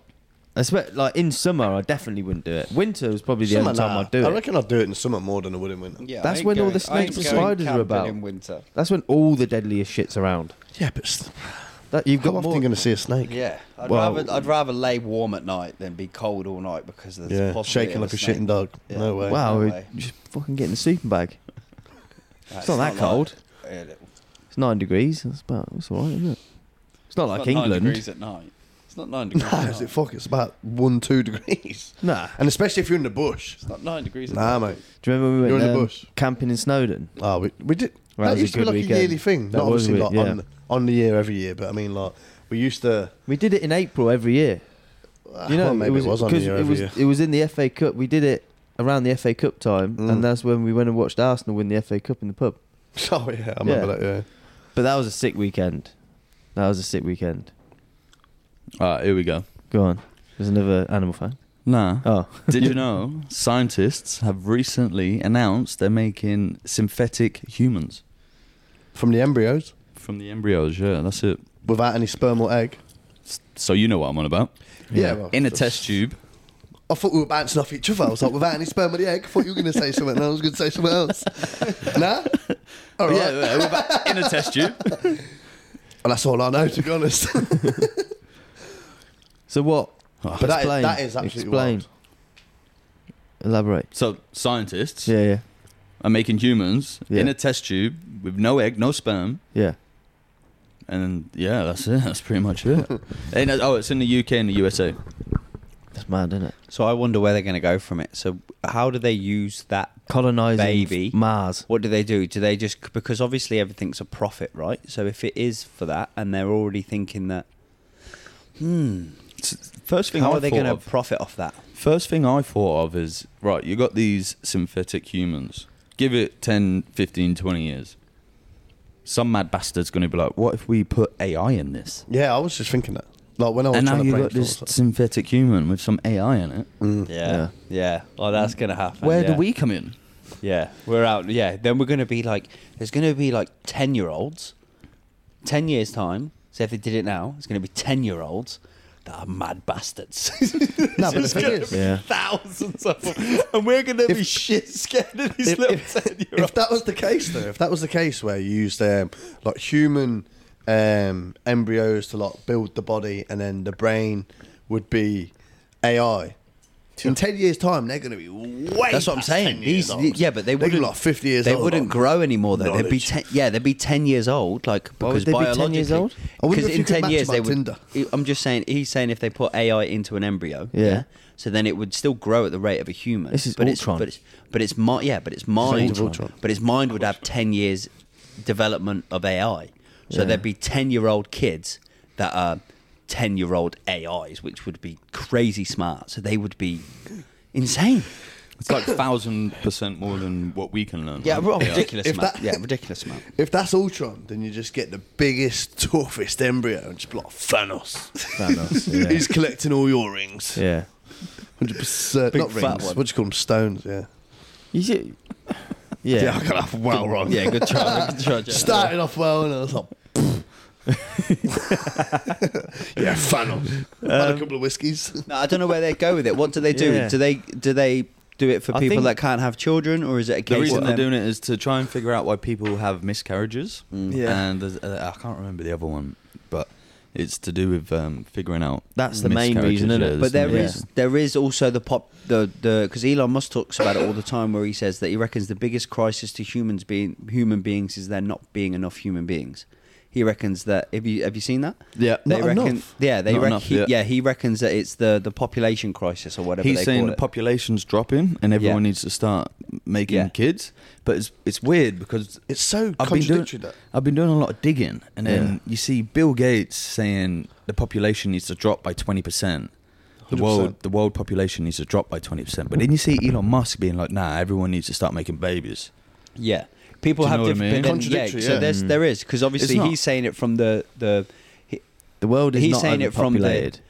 Speaker 1: I swear, like in summer, I definitely wouldn't do it. Winter was probably the
Speaker 2: Summer,
Speaker 1: only time
Speaker 2: nah.
Speaker 1: I'd do
Speaker 2: I
Speaker 1: it.
Speaker 2: reckon I'd do it in summer more than I would in winter.
Speaker 6: yeah I
Speaker 1: That's
Speaker 6: ain't
Speaker 1: when all
Speaker 6: going-
Speaker 1: the
Speaker 6: I ain't
Speaker 1: snakes and
Speaker 6: going
Speaker 1: spiders are
Speaker 6: camping
Speaker 1: about.
Speaker 6: in winter.
Speaker 1: That's when all the deadliest shit's around.
Speaker 2: Yeah, but s-
Speaker 1: That you've
Speaker 2: how
Speaker 1: got
Speaker 2: often
Speaker 1: more.
Speaker 2: you going to see a snake?
Speaker 6: Yeah, I'd
Speaker 1: Well-
Speaker 6: rather I'd rather lay warm at night than be cold all night because there's a
Speaker 2: Yeah,
Speaker 6: possibility
Speaker 2: shaking
Speaker 6: of
Speaker 2: like a
Speaker 6: snake.
Speaker 2: shitting dog.
Speaker 6: Yeah.
Speaker 2: No way.
Speaker 1: wow,
Speaker 6: No
Speaker 1: we
Speaker 6: way.
Speaker 1: just fucking getting the sleeping bag.
Speaker 6: That's
Speaker 1: not that cold.
Speaker 6: like- Yeah, it's
Speaker 1: It's nine degrees. That's about. It's all right, isn't it? It's not like
Speaker 6: not nine
Speaker 1: England.
Speaker 6: degrees at night. It's not nine degrees.
Speaker 2: Nah,
Speaker 6: at
Speaker 2: is
Speaker 6: night.
Speaker 2: it fuck? It's about one, two degrees.
Speaker 1: Nah.
Speaker 2: And especially if you're in the bush.
Speaker 6: It's not nine degrees. at
Speaker 2: Nah,
Speaker 6: night.
Speaker 2: mate.
Speaker 1: Do you remember when we
Speaker 2: You're
Speaker 1: went
Speaker 2: in the
Speaker 1: um,
Speaker 2: bush.
Speaker 1: camping in Snowdon?
Speaker 2: Oh, we, we did.
Speaker 1: Well, that
Speaker 2: that
Speaker 1: was a
Speaker 2: used to be
Speaker 1: good
Speaker 2: like
Speaker 1: weekend.
Speaker 2: a yearly thing.
Speaker 1: That
Speaker 2: Not
Speaker 1: was
Speaker 2: obviously like
Speaker 1: weird, yeah.
Speaker 2: on, on the year every year, but I mean, like, we used to. ah,
Speaker 1: We did it in April every year. You know,
Speaker 2: well, maybe
Speaker 1: it was,
Speaker 2: on the
Speaker 1: 'cause
Speaker 2: year
Speaker 1: it
Speaker 2: every
Speaker 1: was
Speaker 2: year.
Speaker 1: it was in the FA Cup. We did it around the FA Cup time,
Speaker 2: Mm.
Speaker 1: and that's when we went and watched Arsenal win the FA Cup in the pub.
Speaker 2: Oh, yeah, I remember
Speaker 1: Yeah.
Speaker 2: that, yeah.
Speaker 1: But that was a sick weekend. That was a sick weekend.
Speaker 4: Alright, here we go.
Speaker 1: Go on. There's another animal fan.
Speaker 4: Nah.
Speaker 1: Oh,
Speaker 4: Did you know scientists have recently announced they're making synthetic humans
Speaker 2: From the embryos,
Speaker 4: from the embryos? Yeah, that's it.
Speaker 2: without any sperm or egg.
Speaker 4: S- So you know what I'm on about.
Speaker 2: Yeah, well,
Speaker 4: In a
Speaker 2: that's-
Speaker 4: test tube.
Speaker 2: I thought we were bouncing off each other. I was like, without any sperm or the egg. I thought you were going to say something, and I was going to say something else. nah? All right.
Speaker 4: Yeah, yeah, without- in a test tube.
Speaker 2: Well, that's all I know, to be honest.
Speaker 1: so what?
Speaker 2: But that is-
Speaker 1: Explain.
Speaker 2: that is absolutely
Speaker 1: Explain.
Speaker 2: wild.
Speaker 1: Elaborate.
Speaker 4: So scientists
Speaker 1: Yeah, yeah,
Speaker 4: are making humans in
Speaker 1: Yeah.
Speaker 4: a test tube with no egg, no sperm,
Speaker 1: yeah.
Speaker 4: and yeah, that's it. That's pretty much it. And, uh, oh, it's in the UK and the USA.
Speaker 1: That's mad, isn't it?
Speaker 6: So I wonder where they're going to go from it. So how do they use that
Speaker 1: Colonizing
Speaker 6: Baby.
Speaker 1: Mars.
Speaker 6: What do they do? Do they just because obviously everything's a profit, right? So if it is for that, and they're already thinking that, hmm,
Speaker 4: S- First thing
Speaker 6: how
Speaker 4: I
Speaker 6: are they
Speaker 4: thought
Speaker 6: going to
Speaker 4: of-
Speaker 6: profit off that?
Speaker 4: First thing I thought of is right, you got these synthetic humans. Give it 10, 15, 20 years. Some mad bastard's going to be like, what if we put AI in this?
Speaker 2: yeah, I was just thinking that. Like, when I was
Speaker 4: and now
Speaker 2: trying
Speaker 4: you
Speaker 2: to
Speaker 4: got
Speaker 2: brainstorm
Speaker 4: this
Speaker 2: stuff.
Speaker 4: synthetic human with some AI in it.
Speaker 3: Mm,
Speaker 1: Yeah.
Speaker 6: yeah. Oh, that's going to happen.
Speaker 4: Mm, Where
Speaker 6: yeah.
Speaker 4: do we come in?
Speaker 6: Yeah, we're out. Yeah, then we're going to be like, there's going to be like ten year olds, ten years time. So if they did it now, it's going to be ten year olds that are mad bastards.
Speaker 2: No, but the thing is,
Speaker 1: Yeah.
Speaker 6: Thousands of them, and we're going to be shit scared of these little ten year olds.
Speaker 2: if that was the case, though, if that was the case where you used um, like human um, embryos to like build the body, and then the brain would be AI. In ten years' time, they're going to be way.
Speaker 3: That's what I'm
Speaker 2: past
Speaker 3: saying.
Speaker 2: 10 years
Speaker 3: These,
Speaker 2: old.
Speaker 3: yeah, but they
Speaker 2: They're gonna be,
Speaker 3: wouldn't
Speaker 2: like fifty years.
Speaker 3: They
Speaker 2: old,
Speaker 3: wouldn't
Speaker 2: like,
Speaker 3: grow anymore. Though they'd be
Speaker 2: knowledge.
Speaker 3: ten. Yeah, they'd be ten years old. Like
Speaker 1: Why would
Speaker 3: because
Speaker 1: they be 10
Speaker 3: biologically,
Speaker 1: years old?
Speaker 2: I wonder
Speaker 3: Because
Speaker 2: if you
Speaker 3: in
Speaker 2: could
Speaker 3: ten
Speaker 2: match
Speaker 3: years
Speaker 2: them
Speaker 3: they
Speaker 2: on
Speaker 3: would.
Speaker 2: Tinder.
Speaker 3: I'm just saying. He's saying if they put AI into an embryo, yeah.
Speaker 1: Yeah.
Speaker 3: so then it would still grow at the rate of a human.
Speaker 1: This is
Speaker 3: but
Speaker 1: Ultron.
Speaker 3: It's, but it's but it's mi- yeah, but its
Speaker 2: age
Speaker 3: mind.
Speaker 2: of Ultron.
Speaker 3: But his mind would have ten years development of AI. So
Speaker 1: Yeah.
Speaker 3: there'd be ten year old kids that are ten year old AIs, which would be crazy smart. So they would be insane.
Speaker 4: It's like thousand percent more than what we can learn.
Speaker 3: Yeah,
Speaker 4: right?
Speaker 3: ridiculous
Speaker 2: If
Speaker 3: amount.
Speaker 2: that-
Speaker 3: yeah, ridiculous amount.
Speaker 2: If that's Ultron, then you just get the biggest, toughest embryo and just be like Thanos.
Speaker 1: Thanos, yeah.
Speaker 2: He's collecting all your rings.
Speaker 1: Yeah.
Speaker 2: Hundred percent. Not
Speaker 3: fat
Speaker 2: rings.
Speaker 3: one.
Speaker 2: What do you call them? Stones. Yeah.
Speaker 1: You see, yeah.
Speaker 2: Yeah, I got off well wrong.
Speaker 3: Yeah, good try. Good try, Jeff.
Speaker 2: Started off well, and I was like, yeah, Thanos. Had a couple of whiskies.
Speaker 3: No, I don't know where they go with it. What do they do?
Speaker 1: Yeah.
Speaker 3: Do they do they do it for
Speaker 1: I
Speaker 3: people
Speaker 1: think-
Speaker 3: that can't have children, or is it a case
Speaker 4: The reason
Speaker 3: of
Speaker 4: they're
Speaker 3: them-
Speaker 4: doing it is to try and figure out why people have miscarriages.
Speaker 1: Yeah.
Speaker 4: And there's, uh, I can't remember the other one, but it's to do with um, figuring out.
Speaker 1: That's the main reason,
Speaker 4: miscarriages,
Speaker 1: isn't it?
Speaker 4: yeah,
Speaker 3: But
Speaker 4: there's
Speaker 3: there
Speaker 4: some-
Speaker 1: Yeah.
Speaker 3: is there is also the pop the the because Elon Musk talks about it all the time, where he says that he reckons the biggest crisis to humans being human beings is there not being enough human beings. He reckons that have you have you seen that?
Speaker 4: Yeah.
Speaker 3: they
Speaker 2: Not
Speaker 3: reckon.
Speaker 2: enough.
Speaker 3: Yeah, they
Speaker 4: Not
Speaker 3: reckon.
Speaker 4: enough,
Speaker 3: he,
Speaker 4: yeah.
Speaker 3: yeah. he reckons that it's the the population crisis or whatever.
Speaker 4: He's
Speaker 3: they
Speaker 4: saying
Speaker 3: call
Speaker 4: the
Speaker 3: it.
Speaker 4: population's dropping and everyone
Speaker 3: Yeah.
Speaker 4: needs to start making
Speaker 3: Yeah.
Speaker 4: kids, but it's it's weird because
Speaker 2: It's so
Speaker 4: I've been doing
Speaker 2: contradictory that.
Speaker 4: I've been doing a lot of digging, and then
Speaker 1: Yeah.
Speaker 4: you see Bill Gates saying the population needs to drop by twenty percent. The
Speaker 2: 100%.
Speaker 4: world, the world population needs to drop by twenty percent. But then you see Elon Musk being like, "Nah, everyone needs to start making babies."
Speaker 3: Yeah, people
Speaker 4: Do you
Speaker 3: have
Speaker 4: know what I
Speaker 3: different
Speaker 4: mean?
Speaker 3: then-
Speaker 2: Contradictory,
Speaker 3: Yeah, so
Speaker 2: yeah.
Speaker 3: there's there is because obviously
Speaker 4: not.
Speaker 3: he's saying it from the the he,
Speaker 1: The world is
Speaker 3: He's
Speaker 1: not
Speaker 3: saying it from the-
Speaker 1: overpopulated.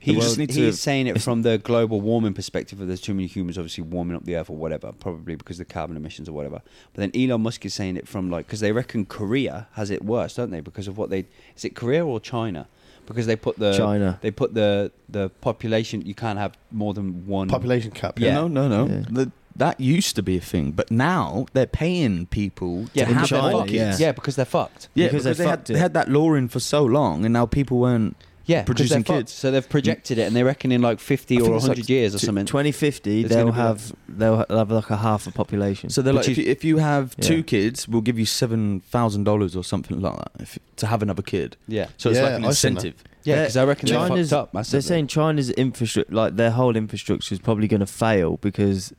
Speaker 3: he
Speaker 4: world
Speaker 3: just
Speaker 4: needs
Speaker 3: he's
Speaker 4: to-
Speaker 3: saying it
Speaker 4: it's-
Speaker 3: from the global warming perspective of there's too many humans obviously warming up the earth or whatever, probably because of the carbon emissions or whatever. But then Elon Musk is saying it from like because they reckon Korea has it worse, don't they? Because of what they is it Korea or China? Because they put the
Speaker 1: China.
Speaker 3: they put the the population you can't have more than one
Speaker 2: Population cap.
Speaker 3: Yeah.
Speaker 4: No, no, no.
Speaker 1: Yeah.
Speaker 4: The- that used to be a thing, but now they're paying people
Speaker 3: yeah
Speaker 4: to
Speaker 1: in
Speaker 4: have
Speaker 3: because
Speaker 4: their
Speaker 3: they're
Speaker 1: China,
Speaker 4: own
Speaker 3: fucked.
Speaker 4: kids.
Speaker 1: yeah.
Speaker 3: yeah because they're fucked.
Speaker 4: Yeah,
Speaker 1: Because
Speaker 4: because,
Speaker 1: they
Speaker 4: they, had,
Speaker 1: fucked it.
Speaker 4: they had that law in for so long, and now people weren't
Speaker 3: Yeah, 'cause they're
Speaker 4: producing
Speaker 3: fucked.
Speaker 4: kids.
Speaker 3: So they've projected it, and they reckon in like fifty
Speaker 1: I
Speaker 3: or
Speaker 1: think it's
Speaker 3: hundred
Speaker 1: like
Speaker 3: years or
Speaker 1: T-
Speaker 3: something.
Speaker 1: 2050,
Speaker 3: It's
Speaker 1: they'll
Speaker 3: gonna be
Speaker 1: have they'll ha- have like a half a population.
Speaker 4: So they're
Speaker 3: Which
Speaker 4: like, if
Speaker 3: is-
Speaker 4: you, if you have
Speaker 1: Yeah.
Speaker 4: two kids, we'll give you seven thousand dollars or something like that if, to have another kid.
Speaker 3: Yeah.
Speaker 4: So it's
Speaker 2: Yeah,
Speaker 4: like an
Speaker 2: I've seen that.
Speaker 4: incentive.
Speaker 3: Yeah,
Speaker 1: They're-
Speaker 3: because I reckon they're
Speaker 1: China's
Speaker 3: fucked up
Speaker 1: they're
Speaker 3: massively.
Speaker 1: saying China's infrastructure, like their whole infrastructure, is probably going to fail because,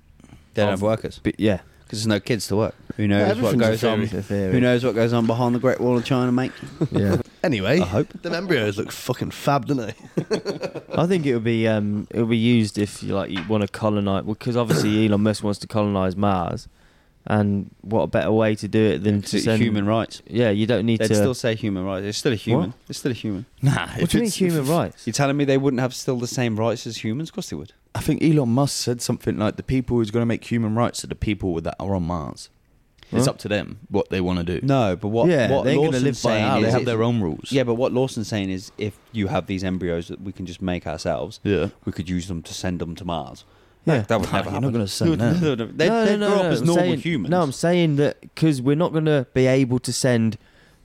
Speaker 3: they don't have workers
Speaker 1: but yeah,
Speaker 3: because there's no kids to work. Who knows what goes
Speaker 2: everything's a
Speaker 3: on?
Speaker 1: it's a theory.
Speaker 3: Who knows what goes on behind the Great Wall of China, mate?
Speaker 1: Yeah,
Speaker 2: Anyway,
Speaker 3: I hope.
Speaker 2: them embryos look fucking fab, don't they?
Speaker 1: I think it would be um it would be used if you like you want to colonize because obviously Elon Musk wants to colonize Mars, and what a better way to do it than to send
Speaker 3: human rights.
Speaker 1: Yeah, you don't need
Speaker 3: They'd
Speaker 1: to.
Speaker 3: still say human rights. It's still a human.
Speaker 1: um, What?
Speaker 3: It's still a human.
Speaker 4: Nah,
Speaker 1: what
Speaker 4: if
Speaker 1: do you mean
Speaker 4: it's-
Speaker 1: human
Speaker 4: if-
Speaker 1: rights?
Speaker 3: You're telling me they wouldn't have still the same rights as humans? Of course they would.
Speaker 4: I think Elon Musk said something like, "The people who's going to make human rights are the people that are on Mars. It's
Speaker 1: Huh?
Speaker 4: up to them what they want to do.
Speaker 3: No, but what
Speaker 1: Yeah,
Speaker 3: what
Speaker 1: they ain't gonna
Speaker 3: Lawson's
Speaker 1: live by
Speaker 3: saying
Speaker 1: ours.
Speaker 3: is
Speaker 4: they have
Speaker 3: if-
Speaker 4: their own rules.
Speaker 3: Yeah, but what Lawson's saying is if you have these embryos that we can just make ourselves,
Speaker 4: yeah.
Speaker 3: we could use them to send them to Mars.
Speaker 1: Yeah.
Speaker 3: that would never
Speaker 4: You're
Speaker 3: happen.
Speaker 4: not going to send that.
Speaker 3: No, no, no. They,
Speaker 1: No, no,
Speaker 3: they
Speaker 1: no,
Speaker 3: grow
Speaker 1: no,
Speaker 3: up as
Speaker 1: I'm
Speaker 3: normal
Speaker 1: saying-
Speaker 3: humans.
Speaker 1: No, I'm saying that because we're not going to be able to send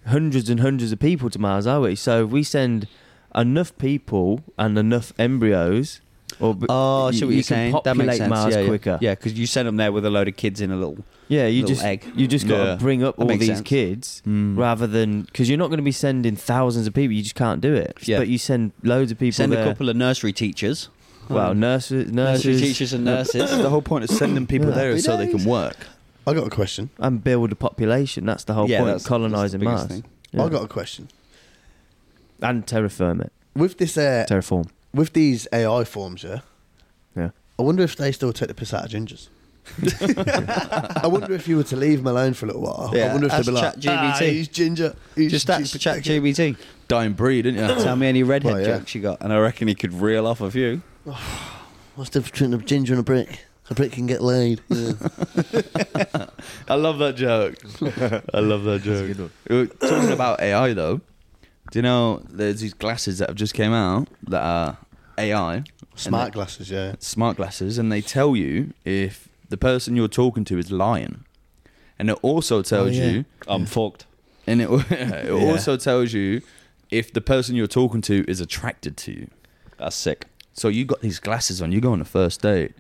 Speaker 1: hundreds and hundreds of people to Mars, are we? So if we send enough people and enough embryos, or b-
Speaker 3: Oh, I
Speaker 1: you,
Speaker 3: see what
Speaker 1: you can
Speaker 3: you're saying. That
Speaker 1: populate
Speaker 3: makes sense.
Speaker 1: Mars
Speaker 3: yeah,
Speaker 1: quicker.
Speaker 3: Yeah, because you send them there with a load of kids in a little.
Speaker 1: Yeah, you
Speaker 3: Little
Speaker 1: just
Speaker 3: egg.
Speaker 1: you just got
Speaker 4: Yeah.
Speaker 1: to bring up
Speaker 3: That
Speaker 1: all
Speaker 3: makes
Speaker 1: these
Speaker 3: sense.
Speaker 1: kids
Speaker 4: Mm.
Speaker 1: rather than because you're not going to be sending thousands of people. You just can't do it.
Speaker 3: Yeah.
Speaker 1: But you send loads of people.
Speaker 3: Send
Speaker 1: there.
Speaker 3: a couple of nursery teachers.
Speaker 1: Well, nurses,
Speaker 3: Nursery
Speaker 1: nurses,
Speaker 3: teachers and nurses.
Speaker 4: the whole point of sending people
Speaker 1: Yeah.
Speaker 4: there is so they can work.
Speaker 2: I got a question.
Speaker 1: and build a population. That's the whole
Speaker 3: Yeah,
Speaker 1: point.
Speaker 3: that's-
Speaker 1: of Colonizing
Speaker 3: that's the
Speaker 1: Mars.
Speaker 3: biggest
Speaker 1: Yeah.
Speaker 2: I got a question.
Speaker 1: and terraform it.
Speaker 2: With this, uh,
Speaker 1: Terraform.
Speaker 2: with these AI forms, yeah.
Speaker 1: Yeah.
Speaker 2: I wonder if they still take the piss out of gingers. I wonder if you were to leave them alone for a little while. I
Speaker 3: Yeah,
Speaker 2: wonder if they'd
Speaker 3: ask
Speaker 2: be like, ah,
Speaker 3: ChatGPT.
Speaker 2: he's ginger. He's
Speaker 3: Just that
Speaker 2: stupid."
Speaker 3: chat GBT.
Speaker 4: Dying breed, didn't you?
Speaker 3: Tell me any redhead
Speaker 2: Well, yeah.
Speaker 3: jokes you got, and I reckon he could reel off a few.
Speaker 2: What's the difference between a ginger and a brick? A brick can get laid.
Speaker 4: I love that joke. I love that joke. We were Talking about AI though, do you know there's these glasses that have just came out that are AI
Speaker 2: Smart
Speaker 4: and
Speaker 2: glasses, yeah.
Speaker 4: they- smart glasses, and they tell you if
Speaker 3: Oh,
Speaker 4: the person you're talking to is lying, and it also tells
Speaker 1: yeah.
Speaker 4: you
Speaker 3: I'm fucked.
Speaker 4: and it, it also tells you if the person you're talking to is attracted to you.
Speaker 3: That's sick.
Speaker 4: So you got these glasses on. You go on a first date.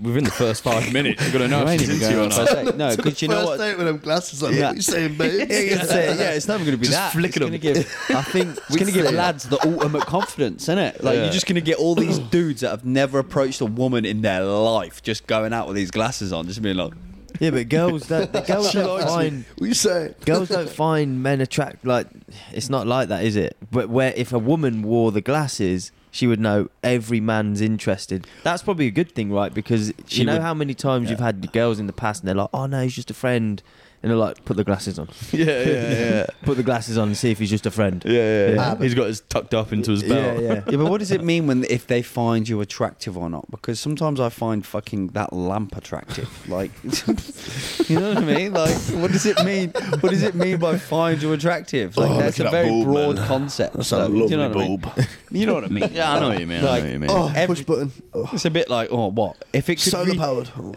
Speaker 4: Within the first five minutes, you're gonna know if she's into you or not.
Speaker 3: No, because you know
Speaker 2: First
Speaker 3: what?
Speaker 2: date with them glasses on.
Speaker 3: Yeah.
Speaker 2: What you saying, babe?
Speaker 3: yeah, it's never going to be
Speaker 4: Just
Speaker 3: that.
Speaker 4: flicking
Speaker 3: it's
Speaker 4: them.
Speaker 3: gonna give, I think it's going to give lads the ultimate confidence, isn't it? Like
Speaker 4: Yeah.
Speaker 3: you're just going to get all these dudes that have never approached a woman in their life, just going out with these glasses on, just being like,
Speaker 1: Yeah, but girls don't. The girls don't find
Speaker 2: What you saying?
Speaker 1: girls don't find men attract like. It's not like that, is it? But where if a woman wore the glasses, she would know every man's interested. That's probably a good thing, right? Because
Speaker 4: She
Speaker 1: you know
Speaker 4: would-
Speaker 1: how many times you've had the girls in the past, and they're like, "Oh no, he's just a friend," and they're like, "Put the glasses on.
Speaker 4: Yeah, yeah, yeah,
Speaker 1: Put the glasses on and see if he's just a friend."
Speaker 4: yeah, yeah.
Speaker 1: Yeah.
Speaker 4: He's got his tucked up into his belt.
Speaker 1: yeah.
Speaker 3: yeah, but what does it mean when if they find you attractive or not? Because sometimes I find fucking that lamp attractive. Like, you know what I mean? Like, what does it mean? What does it mean by find you attractive? Like,
Speaker 2: Oh,
Speaker 3: that's
Speaker 2: look
Speaker 3: a
Speaker 2: at that
Speaker 3: very
Speaker 2: bulb,
Speaker 3: broad
Speaker 2: man.
Speaker 3: concept.
Speaker 2: That's
Speaker 3: so,
Speaker 2: a lovely
Speaker 3: you know what I mean?
Speaker 2: bulb.
Speaker 3: You know what I mean?
Speaker 4: Yeah, I know what you mean. I
Speaker 3: Like,
Speaker 4: know what you mean.
Speaker 2: Oh,
Speaker 3: Every-
Speaker 2: push button. Oh,
Speaker 3: It's a bit like, oh, what if it could
Speaker 2: solar
Speaker 3: re-
Speaker 2: powered. Oh.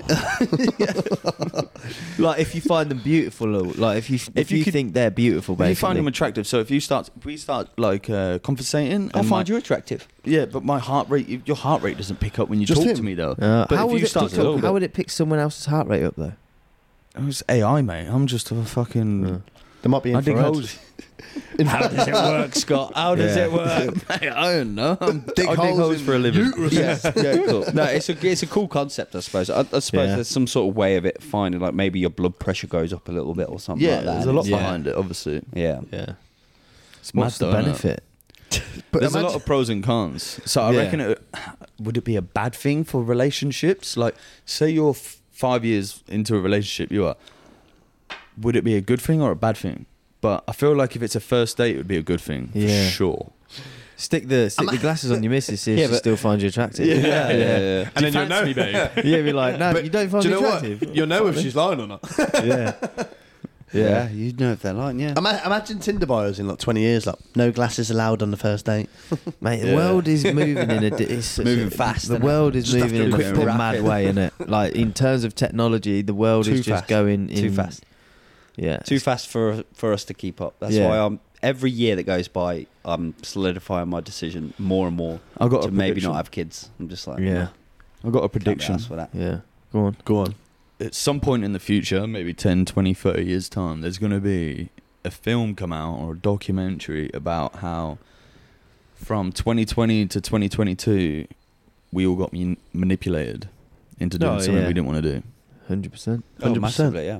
Speaker 1: Like if you find them beautiful, or, like if you if,
Speaker 4: you
Speaker 1: you,
Speaker 4: could-
Speaker 1: think they're beautiful,
Speaker 4: But
Speaker 1: basically.
Speaker 4: you find them attractive. So if you start, if we start like uh, conversating,
Speaker 3: I
Speaker 4: and my-
Speaker 3: find you attractive.
Speaker 4: Yeah, but my heart rate, your heart rate doesn't pick up when you
Speaker 2: Just
Speaker 4: talk
Speaker 2: him.
Speaker 4: to me though.
Speaker 1: Uh,
Speaker 4: but
Speaker 1: how,
Speaker 4: if
Speaker 1: would
Speaker 4: you
Speaker 1: it
Speaker 4: start
Speaker 1: pick
Speaker 4: to
Speaker 1: up-
Speaker 4: talk,
Speaker 1: how would it pick someone else's heart rate up though?
Speaker 4: It's AI, mate. I'm just a fucking.
Speaker 1: Yeah.
Speaker 2: There might be
Speaker 4: I dig
Speaker 2: infrared.
Speaker 4: holes.
Speaker 3: How does it work, Scott? How does it work?
Speaker 4: Mate, I don't know. I'm,
Speaker 2: Dig
Speaker 4: I dig holes
Speaker 2: in
Speaker 4: for a living.
Speaker 2: uterus.
Speaker 3: yeah, yeah, cool. No, it's a it's a cool concept, I suppose. I, I suppose
Speaker 1: Yeah.
Speaker 3: there's some sort of way of it finding, like maybe your blood pressure goes up a little bit or something.
Speaker 4: Yeah,
Speaker 3: like that.
Speaker 4: there's a lot
Speaker 3: Yeah.
Speaker 4: behind it, obviously.
Speaker 3: Yeah,
Speaker 1: Yeah.
Speaker 4: It's
Speaker 1: What's
Speaker 4: mad
Speaker 1: the
Speaker 4: though, innit?
Speaker 1: benefit?
Speaker 2: But
Speaker 4: There's a
Speaker 2: imagine-
Speaker 4: lot of pros and cons. So I
Speaker 1: Yeah.
Speaker 4: reckon it would it be a bad thing for relationships? Like, say you're f- five years into a relationship, you are. Would it be a good thing or a bad thing? But I feel like if it's a first date, it would be a good thing.
Speaker 1: Yeah.
Speaker 4: For sure.
Speaker 1: Stick the stick the glasses on your missus, see if
Speaker 3: Yeah,
Speaker 1: she
Speaker 3: but-
Speaker 1: still finds you attractive.
Speaker 3: yeah, yeah. yeah.
Speaker 4: And then you know, babe.
Speaker 1: yeah, be like, no, you don't find
Speaker 2: do you
Speaker 1: me
Speaker 2: know
Speaker 1: attractive.
Speaker 2: what? You'll know if she's lying or not.
Speaker 1: yeah.
Speaker 3: Yeah, you'd know if they're lying. Yeah,
Speaker 2: Ima- Imagine Tinder bios in like 20 years, like no glasses allowed on the first date.
Speaker 1: Mate, the
Speaker 4: Yeah.
Speaker 1: world is moving in a di- it's such
Speaker 3: Moving
Speaker 1: a-
Speaker 3: fast,
Speaker 1: The
Speaker 3: innit?
Speaker 1: world is
Speaker 2: Just have
Speaker 1: moving
Speaker 2: to
Speaker 1: in
Speaker 2: quick
Speaker 1: a, a
Speaker 2: wrap
Speaker 1: mad
Speaker 2: it.
Speaker 1: way, is it? Like in terms of technology, the world
Speaker 3: Too
Speaker 1: is just
Speaker 3: fast.
Speaker 1: going in
Speaker 3: Too fast.
Speaker 1: Yeah,
Speaker 3: too fast for for us to keep up. That's
Speaker 1: Yeah.
Speaker 3: why I'm every year that goes by, I'm solidifying my decision more and more
Speaker 4: I got
Speaker 3: to
Speaker 4: a
Speaker 3: maybe
Speaker 4: prediction.
Speaker 3: not have kids. I'm just like, "Oh,
Speaker 1: yeah,
Speaker 4: I got a
Speaker 3: prediction
Speaker 4: prediction.
Speaker 3: for that.
Speaker 1: yeah. Go on,
Speaker 2: Go on.
Speaker 4: At some point in the future, maybe 10, 20, 30 years time, there's going to be a film come out or a documentary about how from 2020 to 2022 we all got man- manipulated into doing
Speaker 1: Oh,
Speaker 4: something
Speaker 1: yeah.
Speaker 4: we didn't want to do.
Speaker 1: hundred percent.
Speaker 3: Oh,
Speaker 2: 100%.
Speaker 3: massively, yeah.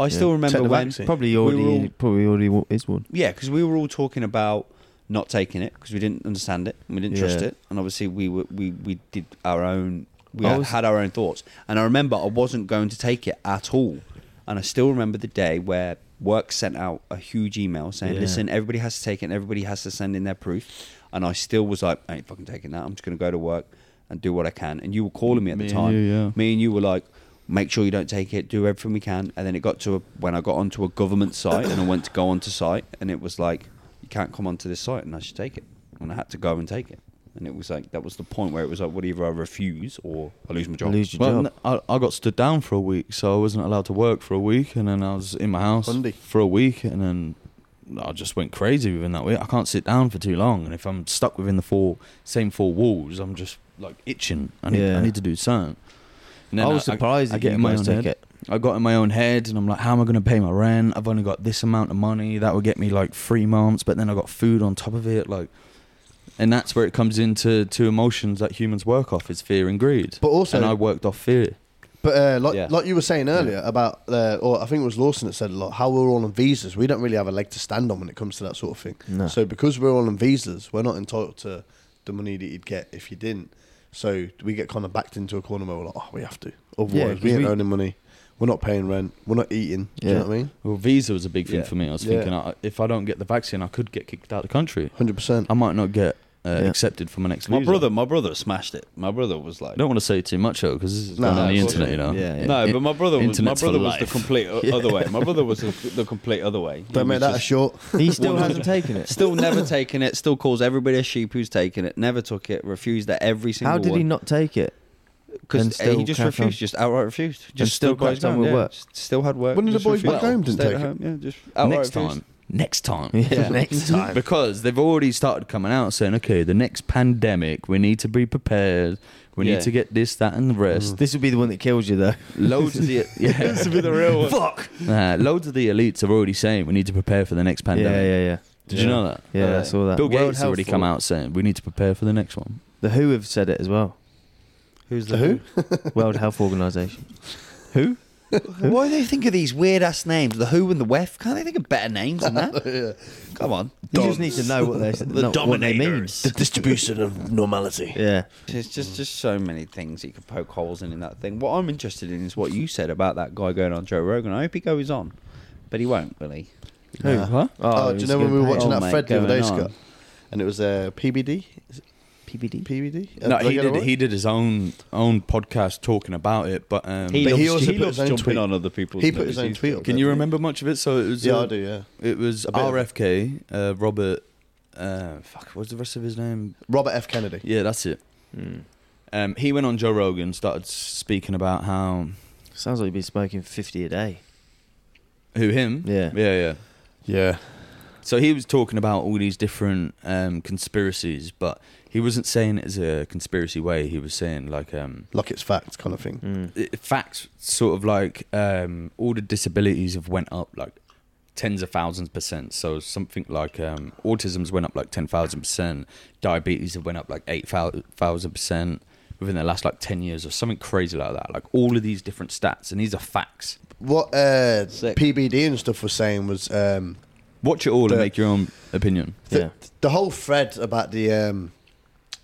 Speaker 3: I
Speaker 1: Yeah.
Speaker 3: still remember
Speaker 2: Take the
Speaker 3: when
Speaker 2: vaccine.
Speaker 1: Probably
Speaker 3: were
Speaker 1: already,
Speaker 3: all-
Speaker 1: probably already wa- is one.
Speaker 3: Yeah, because we were all talking about not taking it because we didn't understand it, and we didn't trust
Speaker 1: Yeah.
Speaker 3: it, and obviously we were we we did our own. We
Speaker 1: I
Speaker 3: had-
Speaker 1: was-
Speaker 3: had our own thoughts, and I remember I wasn't going to take it at all, and I still remember the day where work sent out a huge email saying,
Speaker 1: Yeah.
Speaker 3: "Listen, everybody has to take it, and everybody has to send in their proof," and I still was like, "I ain't fucking taking that. I'm just going to go to work and do what I can." And you were calling me at
Speaker 4: Me
Speaker 3: the
Speaker 4: and
Speaker 3: time.
Speaker 4: you, yeah.
Speaker 3: Me and you were like. Make sure you don't take it. Do everything we can, and then it got to a, when I got onto a government site, and I went to go onto site, and it was like, you can't come onto this site and I should take it. And I had to go and take it. And it was like, that was the point where it was like, what either I refuse or I lose my job.
Speaker 1: Lose your
Speaker 4: Well,
Speaker 1: job.
Speaker 4: n- I, I got stood down for a week, so I wasn't allowed to work for a week, and then I was in my house
Speaker 2: Fundy.
Speaker 4: for a week, and then I just went crazy within that week. I can't sit down for too long, and if I'm stuck within the four same four walls, I'm just like itching. I need,
Speaker 1: Yeah.
Speaker 4: I need to do something. And then
Speaker 1: I was surprised
Speaker 4: I
Speaker 1: that
Speaker 4: get
Speaker 1: you
Speaker 4: in my
Speaker 1: guys
Speaker 4: own
Speaker 1: took
Speaker 4: head.
Speaker 1: it.
Speaker 4: I got in my own head and I'm like, how am I going to pay my rent? I've only got this amount of money. That would get me like three months, but then I got food on top of it. Like, and that's where it comes into two emotions that humans work off is fear and greed.
Speaker 2: But also-
Speaker 4: and I worked off fear.
Speaker 2: But uh, like,
Speaker 3: Yeah.
Speaker 2: like you were saying earlier about, uh, or I think it was Lawson that said, like, how we're all on visas. We don't really have a leg to stand on when it comes to that sort of thing.
Speaker 1: No.
Speaker 2: So because we're all on visas, we're not entitled to the money that you'd get if you didn't. So we get kind of backed into a corner where we're like, oh, we have to. Otherwise,
Speaker 1: Yeah, 'cause
Speaker 2: we ain't
Speaker 1: we-
Speaker 2: earning money. We're not paying rent. We're not eating. Do you
Speaker 1: Yeah.
Speaker 2: know what I mean?
Speaker 4: Well, visa was a big thing
Speaker 3: Yeah.
Speaker 4: for me. I was
Speaker 2: Yeah.
Speaker 4: thinking, I, if I don't get the vaccine, I could get kicked out of the country.
Speaker 2: 100%.
Speaker 4: I might not get uh,
Speaker 1: Yeah.
Speaker 4: accepted for my next
Speaker 3: my
Speaker 4: visa.
Speaker 3: brother, my brother smashed it. My brother was like,
Speaker 4: I don't want to say too much though, because this is
Speaker 2: No,
Speaker 4: going on
Speaker 2: of
Speaker 4: the
Speaker 2: course
Speaker 4: internet, you know.
Speaker 1: not. Yeah, yeah.
Speaker 3: no,
Speaker 4: It-
Speaker 3: but my brother was, my
Speaker 4: internet's for
Speaker 3: brother was the
Speaker 4: life.
Speaker 3: complete o- other way. My brother was the, the complete other way. He was
Speaker 2: Don't make that a
Speaker 3: just-
Speaker 2: short.
Speaker 1: He still
Speaker 3: One
Speaker 1: hasn't taken it.
Speaker 3: Still never taken it. Still calls everybody a sheep who's taken it. Never took it. Refused at every single
Speaker 1: How did he
Speaker 3: one.
Speaker 1: not take it? and
Speaker 3: Because
Speaker 1: still
Speaker 3: he just
Speaker 1: crack
Speaker 3: refused.
Speaker 1: on?
Speaker 3: Just outright refused. Just
Speaker 1: still
Speaker 3: goes
Speaker 1: cracked on with
Speaker 3: yeah.
Speaker 1: work?
Speaker 3: S- Still had work.
Speaker 2: One of the
Speaker 3: just
Speaker 2: boys back
Speaker 3: refused.
Speaker 2: home didn't
Speaker 3: Stayed
Speaker 2: take
Speaker 3: at
Speaker 2: it.
Speaker 3: home, Yeah, just outright
Speaker 4: next
Speaker 3: refused.
Speaker 4: time, next time.
Speaker 1: Yeah. Next time.
Speaker 4: Because they've already started coming out saying, okay, the next pandemic, we need to be prepared. We
Speaker 3: Yeah.
Speaker 4: need to get this, that, and the rest.
Speaker 1: This would be the one that kills you, though.
Speaker 4: Loads of the yeah,
Speaker 1: would be the real one.
Speaker 4: Fuck. Nah, loads of the elites are already saying we need to prepare for the next
Speaker 1: Yeah,
Speaker 4: pandemic.
Speaker 1: yeah, yeah.
Speaker 4: Did
Speaker 1: Yeah.
Speaker 4: you know that? Uh,
Speaker 1: Yeah, I saw that.
Speaker 4: Bill
Speaker 1: World
Speaker 4: Gates already
Speaker 1: Health
Speaker 4: come
Speaker 1: Forum.
Speaker 4: out saying we need to prepare for the next one.
Speaker 1: The WHO have said it as well.
Speaker 2: Who's the who?
Speaker 1: World Health Organization. Who?
Speaker 3: Why do they think of these weird ass names? The Who and the WEF? Can't they think of better names than that?
Speaker 2: yeah.
Speaker 3: Come on.
Speaker 1: You just need to know what they the what they mean.
Speaker 2: The distribution of normality.
Speaker 1: Yeah.
Speaker 3: There's just just so many things you could poke holes in in that thing. What I'm interested in is what you said about that guy going on Joe Rogan. I hope he goes on, but he won't, will he?
Speaker 1: Who?
Speaker 2: Nah.
Speaker 1: What?
Speaker 2: Oh, do you know when we were watching
Speaker 3: Oh,
Speaker 2: that
Speaker 3: mate,
Speaker 2: Fred the other day,
Speaker 3: going on.
Speaker 2: Scott? And it was uh, PBD? Is it
Speaker 3: PBD.
Speaker 2: PBD? Uh,
Speaker 4: No,
Speaker 2: did I
Speaker 4: he
Speaker 2: get it
Speaker 4: did.
Speaker 2: right?
Speaker 4: He did his own own podcast talking about it, but um,
Speaker 2: But he also put
Speaker 3: loves
Speaker 2: his own
Speaker 3: jumping
Speaker 2: tweet.
Speaker 3: on other people's.
Speaker 2: He put
Speaker 3: noses.
Speaker 2: his own tweet up.
Speaker 4: can
Speaker 2: there,
Speaker 4: you
Speaker 2: didn't he?
Speaker 4: remember much of it? So it was
Speaker 2: Yeah,
Speaker 4: uh,
Speaker 2: I do, yeah.
Speaker 4: It was
Speaker 2: bit of-
Speaker 4: RFK, uh, Robert. Uh, fuck, what's the rest of his name?
Speaker 2: Robert F. Kennedy.
Speaker 4: Yeah, that's it.
Speaker 1: Mm.
Speaker 4: Um, he went on Joe Rogan, started speaking about how
Speaker 1: Sounds like you've been smoking 50 a day.
Speaker 4: who him.
Speaker 1: Yeah.
Speaker 4: yeah, yeah.
Speaker 2: Yeah.
Speaker 4: So he was talking about all these different um, conspiracies, but he wasn't saying it as a conspiracy way. He was saying like um,
Speaker 2: Like it's facts kind of thing.
Speaker 1: Mm.
Speaker 4: it- facts, sort of like um, all the disabilities have went up like tens of thousands percent. So something like um, autism's went up like ten thousand percent, diabetes have went up like eight thousand percent within the last like ten years or something crazy like that. Like all of these different stats, and these are facts.
Speaker 2: What uh,
Speaker 3: Sick.
Speaker 2: PBD and stuff was saying was um,
Speaker 4: Watch it all and
Speaker 2: The-
Speaker 4: make your own opinion.
Speaker 2: the,
Speaker 1: Yeah.
Speaker 2: the whole thread about the um,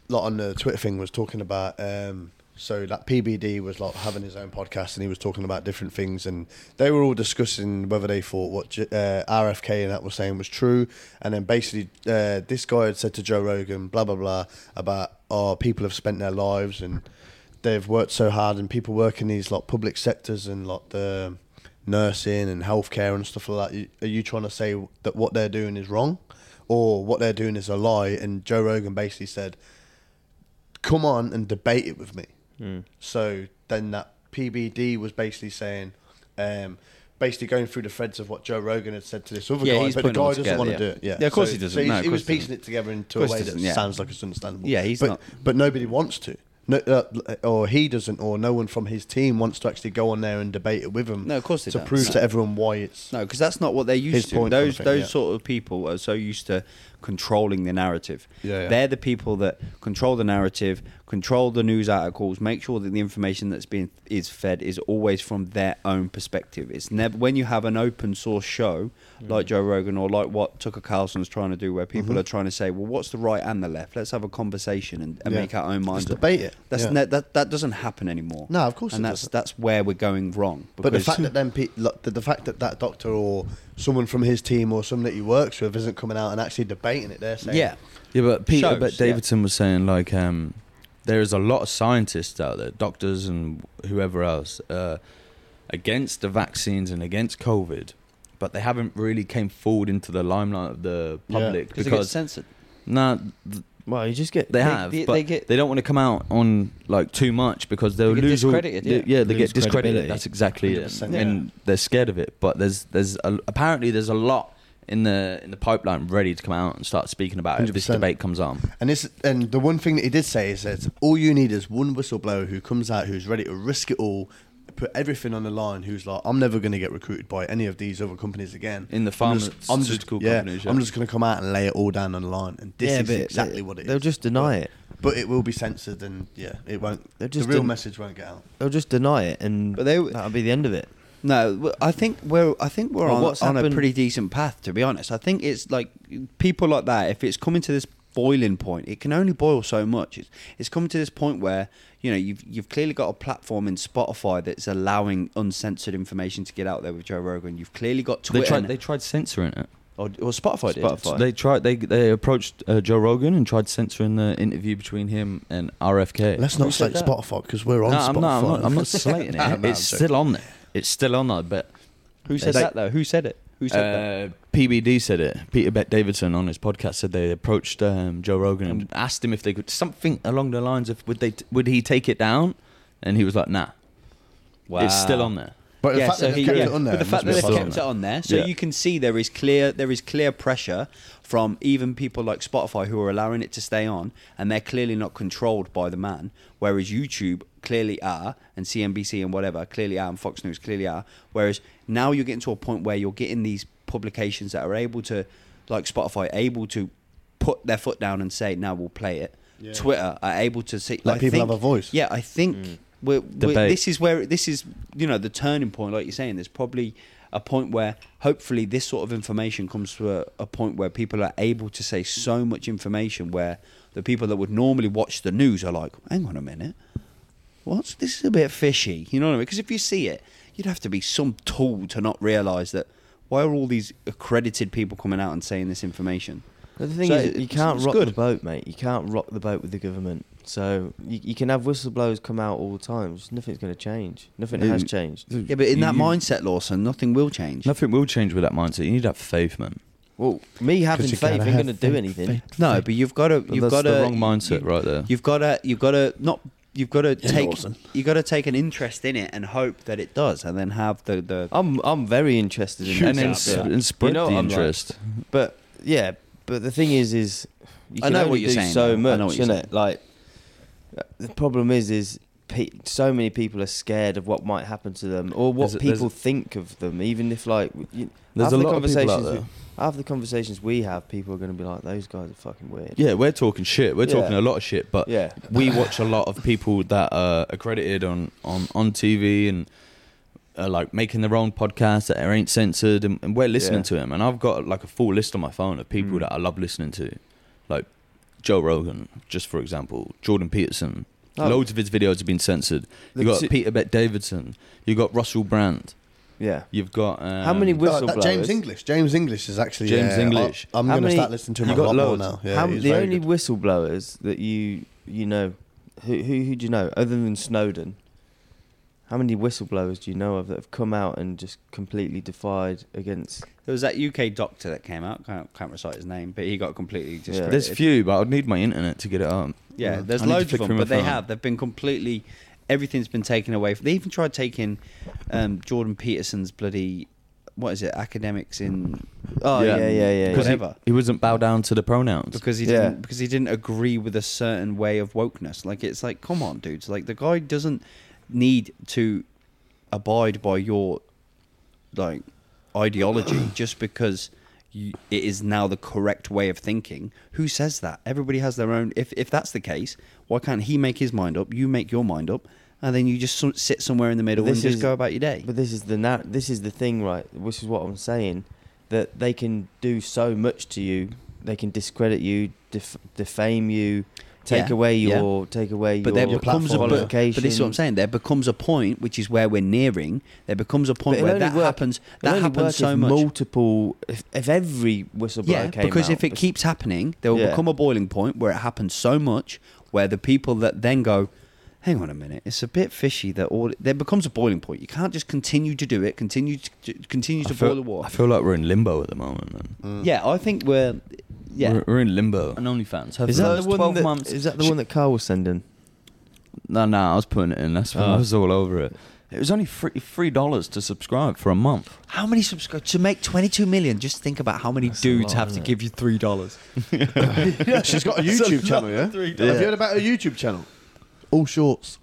Speaker 2: lot on the Twitter thing was talking about um, so that PBD was like having his own podcast and he was talking about different things and they were all discussing whether they thought what J- uh, RFK and that was saying was true and then basically uh, this guy had said to Joe Rogan blah blah blah about oh people have spent their lives and they've worked so hard and people work in these like public sectors and like the nursing and healthcare and stuff like that You- are you trying to say that what they're doing is wrong or what they're doing is a lie and Joe Rogan basically said come on and debate it with me.
Speaker 3: Hmm.
Speaker 2: So then that PBD was basically saying, um, basically going through the threads of what Joe Rogan had said to this other
Speaker 3: Yeah,
Speaker 2: guy,
Speaker 3: he's
Speaker 2: but the
Speaker 3: putting it all
Speaker 2: guy doesn't
Speaker 3: together,
Speaker 2: want to
Speaker 3: yeah.
Speaker 2: do it. Yeah,
Speaker 3: Yeah, of course
Speaker 2: So-
Speaker 3: he doesn't.
Speaker 2: So he's-
Speaker 3: No, of
Speaker 2: he was
Speaker 3: course he
Speaker 2: piecing it together into
Speaker 3: Of
Speaker 2: a
Speaker 3: course
Speaker 2: way
Speaker 3: he
Speaker 2: that
Speaker 3: doesn't, yeah.
Speaker 2: sounds like it's understandable.
Speaker 3: Yeah, he's
Speaker 2: but,
Speaker 3: not-
Speaker 2: But nobody wants to. No, uh, or he doesn't, or no one from his team wants to actually go on there and debate it with him.
Speaker 3: No, of course they
Speaker 2: to
Speaker 3: don't.
Speaker 2: prove
Speaker 3: No.
Speaker 2: to everyone why it's.
Speaker 3: No, because that's not what they're used
Speaker 2: His
Speaker 3: to.
Speaker 2: point kind
Speaker 3: those
Speaker 2: of thing,
Speaker 3: those
Speaker 2: yeah.
Speaker 3: sort of people are so used to controlling the narrative.
Speaker 2: Yeah, yeah.
Speaker 3: They're the people that control the narrative, control the news articles, make sure that the information that's being is fed is always from their own perspective. It's never when you have an open source show
Speaker 2: Mm.
Speaker 3: like Joe Rogan or like what Tucker Carlson's trying to do, where people
Speaker 2: Mm-hmm.
Speaker 3: are trying to say, "Well, what's the right and the left? Let's have a conversation and, and
Speaker 2: Yeah.
Speaker 3: make our own minds."
Speaker 2: Let's
Speaker 3: up."
Speaker 2: debate it.
Speaker 3: That's
Speaker 2: Yeah.
Speaker 3: ne- that that doesn't happen anymore.
Speaker 2: No, of course
Speaker 3: and
Speaker 2: it
Speaker 3: that's
Speaker 2: doesn't.
Speaker 3: that's where we're going wrong.
Speaker 2: But the
Speaker 3: because-
Speaker 2: fact that then pe- like, the, the fact that that doctor or someone from his team or someone that he works with isn't coming out and actually debating it, they're saying,
Speaker 3: yeah.
Speaker 4: Yeah, but Peter
Speaker 3: Shows,
Speaker 4: but
Speaker 3: yeah.
Speaker 4: Davidson was saying like um, there is a lot of scientists out there, doctors and whoever else, uh, against the vaccines and against COVID, but they haven't really came forward into the limelight of the
Speaker 2: Yeah.
Speaker 4: public
Speaker 3: Because it gets
Speaker 4: because
Speaker 3: censored.
Speaker 4: nah,
Speaker 1: Well, you just get.
Speaker 4: they have,
Speaker 3: they-
Speaker 4: but
Speaker 3: they
Speaker 4: they,
Speaker 3: get-
Speaker 4: don't want to come out on like too much because they'll
Speaker 3: They get
Speaker 4: lose all-
Speaker 3: discredited,
Speaker 4: they-
Speaker 3: yeah.
Speaker 4: they
Speaker 1: Lose
Speaker 4: get discredited.
Speaker 1: credibility.
Speaker 4: That's exactly it,
Speaker 2: 100%,
Speaker 4: and they're scared of it. But there's there's a, apparently there's a lot in the in the pipeline ready to come out and start speaking about it if this
Speaker 2: 100%.
Speaker 4: debate comes on.
Speaker 2: And this, and the one thing that he did say is that all you need is one whistleblower who comes out who's ready to risk it all, put everything on the line. Who's like, I'm never going to get recruited by any of these other companies again.
Speaker 4: In the
Speaker 2: I'm just- I'm just-
Speaker 4: pharmaceutical
Speaker 2: yeah,
Speaker 4: companies, yeah.
Speaker 2: I'm just going to come out and lay it all down on the line, and this
Speaker 1: Yeah,
Speaker 2: is
Speaker 1: but
Speaker 2: exactly
Speaker 1: they-
Speaker 2: what it is.
Speaker 1: they'll just deny it.
Speaker 2: but it will be censored, and yeah, it won't.
Speaker 1: They'll just
Speaker 2: the real
Speaker 1: didn't-
Speaker 2: message won't get out.
Speaker 1: They'll just deny it, and
Speaker 3: But they-
Speaker 1: that'll be the end of it.
Speaker 3: No, w- I think we're I think we're
Speaker 1: Well,
Speaker 3: on,
Speaker 1: what's
Speaker 3: on a
Speaker 1: happened-
Speaker 3: pretty decent path to be honest. I think it's like people like that. If it's coming to this boiling point, it can only boil so much. It's, it's coming to this point where you know you've you've clearly got a platform in Spotify that's allowing uncensored information to get out there with Joe Rogan. You've clearly got Twitter
Speaker 4: They tried,
Speaker 3: and-
Speaker 4: they tried censoring it.
Speaker 3: or, or Spotify. Did.
Speaker 1: Spotify.
Speaker 4: They tried. They they approached uh, Joe Rogan and tried censoring the interview between him and RFK.
Speaker 2: Let's
Speaker 4: Who
Speaker 2: not
Speaker 4: said
Speaker 2: slate
Speaker 4: that?
Speaker 2: Spotify because we're on
Speaker 4: No,
Speaker 2: Spotify.
Speaker 4: I'm not. I'm not, I'm not slating it.
Speaker 2: Nah, nah, I'm
Speaker 4: it's still on there. It's still on there. But
Speaker 3: Who said
Speaker 4: They-
Speaker 3: that though? Who said it? Who said that?
Speaker 4: uh, PBD said it. Peter Bet Davidson on his podcast said they approached um, Joe Rogan and asked him if they could something along the lines of would they t- would he take it down, and he was like, Nah. It's still
Speaker 3: Wow.
Speaker 4: on there.
Speaker 2: But the
Speaker 3: yeah,
Speaker 2: fact
Speaker 3: so
Speaker 2: that
Speaker 3: he,
Speaker 2: they've kept
Speaker 3: yeah,
Speaker 2: it on there,
Speaker 3: but the
Speaker 2: it
Speaker 3: fact that
Speaker 2: must be
Speaker 3: they
Speaker 2: fine.
Speaker 3: kept it on there, so
Speaker 7: Yeah.
Speaker 3: you can see there is clear there is clear pressure from even people like Spotify who are allowing it to stay on, and they're clearly not controlled by the man, whereas YouTube clearly are, and CNBC and whatever clearly are, and Fox News clearly are. Whereas now you're getting to a point where you're getting these publications that are able to, like Spotify, able to put their foot down and say, "Now we'll play it."
Speaker 2: Yeah.
Speaker 3: Twitter are able to see
Speaker 2: Let
Speaker 3: I
Speaker 2: people
Speaker 3: think-
Speaker 2: have a voice.
Speaker 3: Yeah, I think
Speaker 4: Mm.
Speaker 3: we're, we're-
Speaker 7: Debate.
Speaker 3: this is where this is you know the turning point. Like you're saying, there's probably a point where hopefully this sort of information comes to a, a point where people are able to say so much information where the people that would normally watch the news are like, hang on a minute, what's this is a bit fishy. You know what I mean? Because if you see it, you'd have to be some tool to not realise that. Why are all these accredited people coming out and saying this information?
Speaker 1: But the thing
Speaker 3: So
Speaker 1: is,
Speaker 3: it's-
Speaker 1: you can't
Speaker 3: it's
Speaker 1: rock
Speaker 3: good.
Speaker 1: the boat, mate. You can't rock the boat with the government. So you, you can have whistleblowers come out all the time. Just nothing's going to change. Nothing has
Speaker 4: Mm.
Speaker 1: changed.
Speaker 3: Yeah, but in that
Speaker 4: You-
Speaker 3: mindset, Lawson, nothing will change.
Speaker 4: Nothing will change with that mindset. You need to have faith, man.
Speaker 1: Well, me having
Speaker 2: you
Speaker 1: faith
Speaker 2: gotta
Speaker 1: ain't
Speaker 2: have
Speaker 1: going to do
Speaker 2: faith,
Speaker 1: anything.
Speaker 2: faith.
Speaker 3: No, but you've got to.
Speaker 4: But
Speaker 3: You've
Speaker 4: that's
Speaker 3: got
Speaker 4: the
Speaker 3: to.
Speaker 4: wrong mindset right there.
Speaker 3: You've got to. You've got to not. You've got to take.
Speaker 2: Lawson.
Speaker 3: You've got to take an interest in it and hope that it does, and then have the the.
Speaker 1: I'm I'm very interested in
Speaker 4: and
Speaker 1: that
Speaker 4: then
Speaker 1: stuff,
Speaker 4: sp-
Speaker 1: yeah.
Speaker 4: and spread
Speaker 1: You know
Speaker 4: the
Speaker 1: what I'm like.
Speaker 4: interest.
Speaker 1: But yeah, but the thing is, is you
Speaker 3: I
Speaker 1: can
Speaker 3: know
Speaker 1: only
Speaker 3: what you're
Speaker 1: do
Speaker 3: saying,
Speaker 1: so
Speaker 3: though. I
Speaker 1: much,
Speaker 3: know what you're
Speaker 1: innit? Like uh, the problem is, is pe- so many people are scared of what might happen to them or what
Speaker 4: There's a- there's
Speaker 1: people
Speaker 4: a-
Speaker 1: think of them. Even if like w- you,
Speaker 4: There's
Speaker 1: half
Speaker 4: a
Speaker 1: the
Speaker 4: lot of people out
Speaker 1: conversations
Speaker 4: there.
Speaker 1: we- half the conversations we have, people are going to be like, "Those guys are fucking weird."
Speaker 4: Yeah, we're talking shit. We're
Speaker 1: Yeah.
Speaker 4: talking a lot of shit, but
Speaker 1: Yeah.
Speaker 4: we watch a lot of people that are accredited on on on TV and are like making their own podcasts that ain't censored, and, and we're listening
Speaker 1: Yeah.
Speaker 4: to them. And I've got like a full list on my phone of people
Speaker 1: Mm.
Speaker 4: that I love listening to, like Joe Rogan, just for example, Jordan Peterson.
Speaker 1: Oh.
Speaker 4: Loads of his videos have been censored. You
Speaker 1: Look,
Speaker 4: got
Speaker 1: see-
Speaker 4: Peter Bet Davidson. You got Russell Brand.
Speaker 1: yeah.
Speaker 4: You've got um,
Speaker 1: How many
Speaker 2: Oh, that
Speaker 1: whistleblowers?
Speaker 2: James English. James English is actually
Speaker 4: James
Speaker 2: yeah, I-
Speaker 4: English.
Speaker 2: I'm
Speaker 1: How
Speaker 2: going to
Speaker 1: many-
Speaker 2: start listening to him
Speaker 4: You
Speaker 2: a
Speaker 4: got
Speaker 2: lot more
Speaker 4: loads.
Speaker 2: now. Yeah,
Speaker 1: How,
Speaker 2: he's
Speaker 1: the
Speaker 2: very
Speaker 1: only
Speaker 2: good.
Speaker 1: whistleblowers that you you know, who, who who do you know other than Snowden? How many whistleblowers do you know of that have come out and just completely defied against?
Speaker 3: There was that UK doctor that came out. Can't, can't recite his name, but he got completely discredited.
Speaker 4: There's few, but I'd need my internet to get it up.
Speaker 3: Yeah,
Speaker 4: Yeah.
Speaker 3: there's
Speaker 4: I need to
Speaker 3: loads of
Speaker 4: flick
Speaker 3: them,
Speaker 4: through my
Speaker 3: but they
Speaker 4: phone.
Speaker 3: have. They've been completely. Everything's been taken away. They even tried taking um, Jordan Peterson's bloody. What is it? Academics in
Speaker 1: Oh yeah, yeah, yeah, yeah.
Speaker 4: Because he-
Speaker 3: Whatever.
Speaker 4: He, wasn't bow down to the pronouns.
Speaker 3: because he
Speaker 1: Yeah.
Speaker 3: didn't because he didn't agree with a certain way of wokeness. Like it's like, come on, dudes. Like the guy doesn't need to abide by your like ideology just because you, it is now the correct way of thinking. Who says that? Everybody has their own. If if that's the case, why can't he make his mind up? You make your mind up, and then you just sort sit somewhere in the middle and
Speaker 1: This
Speaker 3: just
Speaker 1: is-
Speaker 3: go about your day.
Speaker 1: But this is the na- this is the thing, right? Which is what I'm saying that they can do so much to you. They can discredit you, def- defame you, take
Speaker 3: Yeah,
Speaker 1: away
Speaker 3: yeah.
Speaker 1: your take away
Speaker 3: But
Speaker 1: your
Speaker 3: there becomes a
Speaker 2: platform,
Speaker 3: but, but
Speaker 1: qualification.
Speaker 3: this is what I'm saying. There becomes a point, which is where we're nearing. There becomes a point
Speaker 1: it'll
Speaker 3: where
Speaker 1: only
Speaker 3: that
Speaker 1: work-
Speaker 3: happens.
Speaker 1: It'll
Speaker 3: That
Speaker 1: only
Speaker 3: happens
Speaker 1: work
Speaker 3: so
Speaker 1: if
Speaker 3: much.
Speaker 1: Multiple, if, if every whistleblower
Speaker 3: yeah,
Speaker 1: came
Speaker 3: because
Speaker 1: out,
Speaker 3: if it
Speaker 1: but-
Speaker 3: keeps happening, there will
Speaker 1: Yeah.
Speaker 3: become a boiling point where it happens so much where the people that then go, "Hang on a minute, it's a bit fishy." That all there becomes a boiling point. You can't just continue to do it. Continue to to- continue to
Speaker 4: I feel-
Speaker 3: boil the water.
Speaker 4: I feel like we're in limbo at the moment, man.
Speaker 2: Mm.
Speaker 3: yeah, I think we're. Yeah,
Speaker 4: We're, we're in limbo. And OnlyFans. Have
Speaker 1: Is that,
Speaker 4: those
Speaker 1: the one
Speaker 4: 12
Speaker 1: that,
Speaker 4: months.
Speaker 1: is that the one that Carl was sending?
Speaker 4: No, no, I was putting it in. That's when I
Speaker 1: Oh.
Speaker 4: was all over it. It was only free, $3 to subscribe for a month.
Speaker 3: how many subscribers to make twenty-two million? Just think about how many
Speaker 1: That's a lot,
Speaker 3: dudes have to
Speaker 1: isn't it?
Speaker 3: give you three dollars.
Speaker 2: She's got a YouTube channel, yeah? Have you heard about her YouTube channel? All shorts.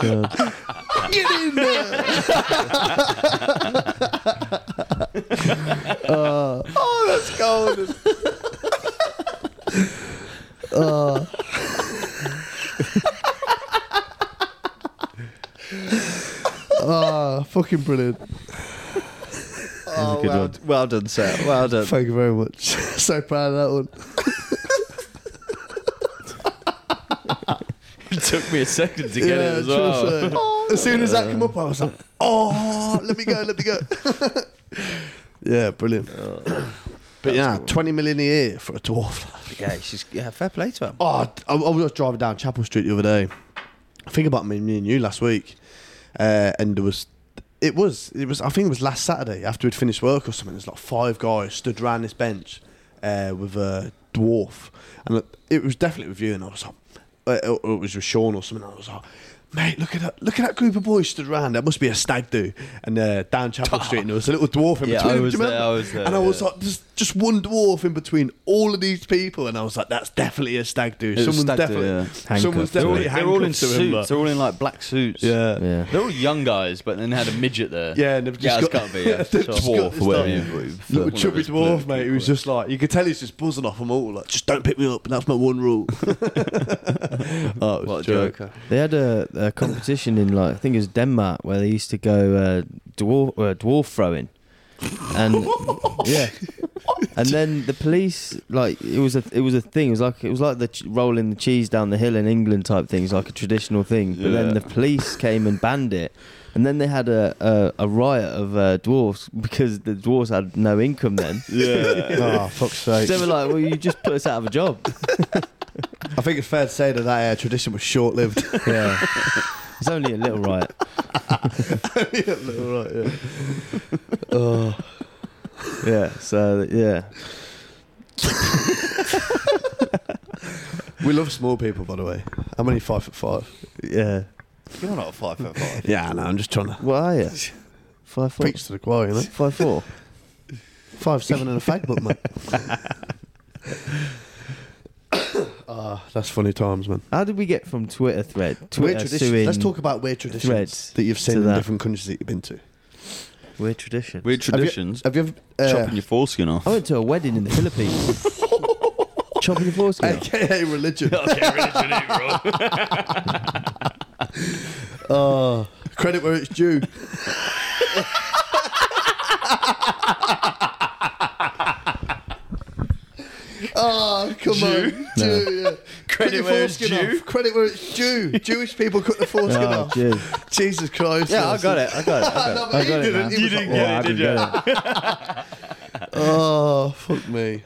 Speaker 2: Get in there! oh, that's golden. oh, fucking brilliant. Oh, wow.
Speaker 3: Well done, sir. Well done.
Speaker 2: Thank you very much. so proud of that one.
Speaker 4: It took me a second to
Speaker 2: true, sir. As soon as that came up, I was like, oh, let me go, let me go. yeah, brilliant. but yeah, 20 million a year for a dwarf.
Speaker 3: Yeah, she's yeah, fair play to her.
Speaker 2: Oh, I, I was driving down Chapel Street the other day. Think about me, me and you last week, uh, and there was, it was, it was. I think it was last Saturday after we'd finished work or something. There's like five guys stood round this bench uh, with a dwarf, and it was definitely with you. And I was like, uh, or it was with Sean or something. I was like. Mate, look at that! Look at that group of boys stood around. That must be a stag do. And uh, down Chapel Street, and there was a little dwarf in
Speaker 5: Yeah, I
Speaker 2: between. Do you
Speaker 5: was there,
Speaker 2: remember?
Speaker 5: I was there,
Speaker 2: and I was
Speaker 5: yeah.
Speaker 2: like, there's just one dwarf in between all of these people, and I was like, that's definitely a stag do.
Speaker 4: was
Speaker 2: Someone's
Speaker 4: stag do,
Speaker 2: definitely,
Speaker 4: yeah.
Speaker 2: someone's
Speaker 1: Handcuffed, yeah.
Speaker 4: They're all,
Speaker 2: definitely.
Speaker 4: they're all in
Speaker 2: handcuffed to him, like-
Speaker 4: suits. They're all in like black suits.
Speaker 2: yeah.
Speaker 1: Yeah.
Speaker 4: They're all young guys, but then they had a midget there.
Speaker 2: Yeah, and they've
Speaker 4: yeah,
Speaker 2: just
Speaker 4: it's
Speaker 2: got-
Speaker 4: gotta be yeah.
Speaker 2: they've just got
Speaker 4: dwarf,
Speaker 2: this
Speaker 4: whatever.
Speaker 2: like-
Speaker 4: you-
Speaker 2: Little
Speaker 4: whatever
Speaker 2: chubby
Speaker 4: it's
Speaker 2: dwarf,
Speaker 4: politically
Speaker 2: mate. He was
Speaker 4: correct.
Speaker 2: just like, you could tell he's just buzzing off them all. Like, just don't pick me up. That's my one rule. oh, it
Speaker 3: Oh,
Speaker 2: was
Speaker 4: what a
Speaker 2: joke.
Speaker 4: joker.
Speaker 1: They had a, a competition in like I think it was Denmark where they used to go uh, dwarf uh, dwarf throwing, and yeah, and then the police like it was a it was a thing. It was like it was like the ch- rolling the cheese down the hill in England type thing. It's like a traditional thing. But
Speaker 4: Yeah.
Speaker 1: then the police came and banned it. And then they had a, a, a riot of uh, dwarfs because the dwarfs had no income then.
Speaker 4: Yeah.
Speaker 2: Oh, fuck's sake.
Speaker 1: So they were like, well, you just put us out of a job.
Speaker 2: I think it's fair to say that that uh, tradition was short lived.
Speaker 1: Yeah. It's only a little riot. Yeah. So, yeah.
Speaker 2: we love small people, by the way. I'm only five foot five.
Speaker 1: Yeah.
Speaker 6: You're not five foot five.
Speaker 2: Yeah, no, I'm just trying to
Speaker 1: What are you? Five four.
Speaker 2: preach to the choir, you know?
Speaker 1: Five four.
Speaker 2: Five, seven, and a fag book, mate. Ah, that's funny times, man.
Speaker 1: How did we get from Twitter thread?
Speaker 2: Weird
Speaker 1: Twitter
Speaker 2: traditions.
Speaker 1: suing-
Speaker 2: Let's talk about weird traditions
Speaker 1: threads
Speaker 2: that you've
Speaker 1: to
Speaker 2: seen in
Speaker 1: that.
Speaker 2: different countries that you've been to.
Speaker 1: weird tradition.
Speaker 4: Weird traditions.
Speaker 2: Have you ever? Uh,
Speaker 4: chopping your foreskin off.
Speaker 1: I went to a wedding in the Philippines. Chopping your foreskin. off.
Speaker 2: AKA religion.
Speaker 4: bro.
Speaker 2: Oh, credit where it's due. oh, come on. Jew, yeah. Cut your
Speaker 4: where it's
Speaker 2: foreskin
Speaker 4: due.
Speaker 2: off. Credit where it's due. Jewish people cut the foreskin
Speaker 1: Oh,
Speaker 2: off.
Speaker 1: jeez.
Speaker 2: Jesus Christ.
Speaker 3: Yeah, I got it. I got it. I got
Speaker 2: no,
Speaker 3: it.
Speaker 2: but you
Speaker 1: got it
Speaker 2: didn't.
Speaker 1: now.
Speaker 2: He was like,
Speaker 1: Oh, I didn't get it.
Speaker 2: Oh, fuck me.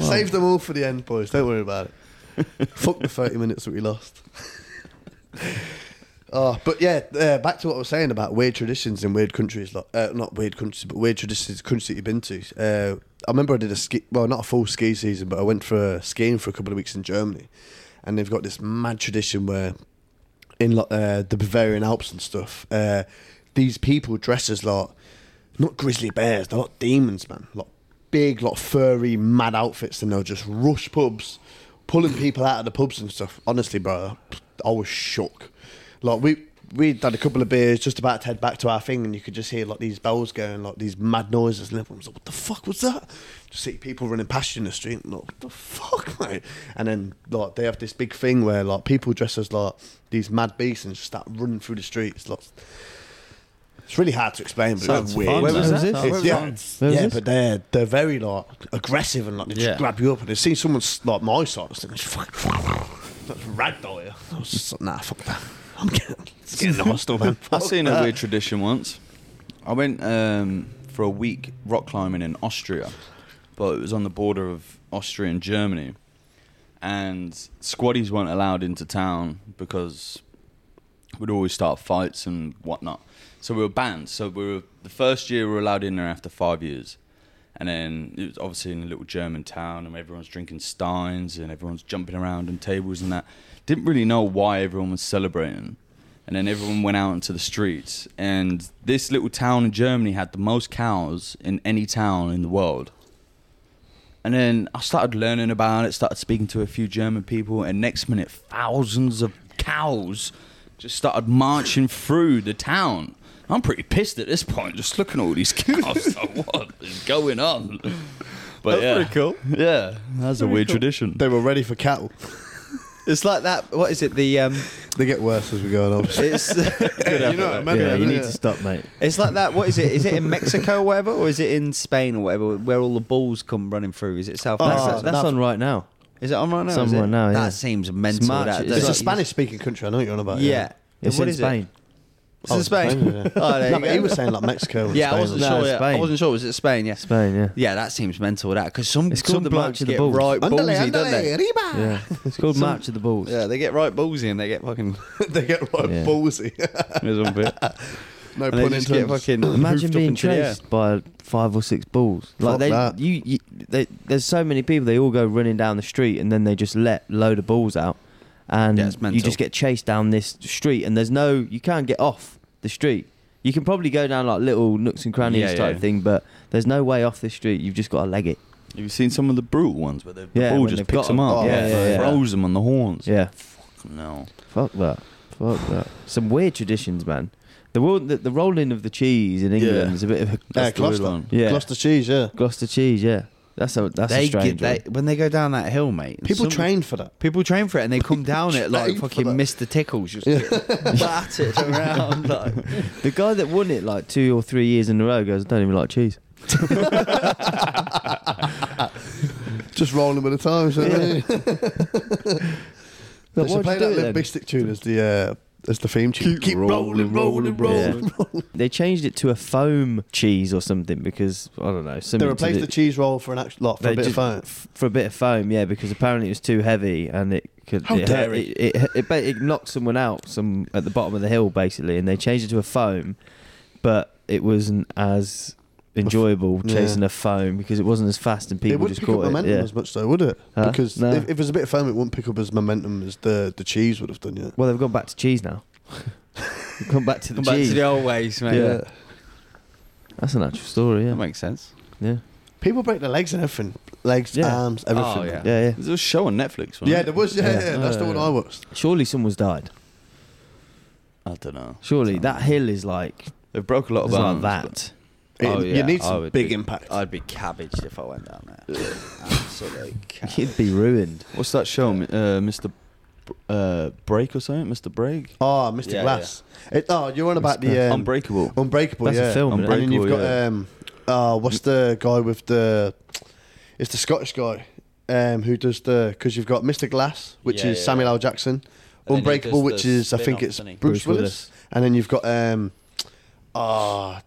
Speaker 2: Save them all for the end, boys. Don't worry about it. fuck the 30 minutes that we lost. Oh, but yeah, uh, back to what I was saying about weird traditions in weird countries. Like, uh, not weird countries, but weird traditions, countries that you've been to. Uh, I remember I did a ski, well, not a full ski season, but I went for skiing for a couple of weeks in Germany. And they've got this mad tradition where in like uh, the Bavarian Alps and stuff, uh, these people dress as like not grizzly bears, they're like demons, man. Like big, like furry, mad outfits, and they'll just rush pubs, pulling people out of the pubs and stuff. Honestly, bro, I was shook. Like we we had a couple of beers, just about to head back to our thing, and you could just hear like these bells going, like these mad noises, and everyone was like, "What the fuck was that?" Just see people running past you in the street, and like, "What the fuck, mate?" And then like they have this big thing where like people dress as like these mad beasts and just start running through the streets. Like, it's really hard to explain, but
Speaker 4: Sounds
Speaker 2: it's weird.
Speaker 4: fun,
Speaker 1: Where was
Speaker 4: man.
Speaker 1: this?
Speaker 4: Sounds
Speaker 1: Where
Speaker 2: It's,
Speaker 4: fun.
Speaker 2: yeah,
Speaker 1: Where was
Speaker 2: yeah
Speaker 1: this?
Speaker 2: but they're they're very like aggressive and like they just
Speaker 4: Yeah.
Speaker 2: grab you up and they see someone s- like my size and they just fuck that's ragdoll you. I was just like, nah, fuck that. I'm getting, it's getting the hostel man.
Speaker 4: I
Speaker 2: Fuck
Speaker 4: seen a
Speaker 2: that.
Speaker 4: weird tradition once. I went um, for a week rock climbing in Austria, but it was on the border of Austria and Germany, and squaddies weren't allowed into town because we'd always start fights and whatnot. So we were banned. So we were the first year we were allowed in there after five years. And then it was obviously in a little German town, and everyone's drinking steins and everyone's jumping around on tables and that. Didn't really know why everyone was celebrating. And then everyone went out into the streets. And this little town in Germany had the most cows in any town in the world. And then I started learning about it, started speaking to a few German people, and next minute, thousands of cows just started marching through the town. I'm pretty pissed at this point, just looking at all these cows. like, what is going on? But yeah,
Speaker 3: Pretty cool.
Speaker 4: yeah, that's a weird tradition.
Speaker 2: They were ready for cattle.
Speaker 3: It's like that. What is it? The um.
Speaker 2: They get worse as we go on. Obviously.
Speaker 3: It's
Speaker 2: you know, what I mean?
Speaker 1: Yeah, you
Speaker 2: Yeah.
Speaker 1: need to stop, mate.
Speaker 3: it's like that. What is it? Is it in Mexico or whatever, or is it in Spain or whatever, where all the bulls come running through? Is it South
Speaker 2: Oh,
Speaker 1: That's,
Speaker 3: Africa?
Speaker 1: that's
Speaker 2: that-
Speaker 1: on right now.
Speaker 3: Is it on right now?
Speaker 1: It's
Speaker 3: Is
Speaker 1: on
Speaker 3: it?
Speaker 1: right now, yeah.
Speaker 3: That seems mental.
Speaker 1: March,
Speaker 3: that,
Speaker 1: it's
Speaker 2: It's a
Speaker 1: like-
Speaker 2: Spanish-speaking country. I know what you're on about. Oh,
Speaker 3: Yeah.
Speaker 1: It's
Speaker 3: What
Speaker 1: in
Speaker 3: is it?
Speaker 1: Spain.
Speaker 3: It's in Spain.
Speaker 2: yeah.
Speaker 3: Oh, there
Speaker 2: no,
Speaker 3: you
Speaker 2: but
Speaker 3: go.
Speaker 2: he was saying like Mexico. And
Speaker 3: yeah,
Speaker 2: Spain
Speaker 3: I wasn't
Speaker 2: and
Speaker 1: No,
Speaker 3: sure.
Speaker 1: it's
Speaker 3: Yeah. I
Speaker 1: Spain.
Speaker 3: wasn't sure. Was it Spain? Yeah.
Speaker 1: Spain, yeah.
Speaker 3: Yeah, that seems mental. That because some
Speaker 1: It's
Speaker 3: some
Speaker 1: called the March
Speaker 3: blokes
Speaker 1: of the
Speaker 3: get
Speaker 1: Bulls.
Speaker 3: right
Speaker 2: Underlay,
Speaker 3: ballsy, don't
Speaker 2: underlay,
Speaker 3: they?
Speaker 2: arriba.
Speaker 1: Yeah. It's called March of the Balls.
Speaker 3: Yeah, they get right ballsy and they get fucking.
Speaker 2: they get like
Speaker 1: Yeah.
Speaker 2: ballsy.
Speaker 4: There's one bit.
Speaker 2: No
Speaker 4: And they
Speaker 2: pun
Speaker 4: just
Speaker 2: intended.
Speaker 4: get fucking
Speaker 1: Imagine
Speaker 4: hoofed up
Speaker 1: being
Speaker 4: into the air.
Speaker 1: chased by five or six bulls. Like
Speaker 2: Fuck
Speaker 1: they,
Speaker 2: that.
Speaker 1: you, you they, there's so many people. They all go running down the street, and then they just let load of bulls out, and
Speaker 4: Yeah, it's mental.
Speaker 1: you just get chased down this street. And there's no, you can't get off the street. You can probably go down like little nooks and crannies
Speaker 4: Yeah,
Speaker 1: type
Speaker 4: yeah.
Speaker 1: thing, but there's no way off the street. You've just got to leg it.
Speaker 4: Have you seen some of the brutal ones where the
Speaker 1: Yeah,
Speaker 4: ball
Speaker 1: when
Speaker 4: just
Speaker 1: they've
Speaker 4: picks
Speaker 1: got
Speaker 4: them up,
Speaker 2: them.
Speaker 1: Yeah,
Speaker 4: yeah,
Speaker 1: yeah, yeah.
Speaker 4: throws them on the horns?
Speaker 1: Yeah.
Speaker 4: No.
Speaker 1: Fuck that. Fuck that. Some weird traditions, man. The roll- the, the rolling of the cheese in England
Speaker 4: Yeah.
Speaker 1: is a bit of a
Speaker 2: Yeah,
Speaker 4: the weird
Speaker 2: Gloucester.
Speaker 4: one.
Speaker 1: Yeah.
Speaker 2: Gloucester cheese, yeah.
Speaker 1: Gloucester cheese. Yeah, that's a that's
Speaker 3: they
Speaker 1: a strange
Speaker 3: get they,
Speaker 1: one.
Speaker 3: when they go down that hill, mate. and some-
Speaker 2: People train for that.
Speaker 3: People train for it and they come down it like
Speaker 2: train for
Speaker 3: fucking
Speaker 2: that.
Speaker 3: Mr. Tickles, just get battered around. Like.
Speaker 1: The guy that won it like two or three years in a row goes, I don't even like cheese.
Speaker 2: Just rolling with the times, you know what I mean? They
Speaker 1: But
Speaker 2: should
Speaker 1: why'd you
Speaker 2: play
Speaker 1: do
Speaker 2: that
Speaker 1: it
Speaker 2: Limp
Speaker 1: then?
Speaker 2: Biscuit tune as the uh, as the theme tune. Keep, rolling, rolling, rolling.
Speaker 1: They changed it to a foam cheese or something because I don't know.
Speaker 2: They
Speaker 1: something to
Speaker 2: replaced
Speaker 1: do-
Speaker 2: the cheese roll for an actual lot for
Speaker 1: they
Speaker 2: a bit of
Speaker 1: just-
Speaker 2: fun.
Speaker 1: f- for a bit of foam, yeah, because apparently it was too heavy and it could.
Speaker 2: How
Speaker 1: it,
Speaker 2: dare
Speaker 1: hurt- it! It, it, ba- it knocked someone out, some at the bottom of the hill, basically, and they changed it to a foam, but it wasn't as enjoyable
Speaker 2: yeah.
Speaker 1: chasing a foam because it wasn't as fast and people
Speaker 2: it wouldn't
Speaker 1: just
Speaker 2: pick up
Speaker 1: caught it.
Speaker 2: momentum
Speaker 1: Yeah.
Speaker 2: as much, though, would it?
Speaker 1: Huh?
Speaker 2: Because
Speaker 1: No.
Speaker 2: if, if it was a bit of foam, it wouldn't pick up as momentum as the, the cheese would have done, yeah.
Speaker 1: Well, they've gone back to cheese now. They've gone back to the
Speaker 3: Come back
Speaker 1: cheese.
Speaker 3: to the old ways, mate.
Speaker 1: Yeah. That's an actual story.
Speaker 4: Oh
Speaker 6: That
Speaker 1: Yeah.
Speaker 6: makes sense.
Speaker 1: Yeah.
Speaker 2: People break their legs and everything. Legs,
Speaker 1: Yeah.
Speaker 2: arms, everything.
Speaker 6: Oh, yeah.
Speaker 1: Yeah. Yeah.
Speaker 4: There's a show on Netflix, wasn't
Speaker 2: Yeah,
Speaker 4: it?
Speaker 2: there was, yeah,
Speaker 1: Yeah.
Speaker 2: yeah, yeah, that's the one I watched.
Speaker 1: Surely someone's died.
Speaker 4: I don't know.
Speaker 1: Surely that hill is like
Speaker 4: They've broke a lot
Speaker 1: it's
Speaker 4: of
Speaker 1: like
Speaker 4: arms.
Speaker 1: that.
Speaker 2: It-
Speaker 6: Oh, yeah,
Speaker 2: You need
Speaker 6: I
Speaker 2: some
Speaker 6: would
Speaker 2: big
Speaker 6: be-
Speaker 2: impact.
Speaker 6: I'd be cabbaged if I went down there. Absolute
Speaker 1: You'd be ruined.
Speaker 4: but- What's that show, m- uh, Mr. B- Uh, Break or something? Mr. Break?
Speaker 2: oh, Mr.
Speaker 6: Yeah,
Speaker 2: Glass. It, oh, you're on about the um,
Speaker 4: Unbreakable.
Speaker 2: Unbreakable,
Speaker 1: That's a
Speaker 2: yeah.
Speaker 1: film,
Speaker 4: isn't it?
Speaker 2: and then you've got
Speaker 4: Unbreakable, yeah.
Speaker 2: um, uh, what's the guy with the? It's the Scottish guy, um, who does the because you've got Mr. Glass, which
Speaker 6: Yeah,
Speaker 2: is
Speaker 6: yeah.
Speaker 2: Samuel L. Jackson,
Speaker 6: then he
Speaker 2: Unbreakable,
Speaker 6: does
Speaker 2: which
Speaker 6: the
Speaker 2: is I think
Speaker 6: spin-off,
Speaker 2: it's
Speaker 6: doesn't he?
Speaker 2: Bruce, Willis. and then you've got um, ah,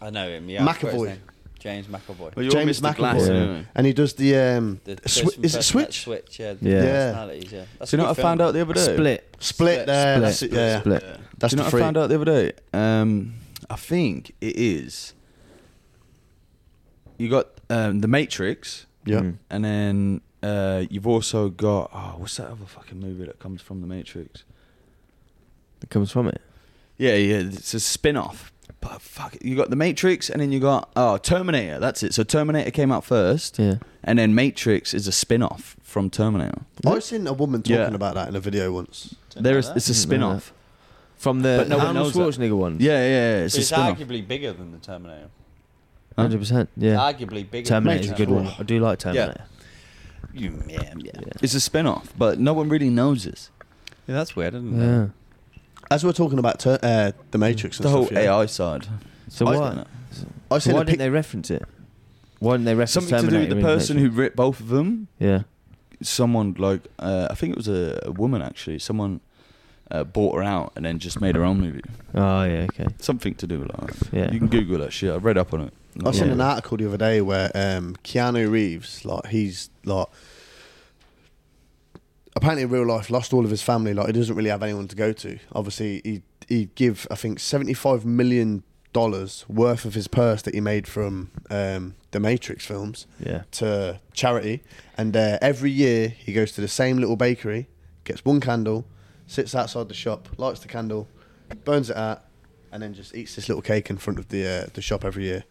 Speaker 6: I know him. Yeah, I forgot his
Speaker 2: McAvoy.
Speaker 6: name. James McAvoy.
Speaker 4: Well, you're
Speaker 2: James
Speaker 4: Mr. Glass,
Speaker 2: McAvoy.
Speaker 1: Yeah.
Speaker 4: anyway.
Speaker 2: and he does the um,
Speaker 6: The
Speaker 2: Swi-
Speaker 6: person-
Speaker 2: is it
Speaker 6: person that
Speaker 2: Switch
Speaker 6: Switch? Yeah.
Speaker 1: Yeah.
Speaker 6: yeah.
Speaker 2: Yeah.
Speaker 6: Personalities. Yeah. That's
Speaker 4: Do you
Speaker 6: a
Speaker 4: know
Speaker 6: good
Speaker 4: what I
Speaker 6: film,
Speaker 4: found out the other day?
Speaker 1: Split.
Speaker 2: Split. There,
Speaker 1: Split.
Speaker 2: that's it, yeah,
Speaker 1: Split.
Speaker 2: that's
Speaker 4: Do you
Speaker 2: the
Speaker 4: know
Speaker 2: free.
Speaker 4: what I found out the other day? Um, I think it is. You got um, the Matrix,
Speaker 2: Yeah,
Speaker 1: Mm.
Speaker 4: and then uh, you've also got oh, what's that other fucking movie that comes from the Matrix?
Speaker 1: It comes from it.
Speaker 4: Yeah, yeah, it's a spin-off. But fuck, it. you got the Matrix, and then you got oh Terminator. That's it. So Terminator came out first,
Speaker 1: Yeah.
Speaker 4: and then Matrix is a spin-off from Terminator.
Speaker 2: I've seen a woman talking
Speaker 4: Mm. Yeah.
Speaker 2: about that in a video once.
Speaker 4: There is it's a
Speaker 1: Didn't know
Speaker 4: spin-off.
Speaker 1: From the
Speaker 4: But no one
Speaker 1: Arnold
Speaker 4: knows
Speaker 1: Schwarzenegger one.
Speaker 4: Yeah, yeah, yeah, it's
Speaker 6: It's,
Speaker 4: a spin-off.
Speaker 6: arguably bigger than the Terminator.
Speaker 4: Huh?
Speaker 1: Hundred percent.
Speaker 4: Ah,
Speaker 1: Yeah.
Speaker 6: Arguably bigger.
Speaker 1: Terminator's a
Speaker 6: than
Speaker 1: good one. I do like
Speaker 4: Yeah.
Speaker 1: Terminator.
Speaker 6: You- Yeah, yeah.
Speaker 4: It's a spin-off, but no one really knows this.
Speaker 6: Yeah, that's weird, isn't
Speaker 1: Yeah.
Speaker 6: it?
Speaker 2: As we're talking about ter- uh, the Matrix and
Speaker 4: The whole
Speaker 2: stuff, yeah,
Speaker 4: AI side.
Speaker 1: So
Speaker 4: I
Speaker 1: why
Speaker 4: don't know.
Speaker 2: I've
Speaker 1: so
Speaker 2: seen
Speaker 1: why
Speaker 2: a
Speaker 1: didn't
Speaker 2: pic-
Speaker 1: they reference it? Why didn't they reference
Speaker 4: Something to do with
Speaker 1: Terminator
Speaker 4: the
Speaker 1: in
Speaker 4: person who
Speaker 1: Matrix?
Speaker 4: ripped both of them.
Speaker 1: Yeah.
Speaker 4: someone like uh, I think it was a, a woman actually. Someone uh, bought her out and then just made her own movie.
Speaker 1: Oh yeah. Okay.
Speaker 4: Something to do with that.
Speaker 1: Yeah.
Speaker 4: You can Google that shit. I read up on it.
Speaker 2: I've seen
Speaker 1: Yeah.
Speaker 2: an article the other day where um, Keanu Reeves, like he's like apparently in real life lost all of his family. Like he doesn't really have anyone to go to. Obviously, he he give I think seventy five million dollars worth of his purse that he made from um, the Matrix films
Speaker 1: Yeah.
Speaker 2: to charity, and uh, every year he goes to the same little bakery, gets one candle, sits outside the shop, lights the candle, burns it out, and then just eats this little cake in front of the uh, the shop every year.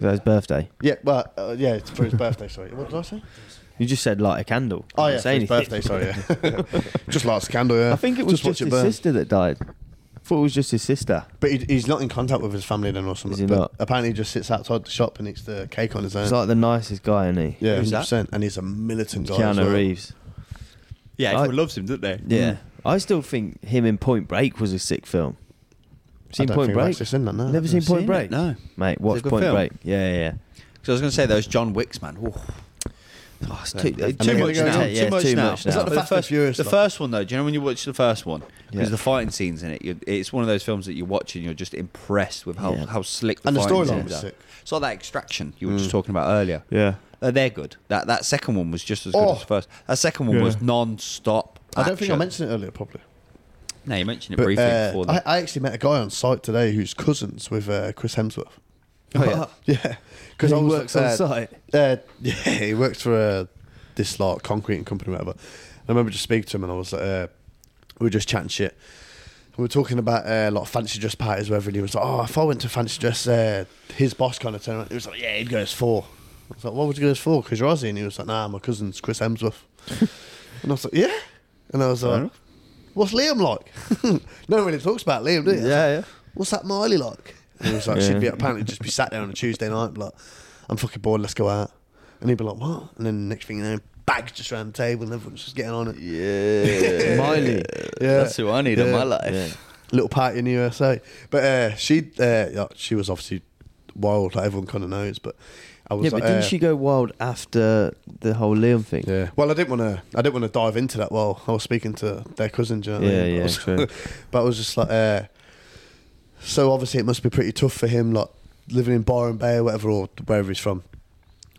Speaker 1: That was birthday.
Speaker 2: Yeah, well, uh, yeah, it's for his birthday. Sorry, what did I say?
Speaker 1: You just said light a candle.
Speaker 2: Oh
Speaker 1: You
Speaker 2: yeah,
Speaker 1: didn't
Speaker 2: for
Speaker 1: say
Speaker 2: his
Speaker 1: anything.
Speaker 2: birthday. Sorry, yeah. just lights a candle. Yeah,
Speaker 1: I think it was
Speaker 2: watch
Speaker 1: just, his
Speaker 2: burn.
Speaker 1: sister that died. I thought it was just his sister.
Speaker 2: But he, he's not in contact with his family then, or something.
Speaker 1: he
Speaker 2: but
Speaker 1: not?
Speaker 2: apparently, he just sits outside the shop and eats the cake on his own.
Speaker 1: He's like the nicest guy, isn't he?
Speaker 2: yeah,
Speaker 6: Who's that?
Speaker 2: 100%. And he's a militant guy. as
Speaker 1: Keanu
Speaker 2: well.
Speaker 1: Reeves.
Speaker 6: Yeah,
Speaker 1: everyone
Speaker 6: loves him, doesn't they?
Speaker 1: Yeah. I still think him in Point Break was a sick film. Seen
Speaker 2: I don't
Speaker 1: Point
Speaker 2: think I've
Speaker 1: Break?
Speaker 2: actually seen that, no.
Speaker 1: Never seen Point Break?
Speaker 6: No.
Speaker 1: Mate, watch
Speaker 6: good
Speaker 1: Point
Speaker 6: film.
Speaker 1: Break. Yeah, yeah, yeah.
Speaker 6: Because I was going to say those John Wicks, man. Ooh.
Speaker 1: Oh, it's too,
Speaker 6: Yeah.
Speaker 1: too
Speaker 2: I mean,
Speaker 1: much
Speaker 2: they're
Speaker 1: now.
Speaker 2: going,
Speaker 1: Yeah, it's too much
Speaker 6: It's
Speaker 1: now.
Speaker 6: like the,
Speaker 2: Fast and
Speaker 6: first,
Speaker 2: Furious
Speaker 6: the
Speaker 2: lot.
Speaker 6: first one, though. Do you know when you watch the first one? Because
Speaker 1: Yeah.
Speaker 6: the fighting scenes in it, you're, it's one of those films that you watch and you're just impressed with how,
Speaker 1: Yeah.
Speaker 6: how slick the
Speaker 2: And the
Speaker 6: fighting
Speaker 2: storyline
Speaker 6: scenes
Speaker 2: was
Speaker 6: are.
Speaker 2: sick.
Speaker 6: It's like that extraction you were
Speaker 1: Mm.
Speaker 6: just talking about earlier.
Speaker 1: Yeah.
Speaker 6: Uh, they're good. That that second one was just as good
Speaker 2: Oh.
Speaker 6: as the first. That second one was non-stop.
Speaker 2: I don't think I
Speaker 6: action.
Speaker 2: mentioned it earlier, probably.
Speaker 3: No, you mentioned it
Speaker 2: But,
Speaker 3: briefly
Speaker 2: uh,
Speaker 3: before.
Speaker 2: I,
Speaker 3: that.
Speaker 2: I actually met a guy on site today who's cousins with uh, Chris Hemsworth.
Speaker 1: Oh, yeah.
Speaker 2: yeah, because
Speaker 1: He works on site?
Speaker 2: Uh, yeah, he works for uh, this like concrete company, or whatever. And I remember just speaking to him, and I was like, uh, we were just chatting shit. And we were talking about uh, like fancy dress parties, whatever. And he was like, "Oh, if I went to fancy dress, uh, his boss kind of turned around. He was like, "Yeah, he'd go as four. I was like, "What would you go as four? Because you're Aussie." And he was like, "Nah, my cousin's Chris Hemsworth." and I was like, "Yeah," and I was like, "What's Liam like?" no one really talks about Liam, do you?
Speaker 1: Yeah, yeah.
Speaker 2: what's that Miley like? And he was like, she'd be
Speaker 1: Yeah.
Speaker 2: apparently just be sat there on a Tuesday night, and be like, I'm fucking bored, let's go out. And he'd be like, what? And then next thing you know, bags just around the table and everyone's just getting on it.
Speaker 4: Yeah.
Speaker 1: Miley.
Speaker 2: Yeah.
Speaker 4: That's who I need in
Speaker 2: Yeah.
Speaker 4: my life.
Speaker 1: Yeah.
Speaker 2: Little party in the USA. But uh, she, uh, yeah, she was obviously wild, like everyone kind of knows, but I was
Speaker 1: Yeah,
Speaker 2: like,
Speaker 1: but didn't
Speaker 2: uh,
Speaker 1: she go wild after the whole Liam thing?
Speaker 2: Yeah. Well, I didn't want to. I didn't want to dive into that while I was speaking to their cousin. Do you know what I
Speaker 1: Yeah,
Speaker 2: mean? But I
Speaker 1: yeah,
Speaker 2: was-
Speaker 1: true.
Speaker 2: but I was just like, uh, so obviously it must be pretty tough for him, like living in Byron Bay or whatever, or wherever he's from.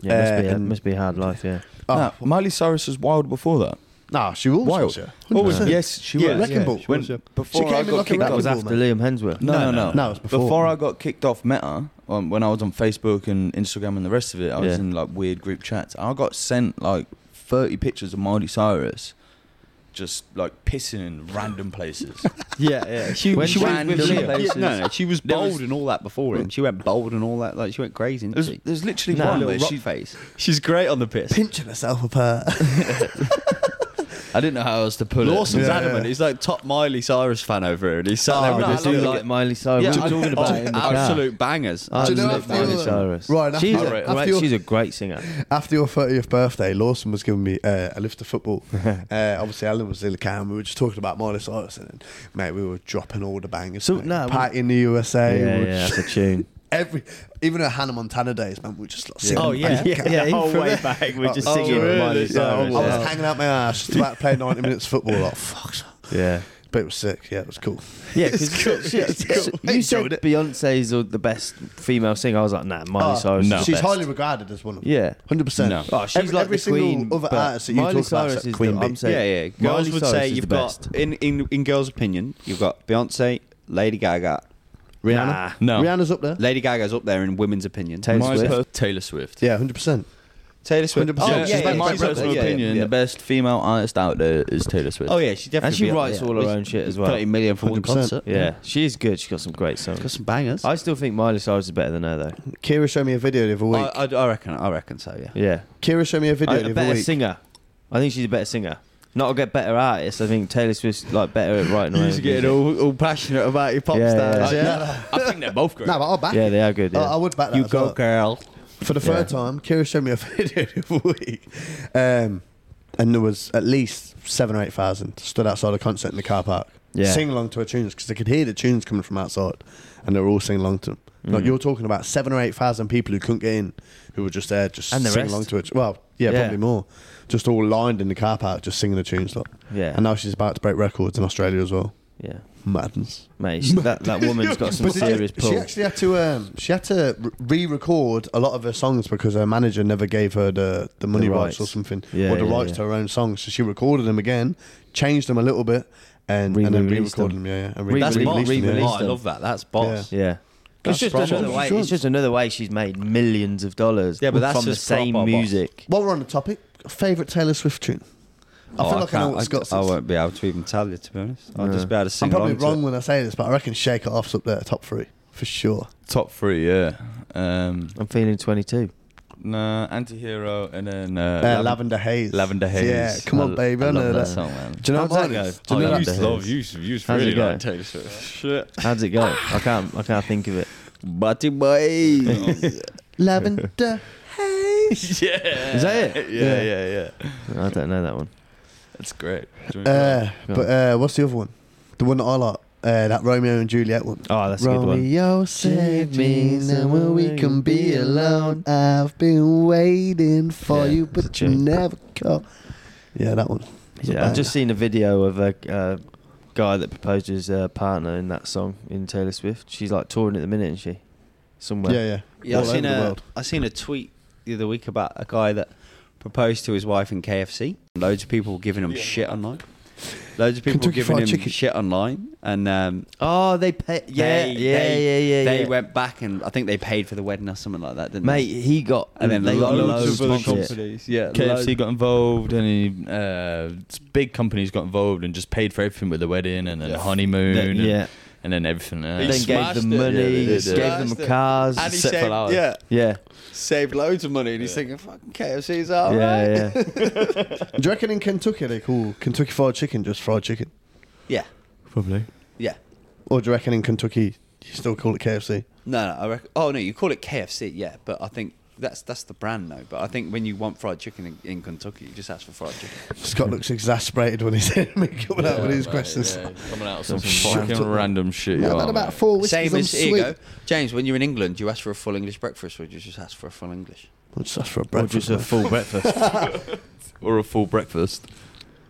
Speaker 1: Yeah, it must, be,
Speaker 2: Uh,
Speaker 1: it must be a hard life, yeah.
Speaker 2: Oh,
Speaker 4: Nah, Miley Cyrus was wild before that.
Speaker 2: nah, she always
Speaker 4: Wild.
Speaker 2: was. Yeah.
Speaker 4: Always,
Speaker 2: 100%.
Speaker 4: yes, she
Speaker 2: Yeah,
Speaker 4: was.
Speaker 2: Wrecking Ball.
Speaker 4: When-
Speaker 2: She came
Speaker 4: before I
Speaker 2: in
Speaker 4: got
Speaker 2: like a
Speaker 1: That
Speaker 4: kicked
Speaker 2: wrecking
Speaker 4: off-
Speaker 1: was
Speaker 2: ball,
Speaker 1: after
Speaker 2: mate.
Speaker 1: Liam Hemsworth.
Speaker 4: No, no, no.
Speaker 2: No, it was before.
Speaker 4: I got kicked off Meta, um, when I was on Facebook and Instagram and the rest of it, I was
Speaker 1: Yeah.
Speaker 4: in like weird group chats. I got sent like 30 pictures of Miley Cyrus just like pissing in random places.
Speaker 1: Yeah, yeah. She, when
Speaker 4: she went with Liam.
Speaker 1: places.
Speaker 6: no, no, she was
Speaker 4: There
Speaker 6: bold
Speaker 4: was-
Speaker 6: and all that before him. She went bold and all that. Like she went crazy. Didn't
Speaker 4: There's,
Speaker 6: she?
Speaker 4: there's literally
Speaker 1: No.
Speaker 4: one
Speaker 6: Little
Speaker 4: where
Speaker 6: rock
Speaker 4: she,
Speaker 6: face.
Speaker 3: She's great on the piss.
Speaker 2: Pinching herself uh, apart.
Speaker 4: I didn't know how else to pull it.
Speaker 3: Lawson's
Speaker 2: Yeah,
Speaker 3: adamant.
Speaker 2: yeah.
Speaker 3: He's like top Miley Cyrus fan over here, and he's sat
Speaker 1: Oh,
Speaker 3: there with
Speaker 1: no, I
Speaker 3: this.
Speaker 1: do
Speaker 3: little-
Speaker 1: like Miley Cyrus.
Speaker 3: Yeah,
Speaker 1: we
Speaker 3: I-
Speaker 1: were talking about
Speaker 3: oh,
Speaker 1: it in the car.
Speaker 6: Absolute bangers.
Speaker 1: I
Speaker 2: Do you know
Speaker 1: love
Speaker 2: I feel
Speaker 1: Miley
Speaker 2: like-
Speaker 1: Cyrus.
Speaker 2: Right, and
Speaker 1: she's,
Speaker 2: after-
Speaker 1: a,
Speaker 2: after your-
Speaker 1: she's a great singer.
Speaker 2: After your 30th birthday, Lawson was giving me uh, a lift of football. uh, obviously, Alan was in the car and we were just talking about Miley Cyrus. And then, mate, we were dropping all the bangers.
Speaker 1: So,
Speaker 2: mate.
Speaker 1: nah, we-
Speaker 2: Party in the USA.
Speaker 1: yeah,
Speaker 2: we were
Speaker 1: yeah,
Speaker 2: just-
Speaker 1: that's a tune.
Speaker 2: every, even at Hannah Montana days, man, we were just like, sitting
Speaker 3: Oh
Speaker 2: in the
Speaker 3: yeah,
Speaker 2: back.
Speaker 1: Yeah, yeah,
Speaker 3: the whole
Speaker 1: even
Speaker 3: way
Speaker 1: that.
Speaker 3: back. We're just
Speaker 1: Oh,
Speaker 3: singing
Speaker 1: really? Yeah,
Speaker 3: Miley
Speaker 1: oh,
Speaker 3: Cyrus.
Speaker 2: I was
Speaker 1: Yeah.
Speaker 2: hanging out my ass, just about to play 90 minutes football. Like, fuck.
Speaker 1: Yeah.
Speaker 2: But it was sick. Yeah, it was cool.
Speaker 1: Yeah, because you said Beyonce's are the best female singer. I was like, nah, Miley
Speaker 2: Oh,
Speaker 1: Cyrus. is the
Speaker 2: She's
Speaker 1: best.
Speaker 2: highly regarded as one of them.
Speaker 1: Yeah.
Speaker 2: 100%.
Speaker 4: No.
Speaker 1: Oh, she's
Speaker 2: every,
Speaker 1: like
Speaker 2: every
Speaker 1: the
Speaker 2: single
Speaker 1: queen,
Speaker 2: other
Speaker 1: but
Speaker 2: artist that you
Speaker 1: Miley
Speaker 2: talk about,
Speaker 1: Cyrus
Speaker 2: except
Speaker 1: is the-
Speaker 2: Queen Bee.
Speaker 1: I'm saying-
Speaker 6: yeah, yeah. Girls
Speaker 1: Miley
Speaker 6: would
Speaker 1: Cyrus
Speaker 6: say
Speaker 1: is
Speaker 6: you've
Speaker 1: the
Speaker 6: got
Speaker 1: best.
Speaker 6: in, in in girls' opinion, you've got Beyonce, Lady Gaga.
Speaker 2: Rihanna.
Speaker 1: Nah.
Speaker 4: No.
Speaker 2: Rihanna's up there.
Speaker 6: Lady Gaga's up there in women's opinion.
Speaker 1: Taylor
Speaker 4: Mine's
Speaker 1: Swift.
Speaker 4: per- Taylor Swift.
Speaker 2: Yeah, 100%.
Speaker 6: Taylor Swift.
Speaker 2: 100%. Yeah,
Speaker 6: Oh, yeah,
Speaker 2: she's
Speaker 6: yeah,
Speaker 2: like
Speaker 4: in my
Speaker 6: she's up
Speaker 4: personal
Speaker 6: there, yeah,
Speaker 4: opinion,
Speaker 6: yeah.
Speaker 4: the best female artist out there is Taylor Swift.
Speaker 6: Oh yeah, she definitely.
Speaker 1: And she
Speaker 6: be up
Speaker 1: writes
Speaker 6: there.
Speaker 1: all her own shit as well.
Speaker 6: Thirty million for one
Speaker 2: 100%.
Speaker 6: concert.
Speaker 1: Yeah, she is good. She's got some great
Speaker 6: got
Speaker 1: songs.
Speaker 6: some bangers.
Speaker 1: I still think Miley Cyrus is better than her, though.
Speaker 2: Kira showed me a video the other week.
Speaker 6: I, I, I reckon. I reckon so. Yeah.
Speaker 1: Yeah.
Speaker 2: Kira showed me a video
Speaker 1: I-
Speaker 2: the
Speaker 1: a
Speaker 2: other
Speaker 1: better
Speaker 2: week.
Speaker 1: singer. I think she's a better singer. Not a get better artist. I think Taylor Swift's like better at writing. her
Speaker 6: You're
Speaker 1: own
Speaker 6: getting
Speaker 1: music.
Speaker 6: all, all passionate about your pop
Speaker 1: Yeah,
Speaker 6: stars.
Speaker 1: yeah.
Speaker 6: Yeah.
Speaker 4: I think they're both great.
Speaker 2: No, but I'll back Oh,
Speaker 1: Yeah,
Speaker 2: it.
Speaker 1: they are good. Yeah.
Speaker 2: I, I would back that.
Speaker 6: You
Speaker 2: as
Speaker 6: go,
Speaker 2: well.
Speaker 6: girl.
Speaker 2: For the third time, Kira showed me a video the other week. Um, and there was at least seven or 8,000 stood outside a concert in the car park.
Speaker 1: Yeah.
Speaker 2: Sing along to her tunes because they could hear the tunes coming from outside and they were all singing along to them.
Speaker 1: Mm.
Speaker 2: Like you're talking about seven or 8,000 people who couldn't get in who were just there just
Speaker 1: And the
Speaker 2: singing
Speaker 1: rest.
Speaker 2: along to it. Well, yeah,
Speaker 1: Yeah.
Speaker 2: probably more. Just all lined in the car park just singing the tunes. Like.
Speaker 1: Yeah.
Speaker 2: And now she's about to break records in Australia as well.
Speaker 1: yeah.
Speaker 2: Madness.
Speaker 1: Mate, she- that, that woman's got some
Speaker 2: But did you-
Speaker 1: serious
Speaker 2: She
Speaker 1: pull.
Speaker 2: actually had to um, she had to re- re-record a lot of her songs because her manager never gave her the, the money
Speaker 1: The
Speaker 2: rights. or
Speaker 1: rights.
Speaker 2: something,
Speaker 1: Yeah,
Speaker 2: or the
Speaker 1: yeah,
Speaker 2: rights
Speaker 1: yeah.
Speaker 2: to her own songs. So she recorded them again, changed them a little bit, and, and then
Speaker 1: Re-released
Speaker 2: re-recorded them.
Speaker 1: them.
Speaker 2: Yeah, yeah, and
Speaker 1: Re-
Speaker 6: That's boss.
Speaker 1: Re-release them, yeah.
Speaker 6: Oh, I love that. That's boss.
Speaker 2: Yeah.
Speaker 1: Yeah.
Speaker 2: That's
Speaker 1: It's just,
Speaker 2: proper.
Speaker 1: another way, it's just another way she's made millions of dollars
Speaker 6: Yeah, but that's
Speaker 1: from the
Speaker 6: just
Speaker 1: same
Speaker 6: proper boss.
Speaker 1: music.
Speaker 2: While we're on the topic, favorite Taylor Swift tune. I
Speaker 6: Oh,
Speaker 2: feel like I, know
Speaker 6: can't-
Speaker 2: what Scott's.
Speaker 6: I
Speaker 2: is.
Speaker 6: won't be able to even tell you, to be honest. I'll just be able to sing
Speaker 2: I'm probably
Speaker 6: along to
Speaker 2: wrong
Speaker 6: it.
Speaker 2: when I say this, but I reckon Shake It Off's up there, top three for sure.
Speaker 4: Top three, yeah. Um,
Speaker 1: I'm feeling 22.
Speaker 4: nah, Anti-Hero and then uh,
Speaker 2: Uh,
Speaker 4: Lav-
Speaker 2: Lavender Haze.
Speaker 4: Lavender Haze.
Speaker 2: Yeah, come on,
Speaker 4: I-
Speaker 2: baby, I
Speaker 4: I
Speaker 2: know
Speaker 4: love
Speaker 2: that.
Speaker 4: that song, man.
Speaker 2: Do you know
Speaker 1: How's
Speaker 2: what
Speaker 1: that
Speaker 2: mine is?
Speaker 1: go?
Speaker 2: Do you know
Speaker 1: I
Speaker 2: what
Speaker 1: love
Speaker 2: mine
Speaker 1: that.
Speaker 2: is?
Speaker 4: you, you
Speaker 1: How's it go?
Speaker 4: Taylor Swift. Shit.
Speaker 1: How's it go? I can't. I can't think of it.
Speaker 6: Butty boy.
Speaker 2: Lavender
Speaker 4: yeah.
Speaker 1: Is that it?
Speaker 4: Yeah, yeah, yeah.
Speaker 1: I don't know that one.
Speaker 4: That's great.
Speaker 2: Uh,
Speaker 1: Go
Speaker 2: but uh, what's the other one? The one that I like, uh, that Romeo and Juliet one.
Speaker 1: Oh, that's a good one.
Speaker 2: Romeo saved me, now we can be alone. I've been waiting for
Speaker 1: Yeah,
Speaker 2: you,
Speaker 1: it's a
Speaker 2: but you
Speaker 1: tune.
Speaker 2: never come. Yeah, that one. It's a
Speaker 1: Yeah, I've
Speaker 2: banger.
Speaker 1: just seen a video of a uh, guy that proposed his uh, partner in that song in Taylor Swift. She's like touring at the minute, isn't she? Somewhere.
Speaker 2: yeah, yeah.
Speaker 6: Yeah, I
Speaker 2: All over
Speaker 6: seen
Speaker 2: the
Speaker 6: a
Speaker 2: world.
Speaker 6: I seen a tweet the other week about a guy that proposed to his wife in KFC. Loads of people were giving him shit online.
Speaker 8: Loads of people
Speaker 2: Kentucky
Speaker 8: giving
Speaker 2: Fried
Speaker 8: him.
Speaker 2: Chicken.
Speaker 3: shit online, and um,
Speaker 1: Oh, they pay. Yeah,
Speaker 3: they-
Speaker 1: yeah,
Speaker 3: they-
Speaker 1: yeah, yeah.
Speaker 3: They
Speaker 1: yeah.
Speaker 3: went back and I think they paid for the wedding or something like that, didn't
Speaker 1: Mate,
Speaker 3: they?
Speaker 1: he got
Speaker 3: And then
Speaker 1: loads,
Speaker 4: loads
Speaker 1: of
Speaker 4: of
Speaker 1: shit.
Speaker 9: companies. Yeah, loads.
Speaker 4: KFC got involved, and he, uh, s- big companies got involved and just paid for everything with the wedding and then the honeymoon, and,
Speaker 1: Yeah.
Speaker 4: and then everything. else.
Speaker 1: Then gave
Speaker 4: Smashed
Speaker 1: them
Speaker 4: it.
Speaker 1: money,
Speaker 4: Yeah, they did, yeah.
Speaker 1: gave them
Speaker 3: Smashed it.
Speaker 1: cars.
Speaker 3: And he
Speaker 4: Except for
Speaker 3: saved,
Speaker 4: ours.
Speaker 3: yeah,
Speaker 1: yeah,
Speaker 3: saved loads of money, and he's thinking, "Fucking KFC's
Speaker 1: yeah,
Speaker 3: all right."
Speaker 1: yeah.
Speaker 2: Do you reckon in Kentucky they call Kentucky Fried Chicken just fried chicken?
Speaker 3: yeah,
Speaker 4: Probably.
Speaker 3: yeah.
Speaker 2: Or do you reckon in Kentucky you still call it KFC?
Speaker 3: No, no, I reckon. Oh no, you call it KFC, yeah, but I think that's that's the brand now. But I think when you want fried chicken in, in Kentucky, you just ask for fried chicken.
Speaker 2: Scott looks exasperated when he's coming out with these questions.
Speaker 4: Coming out of some
Speaker 2: Shut
Speaker 4: fucking
Speaker 2: up.
Speaker 4: random shit. you
Speaker 2: Man, I've
Speaker 4: are,
Speaker 2: had about
Speaker 4: mate.
Speaker 2: four whiskeys.
Speaker 3: Same
Speaker 2: I'm
Speaker 3: as
Speaker 2: sweet.
Speaker 3: here you go. James. When you're in England, do you ask for a full English breakfast, or do you just ask for a full English?
Speaker 2: Well, just ask for a
Speaker 1: Or
Speaker 2: breakfast.
Speaker 1: just a full breakfast.
Speaker 4: or a full breakfast.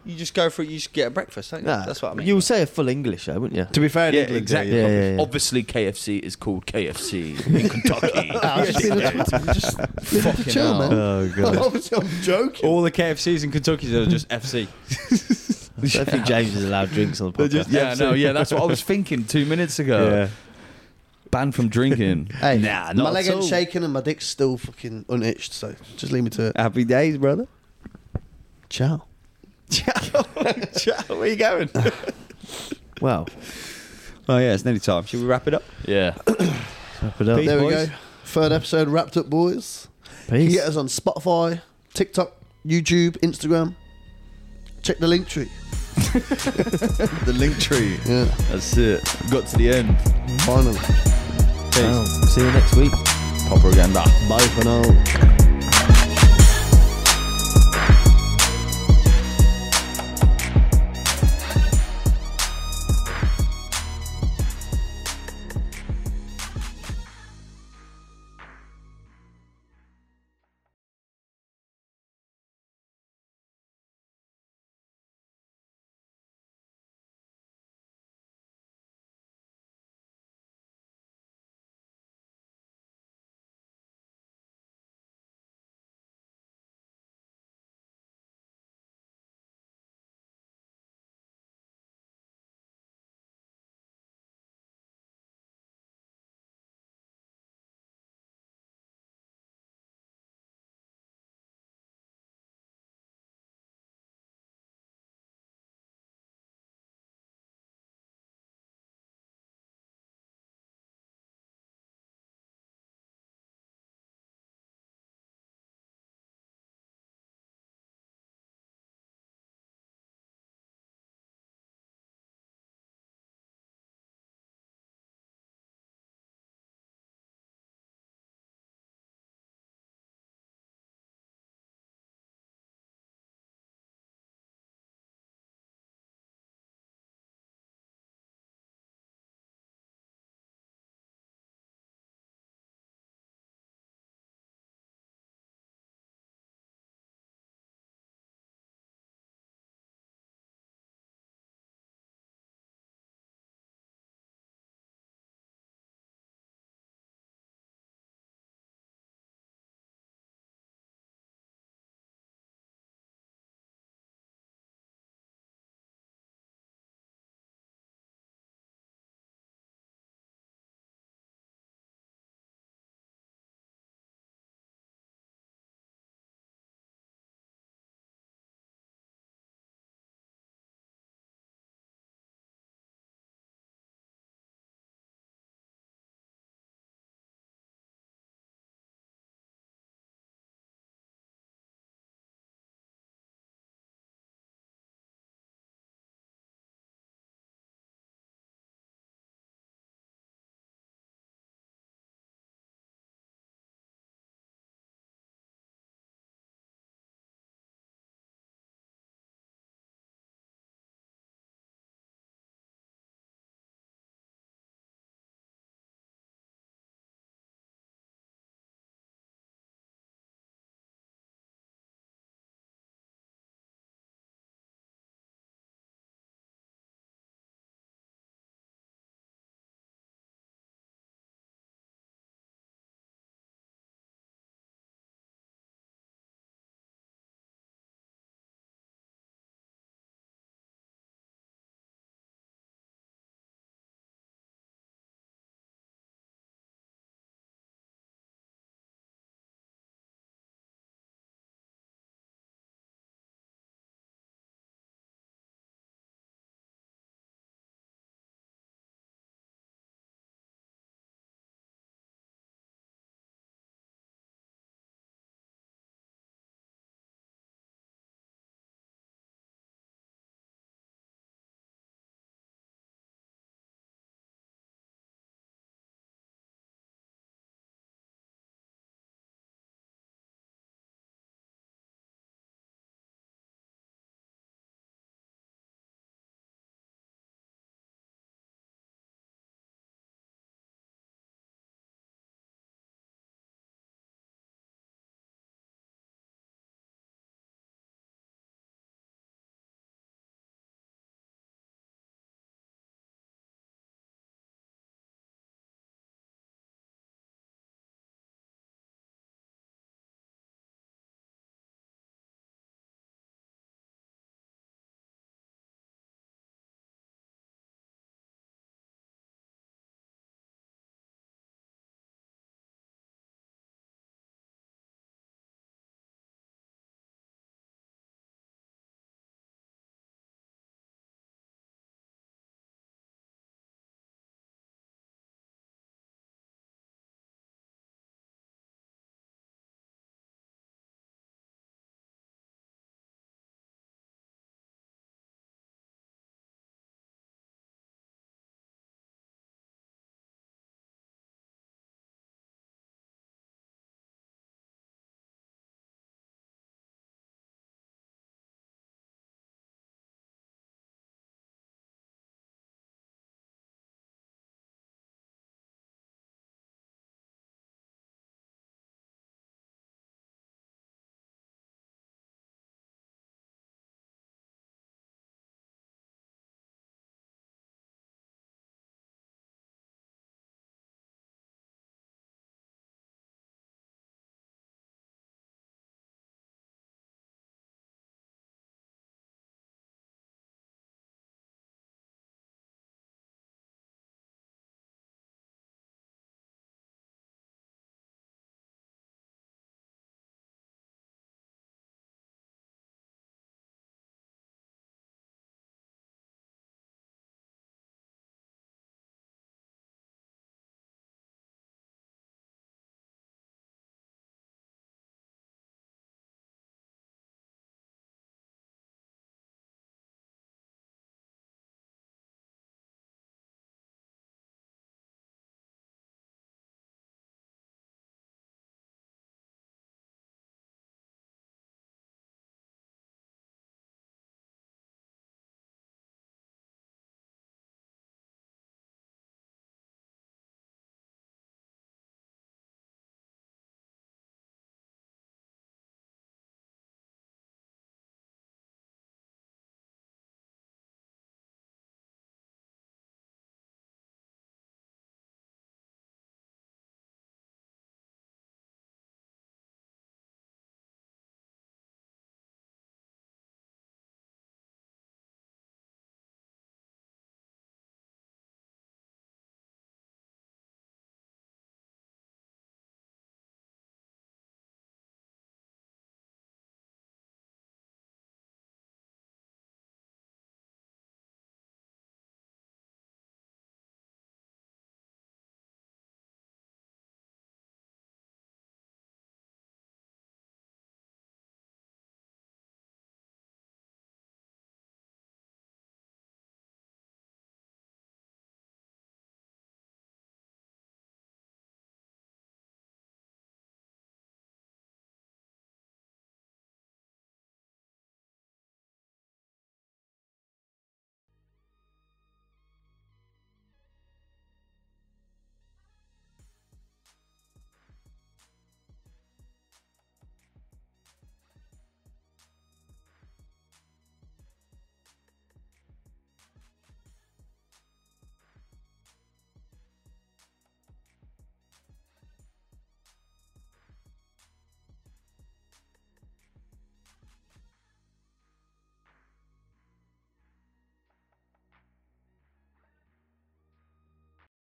Speaker 3: You just go for it. You just get a breakfast, don't you?
Speaker 1: Nah,
Speaker 3: that's what I mean.
Speaker 1: You would say a full English, though, wouldn't you?
Speaker 2: to be fair, in
Speaker 4: Yeah,
Speaker 2: England,
Speaker 4: exactly.
Speaker 1: Yeah, yeah, yeah.
Speaker 4: Obviously, KFC is called KFC in Kentucky.
Speaker 2: Ah, I just need a- just need to
Speaker 4: Fucking
Speaker 2: chill,
Speaker 4: hell.
Speaker 2: man.
Speaker 1: Oh god.
Speaker 2: Obviously, I'm joking.
Speaker 8: All the KFCs in Kentucky are just FC.
Speaker 1: I don't think James is allowed drinks on the podcast.
Speaker 4: yeah, no, yeah, that's what I was thinking two minutes ago. Banned from drinking.
Speaker 2: Hey,
Speaker 4: Nah,
Speaker 2: my
Speaker 4: not
Speaker 2: leg
Speaker 4: at
Speaker 2: ain't
Speaker 4: all.
Speaker 2: shaking and my dick's still fucking unhitched, so just leave me to it.
Speaker 1: Happy days, brother.
Speaker 2: Ciao.
Speaker 3: Where are you going?
Speaker 1: Wow.
Speaker 3: Oh yeah, it's nearly time. Should we wrap it up?
Speaker 4: Yeah.
Speaker 1: Wrap it up.
Speaker 2: there we
Speaker 1: boys.
Speaker 2: go. Third episode wrapped up, boys. You can
Speaker 1: Peace.
Speaker 2: get us on Spotify, TikTok, YouTube, Instagram. Check the link tree.
Speaker 4: the link tree.
Speaker 2: Yeah,
Speaker 4: That's it. Got to the end.
Speaker 2: finally.
Speaker 1: Wow. See you next week.
Speaker 4: Propaganda.
Speaker 1: Bye for now.